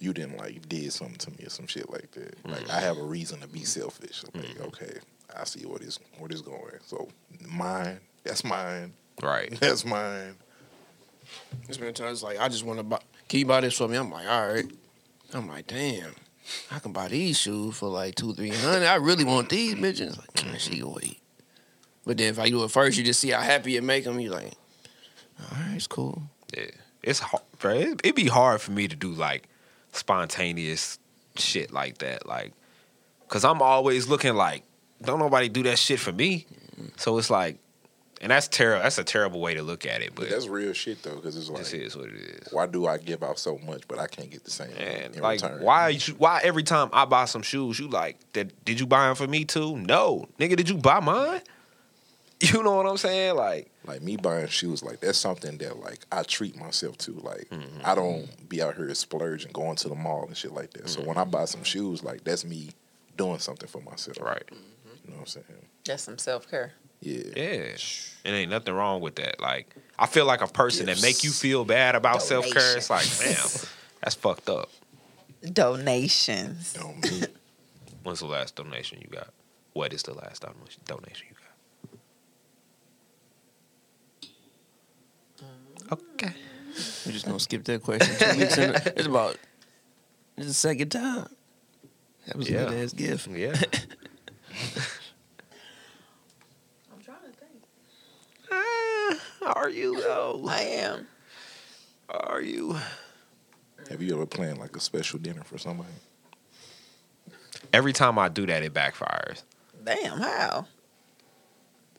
S2: you didn't like did something to me or some shit like that. Like
S3: Mm.
S2: I have a reason to be selfish. Like
S3: Mm-hmm.
S2: okay, I see where this where this going. So mine, that's mine, [LAUGHS]
S3: Right.
S2: that's mine.
S4: There's been times like I just want to buy. Can you buy this for me? I'm like, all right. I'm like, damn. I can buy these shoes for like two, three hundred. I really want these bitches. Like, can she can wait? But then if I do it first, you just see how happy it make them. You like, all right, it's cool.
S3: Yeah, it's hard, bro. It, it'd be hard for me to do like spontaneous shit like that, like, cause I'm always looking like, don't nobody do that shit for me. So it's like, and that's terrible. That's a terrible way to look at it, but
S2: But that's real shit though, because it's like
S3: this is what it is.
S2: why do I give out so much, but I can't get the same
S3: And
S2: in
S3: like,
S2: return?
S3: why? You, why every time I buy some shoes, you like that? Did you buy them for me too? No, nigga, did you buy mine? [LAUGHS] You know what I'm saying? Like,
S2: Like me buying shoes, like that's something that like I treat myself to. Like I don't be out here splurging, going to the mall and shit like that. So when I buy some shoes, like that's me doing something for myself.
S3: right?
S2: You know what I'm saying?
S1: That's some self care.
S2: Yeah.
S3: Yeah, it ain't nothing wrong with that. Like, I feel like a person that make you
S2: Gifts.
S3: feel bad about self care. It's like,
S1: Donations.
S3: damn, that's fucked up.
S1: Donations.
S2: Don't me.
S3: When's the last donation you got? What is the last donation donation you got? Okay.
S4: We're just gonna skip that question. Two weeks in
S3: [LAUGHS]
S4: a- it's about it's the second time. That was
S3: Yeah.
S4: a good ass
S3: [LAUGHS]
S4: gift.
S3: Yeah.
S1: I'm trying to think.
S3: Ah, Are you though?
S1: I am.
S3: Are you?
S2: Have you ever planned like a special dinner for somebody?
S3: Every time I do that, it backfires.
S1: Damn, how?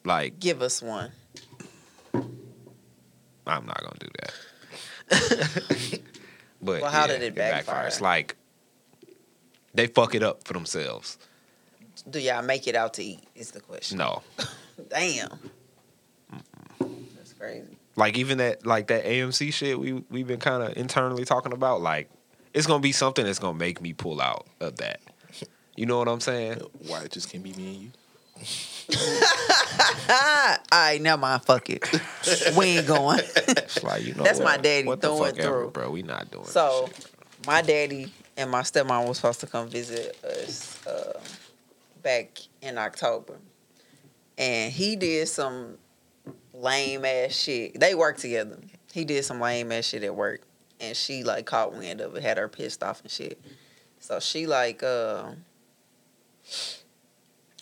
S3: Like
S1: Give us one.
S3: I'm not gonna do that.
S1: [LAUGHS]
S3: but
S1: Well, how
S3: yeah,
S1: did it backfire?
S3: backfires. Like they fuck it up for themselves.
S1: Do y'all make it out to eat? Is the question.
S3: No,
S1: Damn. That's crazy.
S3: like even that like that AMC shit we we've been kind of internally talking about. Like it's gonna be something that's gonna make me pull out of that. You know what I'm saying?
S2: Why it just can't be me and you?
S1: Ah, all right, never mind. Fuck
S3: [LAUGHS]
S1: it. we ain't going.
S3: It's like you know
S1: That's
S3: what?
S1: my daddy
S3: What the
S1: through
S3: fuck
S1: and
S3: ever,
S1: through.
S3: bro. We not doing
S1: So,
S3: so.
S1: my daddy and my stepmom was supposed to come visit us uh, back in October, and he did some lame ass shit. They worked together. He did some lame ass shit at work, and she like caught wind of it, had her pissed off and shit. So she like, uh,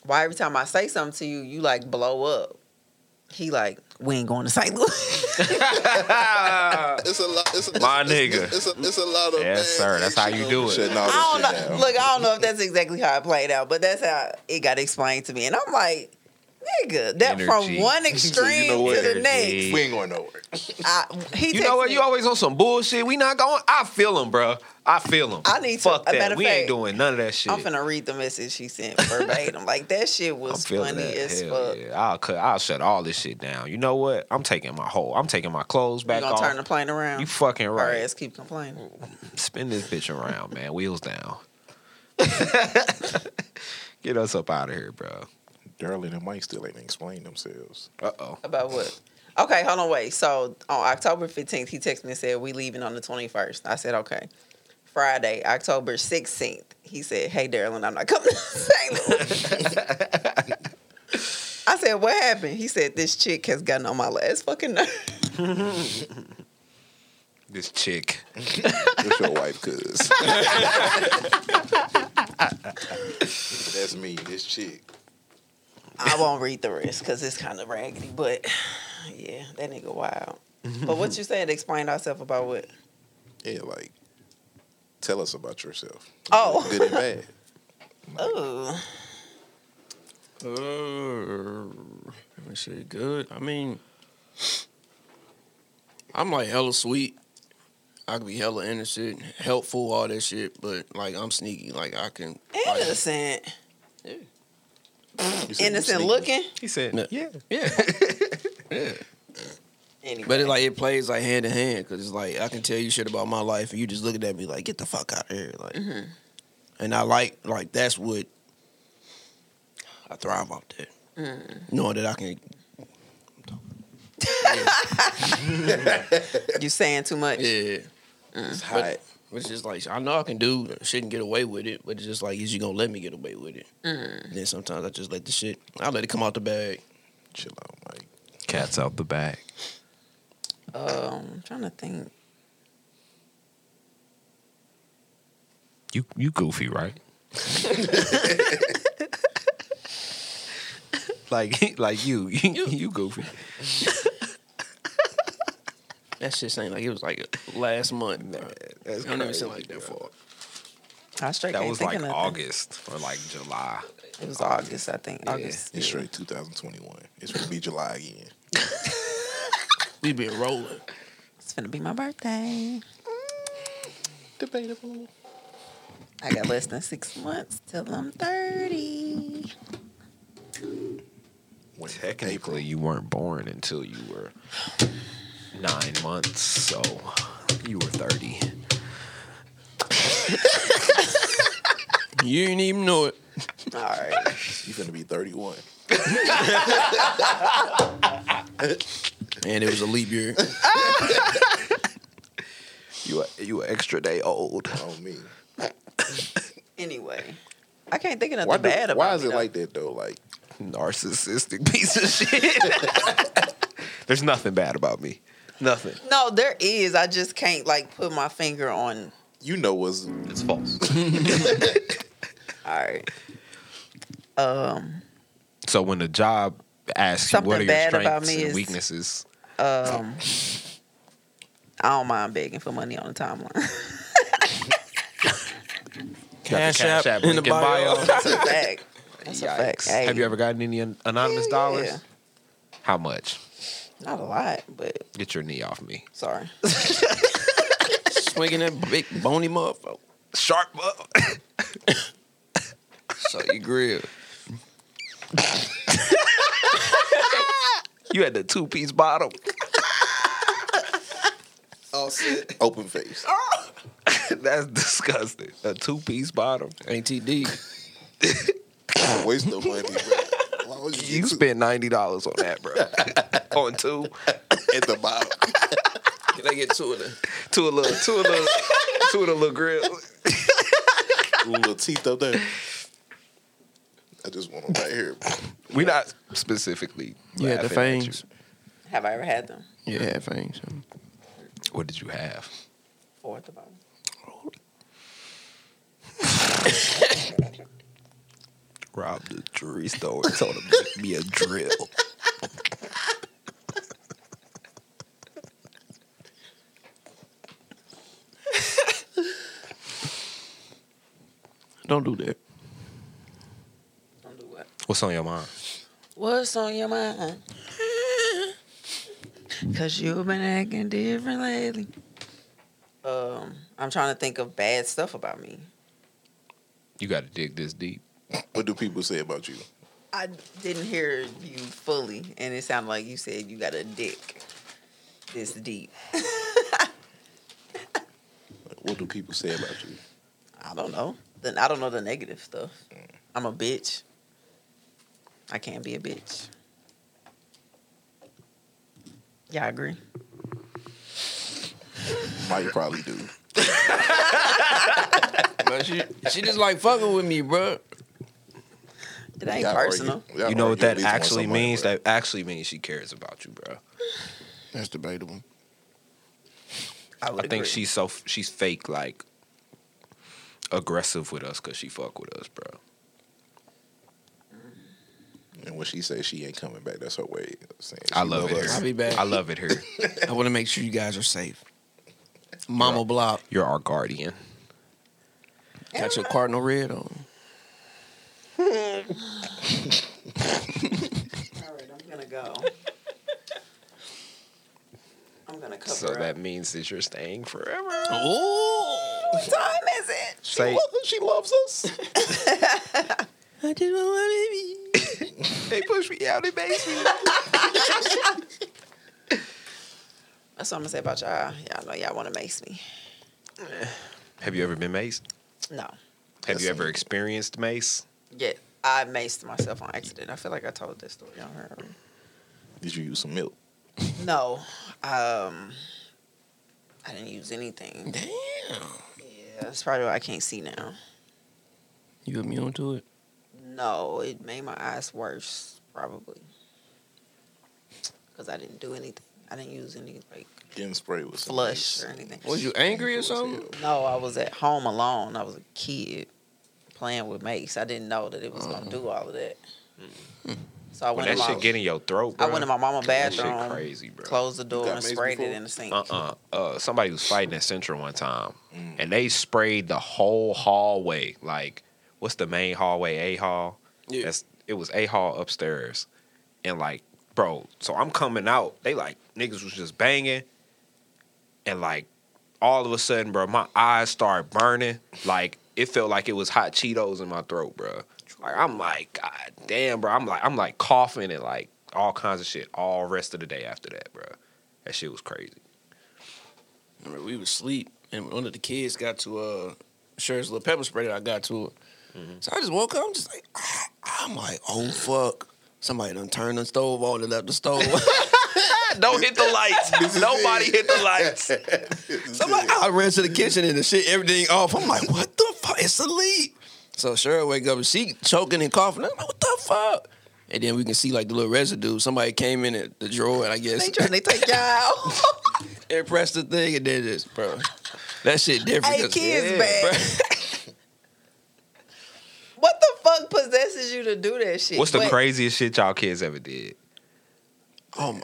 S1: why every time I say something to you, you like blow up? He like, we ain't going to St. Louis.
S6: It's a lot. It's a,
S3: My
S6: it's, it's-
S3: nigga.
S6: It's, a, it's a lot of.
S3: [LAUGHS] Yes,
S6: bad
S3: sir. That's how
S6: action
S3: you
S6: on
S3: do
S6: this
S3: it.
S6: shit.
S2: all
S1: I don't
S2: this shit
S1: know.
S2: down.
S1: Look, I don't know if that's exactly how it played out, but that's how it got explained to me. And I'm like, nigga. That
S3: [LAUGHS]
S1: from
S3: Energy.
S1: one
S2: [LAUGHS] So
S1: extreme
S2: what?
S1: to the next.
S2: We ain't going nowhere.
S1: I, he
S3: You
S1: text
S3: know what?
S1: me-
S3: You always on some bullshit. We not going. I feel him, bro. I feel him.
S1: I need to-
S3: Fuck
S1: a matter
S3: that.
S1: of
S3: We
S1: fact,
S3: ain't doing none of that shit.
S1: I'm finna read the message she sent
S3: [LAUGHS]
S1: verbatim. like that shit
S3: I'm
S1: was
S3: feeling
S1: funny
S3: that.
S1: as
S3: Hell
S1: fuck.
S3: yeah. I'll cut. I'll shut all this shit down. You know what? I'm taking my whole. I'm taking my clothes
S1: You
S3: back
S1: gonna
S3: off.
S1: turn the plane around?
S3: you fucking
S1: Her
S3: right.
S1: ass keep complaining.
S3: Spin this bitch around, man.
S1: [LAUGHS]
S3: Wheels down. [LAUGHS] Get us up out of here, bro.
S2: Darlene and Mike still ain't explained themselves.
S3: Uh oh.
S1: About what? Okay, hold on, wait. So on October 15th, he texted me and said, We leaving on the 21st. I said, Okay. Friday, October 16th, he said, Hey, Darylin, I'm not coming to [LAUGHS] St. Louis. I said, What happened? He said, This chick has gotten on my last fucking nerve.
S3: This chick.
S2: It's your wife, [LAUGHS] cuz. That's me, this chick.
S1: I won't read the rest because it's kind of raggedy, but yeah, that nigga wild. But what you said, explain ourselves about what?
S2: Yeah, like, tell us
S1: [LAUGHS]
S2: about yourself.
S1: Oh.
S2: Good and bad.
S1: Ooh.
S4: Uh, that shit good. I mean, I'm like hella sweet. I can be hella innocent, helpful, all that shit. But like, I'm sneaky. Like, I can. like,
S1: Innocent.
S2: You said you
S1: Innocent
S2: sneaky.
S1: looking.
S3: He said,
S4: No.
S3: "Yeah,
S4: [LAUGHS] yeah, yeah.
S1: Anyway.
S4: But it like it plays like hand in hand because it's like I can tell you shit about my life and you just looking at me like get the fuck out of here like, and I like like that's what I thrive off that knowing that I can
S1: you saying too much.
S4: yeah
S2: It's hot.
S4: It's just like I know I can do shit and get away with it, but it's just like is you gonna let me get away with it? Then sometimes I just let the shit. I let it come out the bag.
S2: Chill out, Mike.
S3: cats out the bag."
S1: Um, I'm trying to think.
S3: You you goofy, right?
S4: [LAUGHS]
S3: like like you you, you goofy.
S4: That shit ain't like it was like last month. bro.
S3: that's
S4: I don't even
S3: crazy,
S4: sound like that
S3: bro.
S4: far.
S1: I straight
S3: That
S1: can't
S3: was
S1: think
S3: like
S1: of nothing.
S3: August or like July.
S1: It was August, I think. August.
S2: It's straight 2021. It's gonna be July again.
S4: We been rolling.
S1: It's gonna be my birthday.
S2: Debatable.
S1: I got less than six months till I'm thirty.
S2: When April.
S3: Technically, you weren't born until you were nine months, so you were thirty.
S4: You didn't even know it.
S1: All right.
S2: You finna be 31.
S4: And it was a leap [LAUGHS] year.
S3: You a- you an extra day old.
S2: On me.
S1: Anyway, I can't think of nothing
S2: Why, do-
S1: bad about
S2: why is
S1: me,
S2: it
S1: though.
S2: like that though? Like
S3: Narcissistic piece of shit. [LAUGHS] There's nothing bad about me. Nothing.
S1: No, there is. I just can't like put my finger on.
S2: you know what's
S3: It's false.
S2: [LAUGHS]
S1: All right. Um.
S3: So when the job asks you what
S1: Something
S3: are your
S1: bad
S3: strengths
S1: about me
S3: and
S1: is-
S3: weaknesses,
S1: Um. I don't mind begging for money on the timeline. [LAUGHS]
S3: Got the Cash App link in
S1: That's a fact. That's a fact.
S3: Yikes.
S1: Hey,
S3: Have you ever gotten any an- anonymous
S1: Hell
S3: dollars?
S1: yeah.
S3: How much?
S1: Not a lot, but
S3: Get your knee off me.
S1: sorry.
S4: Swinging that big bony motherfucker.
S3: Sharp up. [LAUGHS]
S4: So you grill.
S3: you had the two piece bottom.
S1: Oh,
S6: All set.
S2: open face.
S3: [LAUGHS] That's disgusting. A two piece bottom.
S4: ATD.
S2: Waste of money, bro. Why would you,
S3: You spent ninety dollars on that, bro. [LAUGHS] on two,
S2: at the bottom?
S4: Can I get two of them?
S3: two a little, two a little, two of the little grill.
S2: little teeth up there. I just want them right here. bro.
S3: We not specifically.
S4: You had the
S3: laughing at
S4: fangs.
S1: Have I ever had them?
S4: You had fangs.
S3: you. What did you have?
S1: Four at the bottom.
S3: Rob the [LAUGHS] jewelry store and told him to make me a drill.
S4: Don't do that.
S1: Don't do what?
S3: What's on your mind?
S1: What's on your [LAUGHS] mind? Cause you've been acting different lately. Um, I'm trying to think of bad stuff about me.
S3: You got to dig this deep.
S2: What do people say about you?
S1: I didn't hear you fully, and it sounded like you said you got a dick this deep.
S2: What do people say about you?
S1: I don't know. Then I don't know the negative stuff. I'm a bitch. I can't be a bitch. Yeah, I agree.
S2: Mike probably do.
S4: But she, she just like fucking with me, bro.
S1: It ain't
S2: Y'all
S1: personal.
S2: argue- y'all
S3: you know what
S2: argue at
S3: that
S2: least once a
S3: actually
S2: month,
S3: means?
S2: bro.
S3: That actually means she cares about you, bro.
S4: That's debatable.
S1: I would
S3: I think
S1: agree.
S3: she's so she's fake like aggressive with us because she fuck with us, bro.
S2: And when she says she ain't coming back, that's her way of saying she
S3: I love, it
S2: us.
S4: I'll
S3: here.
S4: be back.
S3: I love it here.
S4: I want to make sure you guys are safe. Mama Block
S3: You're our guardian.
S4: got your cardinal red on.
S1: All right, I'm gonna [LAUGHS] go. I'm gonna cover
S3: So
S1: up.
S3: that means that you're staying forever.
S4: Ooh.
S1: what time is it?
S3: Say,
S2: She loves
S3: [LAUGHS]
S2: us.
S4: [LAUGHS] I just want my baby.
S3: [LAUGHS] they push me out of the basement.
S1: That's what I'm gonna say about y'all. Y'all know y'all wanna mace me.
S3: Have you ever been maced?
S1: No.
S3: Have
S2: Yes,
S3: you
S2: I
S3: ever
S2: have.
S3: experienced mace?
S1: Yeah. I maced myself on accident. I feel like I told this story on her. already.
S2: Did you use some milk?
S1: No. Um I didn't use [LAUGHS] anything.
S4: Damn.
S1: Yeah, that's probably why I can't see now.
S4: You immune to it?
S1: No, it made my eyes worse, probably. Because I didn't do anything. I didn't use any like
S2: Getting sprayed with some
S1: flush
S2: mace.
S1: or anything.
S4: Was you angry or something?
S1: No, I was at home alone. I was a kid playing with mates. I didn't know that it was
S2: Mm-hmm.
S1: gonna do all of that.
S2: Hmm.
S1: So I
S3: When
S1: went.
S3: that
S1: in my,
S3: shit get in your throat, bro.
S1: I went in my mama's
S3: That shit
S1: bathroom,
S3: crazy, bro.
S1: closed the door,
S2: got
S1: and
S2: maced
S1: sprayed it
S2: before?
S1: in the sink.
S3: uh-uh. Uh, somebody was fighting at Central one time,
S1: Mm.
S3: and they sprayed the whole hallway. Like, what's the main hallway? A hall.
S4: Yeah.
S3: That's, it was a hall upstairs, and like, bro. So I'm coming out. They like niggas was just banging, and like, all of a sudden, bro, my eyes start burning. Like, it felt like it was hot Cheetos in my throat, bro. Like, I'm like, God damn, bro. I'm like, I'm like coughing and like all kinds of shit all rest of the day after that, bro. That shit was crazy.
S4: Remember, we was asleep, and one of the kids got to uh, Sher's little pepper spray that I got to her.
S3: Mm-hmm.
S4: So I just woke up, I'm just like, ah, I'm like, oh fuck. Somebody done turned the stove on and left the stove.
S3: [LAUGHS] Don't hit the
S4: [LAUGHS]
S3: lights. Nobody hit the lights.
S4: so I'm like, I ran to the kitchen and the shit, everything off. I'm like, what the fuck? It's a leak. So Cheryl wake up and she choking and coughing. I'm like, what the fuck? And then we can see like the little residue. Somebody came in at the drawer, and I guess
S1: They
S4: [LAUGHS]
S1: trying to take y'all out. [LAUGHS]
S4: and pressed the thing, and then just bro, that shit different.
S1: hey,
S4: 'cause-
S1: kids,
S3: Yeah,
S1: back.
S4: Bruh.
S1: What the fuck possesses you to do that shit?
S3: What's the
S1: But
S3: craziest shit y'all kids ever did?
S4: Oh my,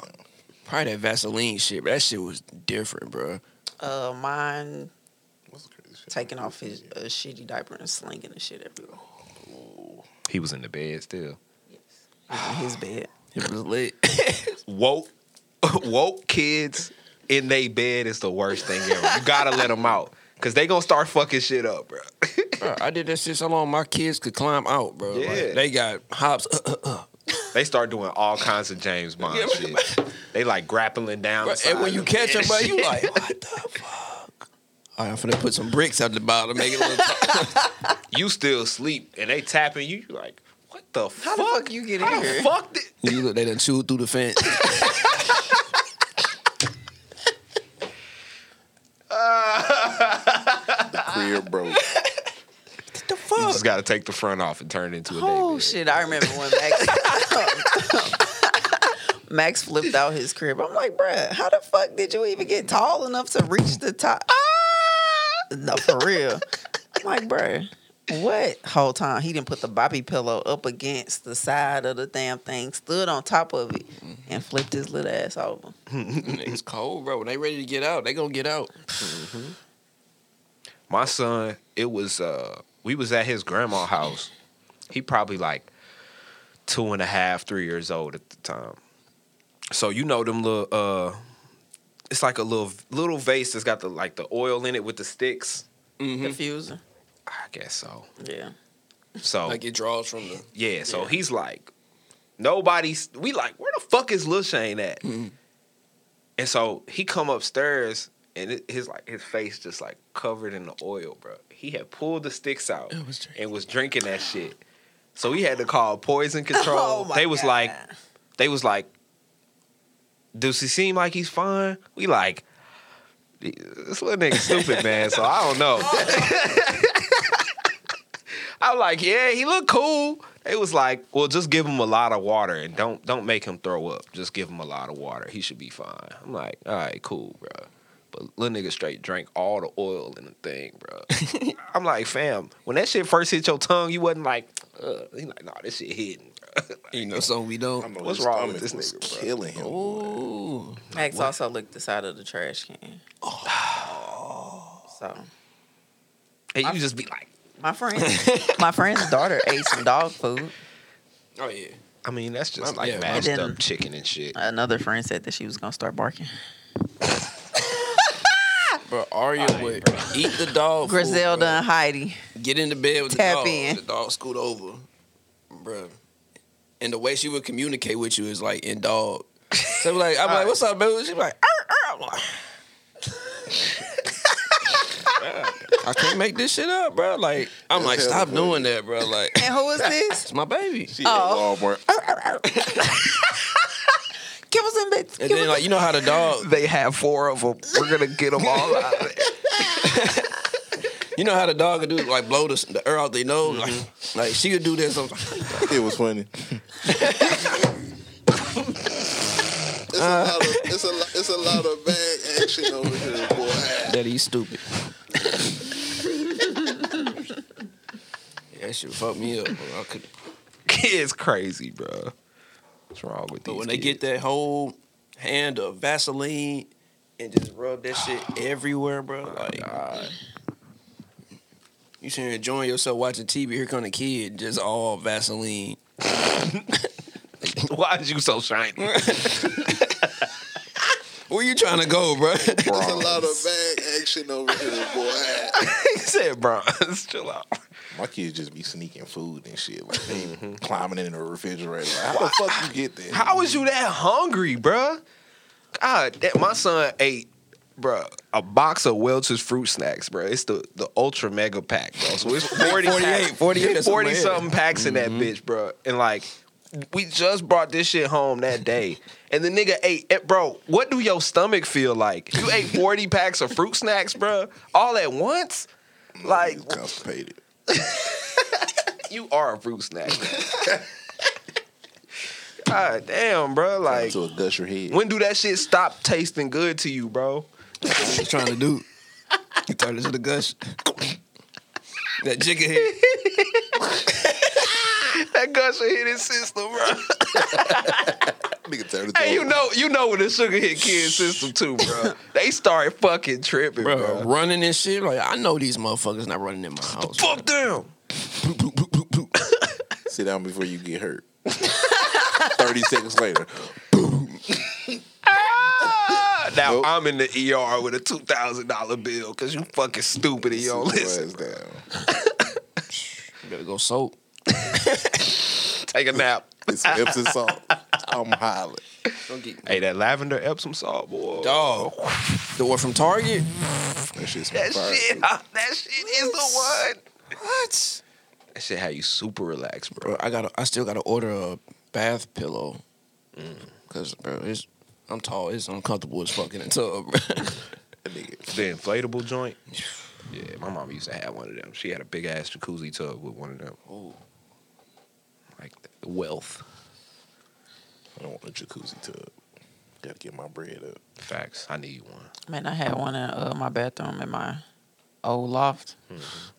S4: probably that Vaseline shit. But that shit was different, bro.
S1: Uh, mine
S2: What's the crazy shit?
S1: taking off his uh, shitty diaper and slinging the shit everywhere.
S3: He was in the bed still.
S1: Yes. In
S3: [SIGHS]
S1: his bed.
S4: It was lit. [COUGHS]
S3: Woke, [LAUGHS] woke kids in they bed is the worst thing ever. You gotta let them out because they gonna start fucking shit up, bro.
S4: bro, I did that shit so long my kids could climb out, bro. Like,
S3: Yeah.
S4: they got hops.
S3: they start doing all kinds of James Bond
S4: Yeah,
S3: shit. They like grappling down.
S4: bro,
S3: the
S4: and when
S3: side
S4: you
S3: of the bed
S4: catch them,
S3: and
S4: bro, you
S3: shit.
S4: like, [LAUGHS] what the fuck? All right, I'm finna put some bricks out the bottom, make it look. [LAUGHS]
S3: you still sleep and they tapping you. You like, what the
S1: How
S3: fuck?
S1: the fuck you get in
S3: How the
S1: here?
S3: fuck did?
S4: you look, they done chewed through the [LAUGHS] fence.
S2: Career
S1: [LAUGHS]
S2: broke.
S4: What
S3: You
S4: the fuck?
S3: just gotta take the front off and turn it into a day
S1: Oh
S3: bed.
S1: shit! I remember when Max [LAUGHS] Max flipped out his crib. I'm like, bruh, how the fuck did you even get tall enough to reach the top? Ah! No, for real. I'm like, bruh, what whole time he didn't put the bobby pillow up against the side of the damn thing, stood on top of it, and flipped his little ass over.
S4: it's cold, bro. When they ready to get out, they gonna get out.
S3: my son it was uh we was at his grandma house he probably like two and a half, three years old at the time. So you know them little uh it's like a little little vase that's got the like the oil in it with the sticks.
S4: Mm-hmm.
S1: Confusing.
S3: I guess so.
S1: Yeah.
S3: So
S4: Like it draws from the.
S3: yeah, so he's like, nobody's. We like, where the fuck is Lil Shane at?
S4: Mm-hmm.
S3: And so he come upstairs, and it, his like his face just like covered in the oil, bro. He had pulled the sticks out
S4: It was drinking.
S3: and was drinking that shit. So he had to
S1: [LAUGHS]
S3: call poison control.
S1: Oh my
S3: they was
S1: God.
S3: like, they was like, does he seem like he's fine? We like. This little nigga stupid man, so I
S1: [LAUGHS]
S3: don't know. I'm like, yeah, he look cool. They was like, well, just give him a lot of water and don't don't make him throw up. Just give him a lot of water. He should be fine. I'm like, all right, cool, bro. But little nigga straight drank all the oil in the thing, bro. I'm like, fam, when that shit first hit your tongue, you wasn't like, Ugh. he like, nah, this shit hidden, bro.
S4: You know, something we
S2: I
S4: don't.
S2: know
S3: What's
S2: his
S3: wrong with
S2: stomach was
S3: this nigga, bro? Oh.
S2: Killing him.
S4: Ooh.
S1: Max also licked the side of the trash can. So
S3: and you just be like,
S1: my friend, my friend's daughter ate some dog food.
S4: Oh yeah.
S3: I mean, that's just
S4: My-
S3: like
S4: yeah, my-
S3: mashed
S1: Then-
S3: up chicken and shit.
S1: Another friend said that she was gonna start barking.
S4: Bro, Aria would eat the dog. food,
S1: Griselda
S4: bruh.
S1: and Heidi.
S4: get in the bed with
S1: Tap
S4: the dog.
S1: in.
S4: The dog scoot over, bruh. And the way she would communicate with you is like in dog. So like,
S1: [LAUGHS]
S4: I'm like, what's up, baby? She's like, "Arr, arr." I'm like, I can't make this shit up, bro. Like, I'm like,
S6: hella
S4: stop
S6: funny.
S4: doing that, bro. Like,
S1: And who is this?
S7: [LAUGHS]
S4: it's
S1: [LAUGHS]
S4: my baby.
S2: She
S1: Oh.
S2: at Walmart.
S1: Kibbles and bits.
S4: And then like, you know how the dog,
S3: They have four of them. We're gonna get them all out
S4: [LAUGHS]
S3: of there.
S4: you know how the dog could do like blow the, the air out their nose. Like,
S6: Mm-hmm.
S4: like she could do this. I'm like,
S2: It was funny.
S3: [LAUGHS]
S6: It's a lot of it's a lot, it's a lot of bad action over here, boy.
S4: that he's stupid. [LAUGHS] that shit fucked me up. Bro. I could.
S3: Kids crazy, bro. What's wrong with these?
S4: But when they
S3: kids?
S4: get that whole hand of Vaseline and just rub that shit [SIGHS] everywhere, bro, like you should enjoying yourself watching TV. Here come the kid, just all Vaseline.
S3: [LAUGHS] why is you so
S4: [LAUGHS]
S3: shiny? [LAUGHS]
S4: Where you trying to go, bro? [LAUGHS]
S6: It's a lot of bad action over here, boy.
S3: he said, "Bronze, [LAUGHS] chill out."
S2: My kids just be sneaking food and shit. Like they climbing in the refrigerator. Like, how the fuck you get there?
S3: Mm-hmm. How is you that hungry, bruh? God, that, my son ate, bruh, a box of Welch's fruit snacks, bruh. It's the the ultra mega pack, bro. So it's 40
S4: 48, 48 or something
S3: 40
S4: like that.
S3: something packs in that bitch, bruh. And like, we just brought this shit home that day, and the nigga ate it, bro. What do your stomach feel like? You ate 40 packs of fruit snacks, bruh, all at once. Like
S2: He's constipated.
S3: you are a fruit snack. God damn, bro. Like,
S2: to a gusher head.
S3: when do that shit stop tasting good to you, bro? [LAUGHS]
S4: What you trying to do? You turn into the gush. [LAUGHS] that jigger head.
S3: That gusher hit his system, bro. [LAUGHS]
S2: nigga turned
S3: hey, you know, you know when the sugar hit kid system too, [LAUGHS] bro. They start fucking tripping, bro.
S4: Bro, running and shit. Like I know these motherfuckers not running in my house.
S3: Fuck them.
S2: [LAUGHS] Sit down before you get
S3: [LAUGHS]
S2: hurt. Thirty seconds later,
S3: Ah! [LAUGHS] Now
S2: Nope.
S3: I'm in the ER with a two thousand dollar bill because you fucking stupid and you don't
S2: sit your
S3: listen.
S2: ass down.
S4: You better go soak.
S3: Take a nap.
S2: It's Epsom salt. I'm hollering.
S4: Don't get
S3: hey, that lavender Epsom salt, boy.
S4: dog. The one from Target.
S2: That shit's
S3: That
S2: fire.
S3: shit, [LAUGHS] that shit is the one. What? That shit had you super relaxed, bro.
S4: bro. I got. to I still got to order a bath pillow because bro, it's. I'm tall. It's uncomfortable as fuck in the tub. Bro. [LAUGHS]
S2: That nigga.
S3: The inflatable joint. Yeah, my mom used to have one of them. She had a big ass jacuzzi tub with one of them.
S4: Ooh.
S3: Like wealth.
S2: I don't want a jacuzzi tub. Gotta get my bread up.
S3: Facts. I need one.
S1: Man, I had one in uh, my bathroom in my old loft.
S3: Mm-hmm.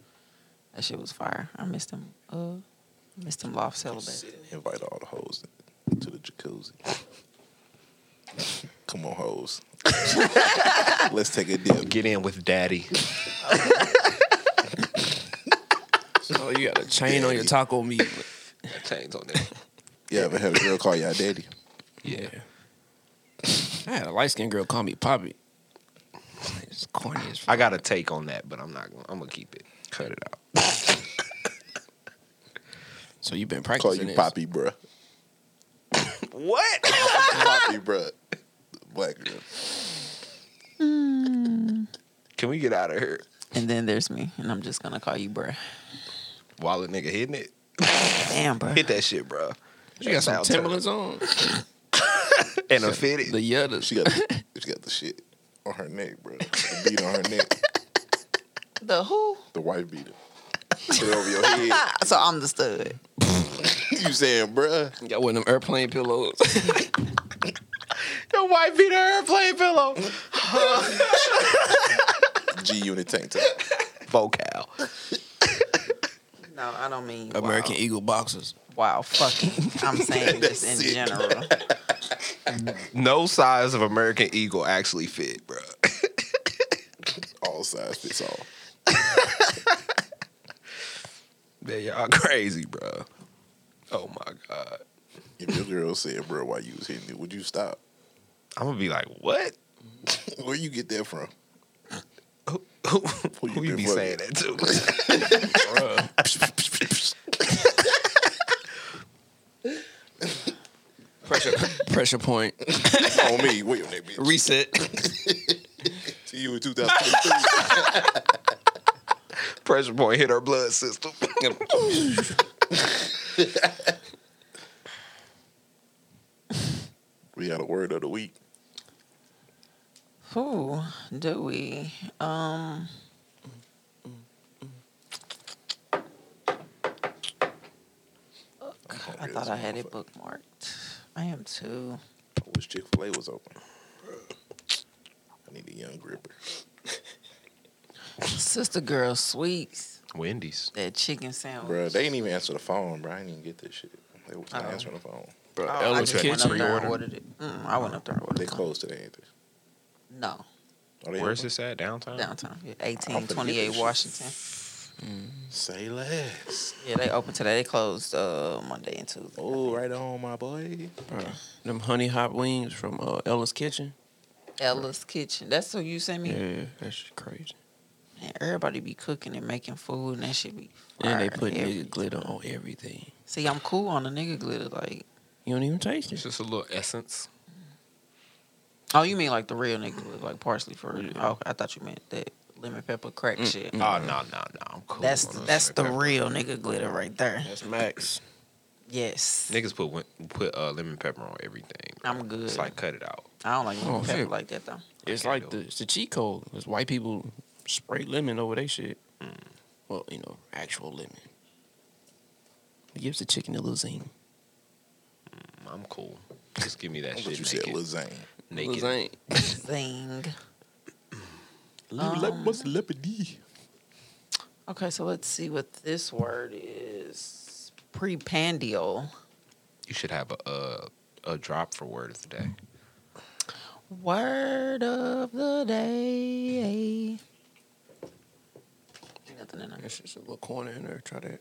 S1: That shit was fire. I missed them. Uh, missed them loft celebrations.
S2: Invite all the hoes to the jacuzzi. Come on,
S3: [LAUGHS]
S2: hoes. Let's take a dip.
S3: Get in with daddy.
S4: so you got a chain on your taco meat.
S3: That chains on there.
S2: You ever had a girl call y'all daddy?
S3: Yeah.
S4: I had a light skinned girl call me Poppy. It's corny as
S3: [LAUGHS]
S4: fuck.
S3: I got a take on that, but I'm not gonna I'm gonna keep it. Cut it out.
S4: So you've been
S2: Call
S4: practicing.
S2: you
S4: this.
S2: Poppy, bruh.
S3: What?
S2: Poppy, bruh. Black girl.
S3: Can we get out of here?
S1: And then there's me, and I'm just gonna call you bruh.
S3: While a nigga hitting it.
S1: Damn, bruh.
S3: Hit that shit, bro.
S4: You got some
S3: Sound turn.
S4: Timberlands on.
S3: And a fitted.
S4: The Yetters.
S2: She got the, she got the shit on her neck, bruh. The beat on her neck.
S1: The who? Ah,
S2: The wife beater. Put it over your head. [LAUGHS]
S1: So I'm the stud.
S2: You saying, bruh?
S4: Y'all wearing them airplane pillows.
S3: [LAUGHS] Your wife beat her airplane pillow.
S2: G Unit tank top.
S3: [LAUGHS] Vocal.
S1: No, I don't mean
S4: American
S3: E-
S1: Wow,
S4: Eagle boxers.
S1: wow fucking.
S3: [LAUGHS]
S1: I'm saying just in general.
S3: No size of American Eagle actually fit, bro.
S2: All size fits all.
S3: Man, [LAUGHS] y'all crazy, bro. Oh my god.
S2: If your girl said, bruh, why you was hitting it, would you stop?
S3: I'm gonna be like, what?
S2: Where you get that from?
S3: Who,
S2: Who you
S3: who
S2: been
S3: you be
S2: fucking?
S3: saying that to?
S4: [LAUGHS] Pressure pressure point.
S2: on me. Wait on that bitch. [LAUGHS]
S4: Reset.
S2: to you in 2023.
S3: [LAUGHS] Pressure point hit her blood system. [LAUGHS]
S2: we got a word of the week.
S1: Who do we? Um. I thought I had it bookmarked. I am too.
S2: I wish Chick Fil A was open. I need a young gripper.
S1: Sister Girl Sweets,
S3: Wendy's.
S1: that chicken sandwich.
S2: Bruh, they didn't even answer the phone, bruh. I didn't even get this shit. They was not
S1: Uh-oh.
S2: answering the phone.
S4: Bro,
S1: Oh, I
S4: Ella's
S1: just went up
S4: Kitchen.
S1: there and ordered it. Mm, I went up there and
S2: They
S1: ordered it.
S2: closed today, ain't they?
S1: No,
S2: Are they
S3: Where's
S2: open?
S3: this at? Downtown?
S1: downtown. Yeah,
S2: I'm finna get
S1: 1828
S2: this shit.
S1: Washington.
S2: Say less.
S1: Yeah, they open today. They closed uh, Monday and Tuesday.
S2: Oh, right on, my boy.
S4: Bro, them honey hot wings from uh, Ella's Kitchen.
S1: Ella's Kitchen. That's who you sent me.
S4: Yeah, that's crazy.
S1: Man, everybody be cooking and making food, and that should be.
S4: And they
S1: fire
S4: put
S1: every-
S4: nigga glitter on everything.
S1: See, I'm cool on the nigga glitter. Like,
S4: You don't even taste
S3: It's
S4: it.
S3: just a little essence.
S1: oh, you mean like the real nigga glitter, like parsley for real? Oh, I thought you meant that lemon pepper
S4: Mm,
S1: crack shit.
S3: Oh no, no, no. I'm cool.
S1: That's
S3: on
S1: that's the
S3: pepper.
S1: real nigga glitter right there.
S4: That's Max.
S1: Yes,
S3: Niggas put win- put uh, lemon pepper on everything. bro.
S1: I'm good.
S3: It's like cut it out.
S1: I don't like lemon
S4: Oh,
S1: pepper
S4: shit.
S1: like that
S4: [COUGHS]
S1: though.
S4: It's like the it's the cheat code. It's white people spray lemon over their shit. Mm. Well, you know, actual lemon. It gives the chicken a little zing.
S3: I'm cool. Just give me that
S2: I thought
S3: shit
S2: you said Lazane.
S3: naked. naked.
S4: zing.
S1: Zing.
S2: Um, What's leopardy?
S1: Okay, so let's see what this word is. Prepandial.
S3: You should have a, uh a drop for word of the day.
S1: Word of the day. Nothing in there.
S4: That's just a little corner in there. Try that.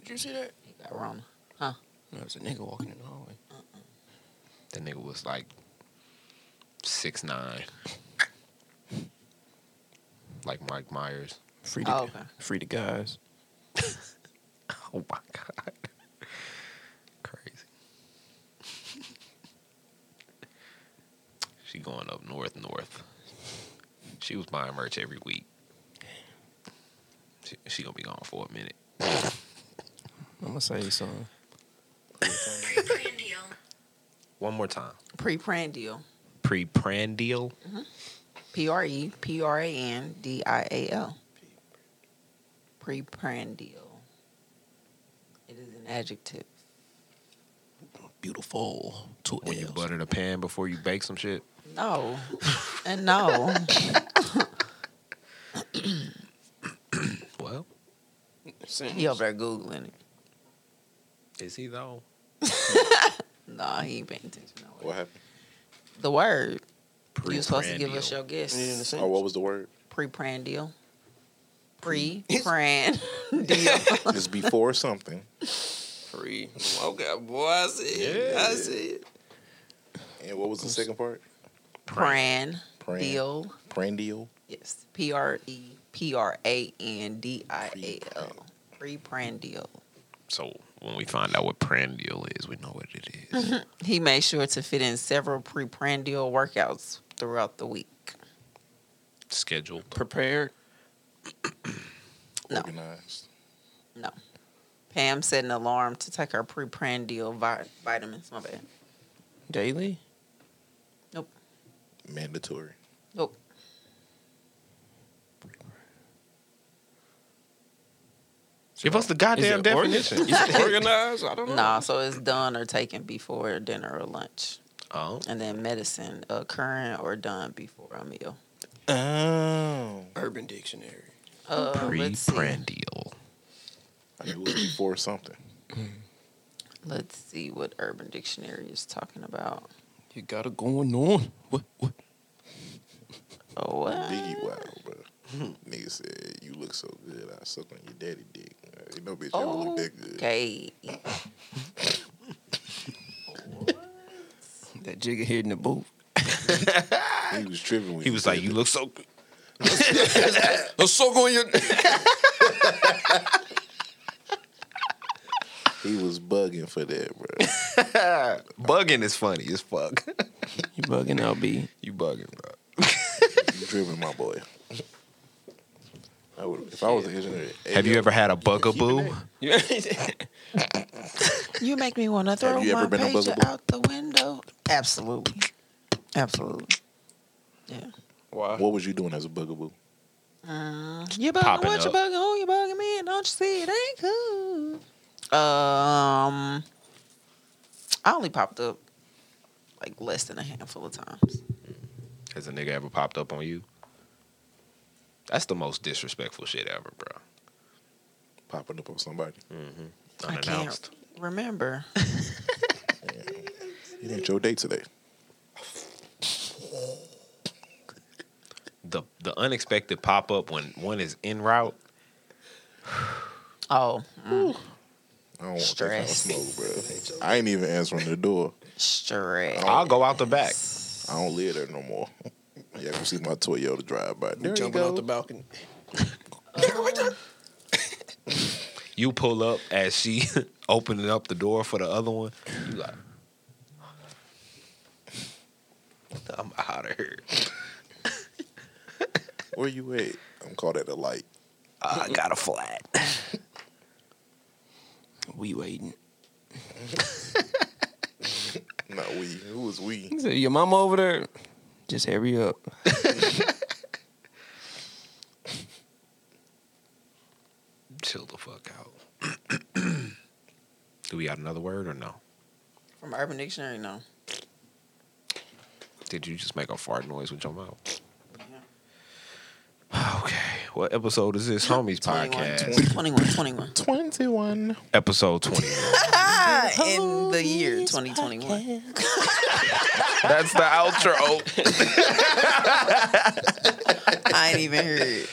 S4: Did you see that?
S1: You got wrong.
S4: No, it's a nigga walking in the hallway.
S3: That nigga was like six nine, like Mike Myers.
S4: Free to,
S1: Oh, okay.
S4: free to guys.
S3: [LAUGHS] Oh my god, crazy. she going up north, north. She was buying merch every week. She, she gonna be gone for a minute.
S4: I'm gonna say something.
S3: One more time.
S1: Preprandial.
S3: Preprandial.
S1: P R E P R A N D I A L. Preprandial. It is an adjective.
S4: Beautiful. Two
S3: When you
S4: L's.
S3: butter the pan before you bake some shit.
S1: No.
S4: [LAUGHS]
S1: and no.
S3: Well,
S1: He over there Googling it.
S3: is he though?
S1: Nah, he ain't paying attention. No way.
S2: What happened?
S1: The word. You was supposed to give us your guess.
S4: Yeah, in the same-
S2: Oh, what was the word?
S1: Preprandial.
S7: pre
S4: [LAUGHS]
S7: pran deal.
S2: It's before something.
S4: Free. Okay, boy, I see it. I see it.
S2: And what was the second part?
S7: Pran,
S2: Pran.
S7: deal.
S2: Prandial.
S7: Yes. P R E P R A N D I A L. Pre pran deal.
S3: So when we find out what prandial is, we know what it
S1: [LAUGHS]
S3: is.
S7: He made sure to fit in several pre pran deal workouts throughout the week.
S3: Scheduled.
S4: Prepared.
S7: No.
S2: Organized.
S7: No. Pam set an alarm to take her pre prandial vi- vitamins. My bad.
S4: Daily?
S2: Mandatory.
S7: Nope.
S3: Give us the goddamn
S4: it
S3: definition.
S4: Organized? I don't know.
S7: Nah, so it's done or taken before dinner or lunch.
S3: oh,
S7: And then medicine, occurring or done before a meal.
S2: Oh.
S4: Urban Dictionary.
S7: Uh, let's see.
S3: preprandial.
S2: I knew it was before something.
S7: Let's see what Urban Dictionary is talking about.
S4: You got it going on. What? What?
S7: Oh, what?
S2: Biggie wow, bro. Nigga said, you look so good, I suck on your daddy dick. Ain't no bitch ever look
S7: Oh,
S2: that good.
S7: Okay.
S4: That jigger head in the booth.
S2: He was tripping when
S3: He was like, "You look so." good." [LAUGHS]
S4: A sock on your.
S2: He was bugging for that, bro.
S3: Bugging is funny as fuck.
S4: you bugging out, B.
S3: [LAUGHS] you bugging, bro.
S2: you tripping, my boy. I would, if I was an engineer,
S3: Have you ever had a bugaboo?
S7: You make me want to throw
S2: you ever
S7: my
S2: been a
S7: pager
S2: buzzable?
S7: out the window. Absolutely. Absolutely. Yeah.
S4: Why?
S2: What was you doing as a bugaboo?
S7: You bugging?
S3: Popping
S7: What you
S3: up.
S7: bugging? Who you bugging me? Don't you see it ain't cool? Um, I only popped up like less than a handful of times.
S3: Has a nigga ever popped up on you? That's the most disrespectful shit ever, bro.
S2: Popping up on somebody.
S7: I can't
S3: Unannounced.
S7: [LAUGHS] remember.
S2: It ain't your day today.
S3: The the unexpected pop up when one is en route.
S7: Oh,
S2: I
S7: mm,
S2: don't want that kind of
S7: Stress.
S2: smoke, bro. I ain't even answering the door.
S7: stress.
S3: I'll go out the back.
S2: I don't live there no more. Y'all can see my Toyota drive by. There you
S4: Jumping
S2: go.
S4: out the balcony.
S3: You pull up as she [LAUGHS] opening up the door for the other one. You like, [LAUGHS] I'm out of here.
S2: Where you at? I'm called at the light.
S3: I got a flat.
S4: We waiting.
S2: Not we. Who was we?
S4: He said, Your mama over there. Just hurry up.
S3: Chill the fuck out. [CLEARS THROAT] Do we got another word or no?
S7: From Urban Dictionary, no.
S3: Did you just make a fart noise with your mouth? [SIGHS] Okay. What episode is this, homies?
S7: 21,
S3: Podcast
S7: 21, 21.
S2: 21.
S3: episode twenty.
S7: Ah, in the year 2021.
S3: [LAUGHS] That's the outro.
S7: I ain't even heard it.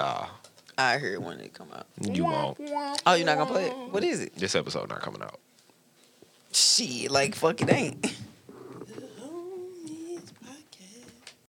S3: Ah,
S7: I heard when it come out.
S3: you won't.
S7: Oh, you're not going to play it? What is it?
S3: This episode not coming out.
S7: Shit, like, fuck it ain't.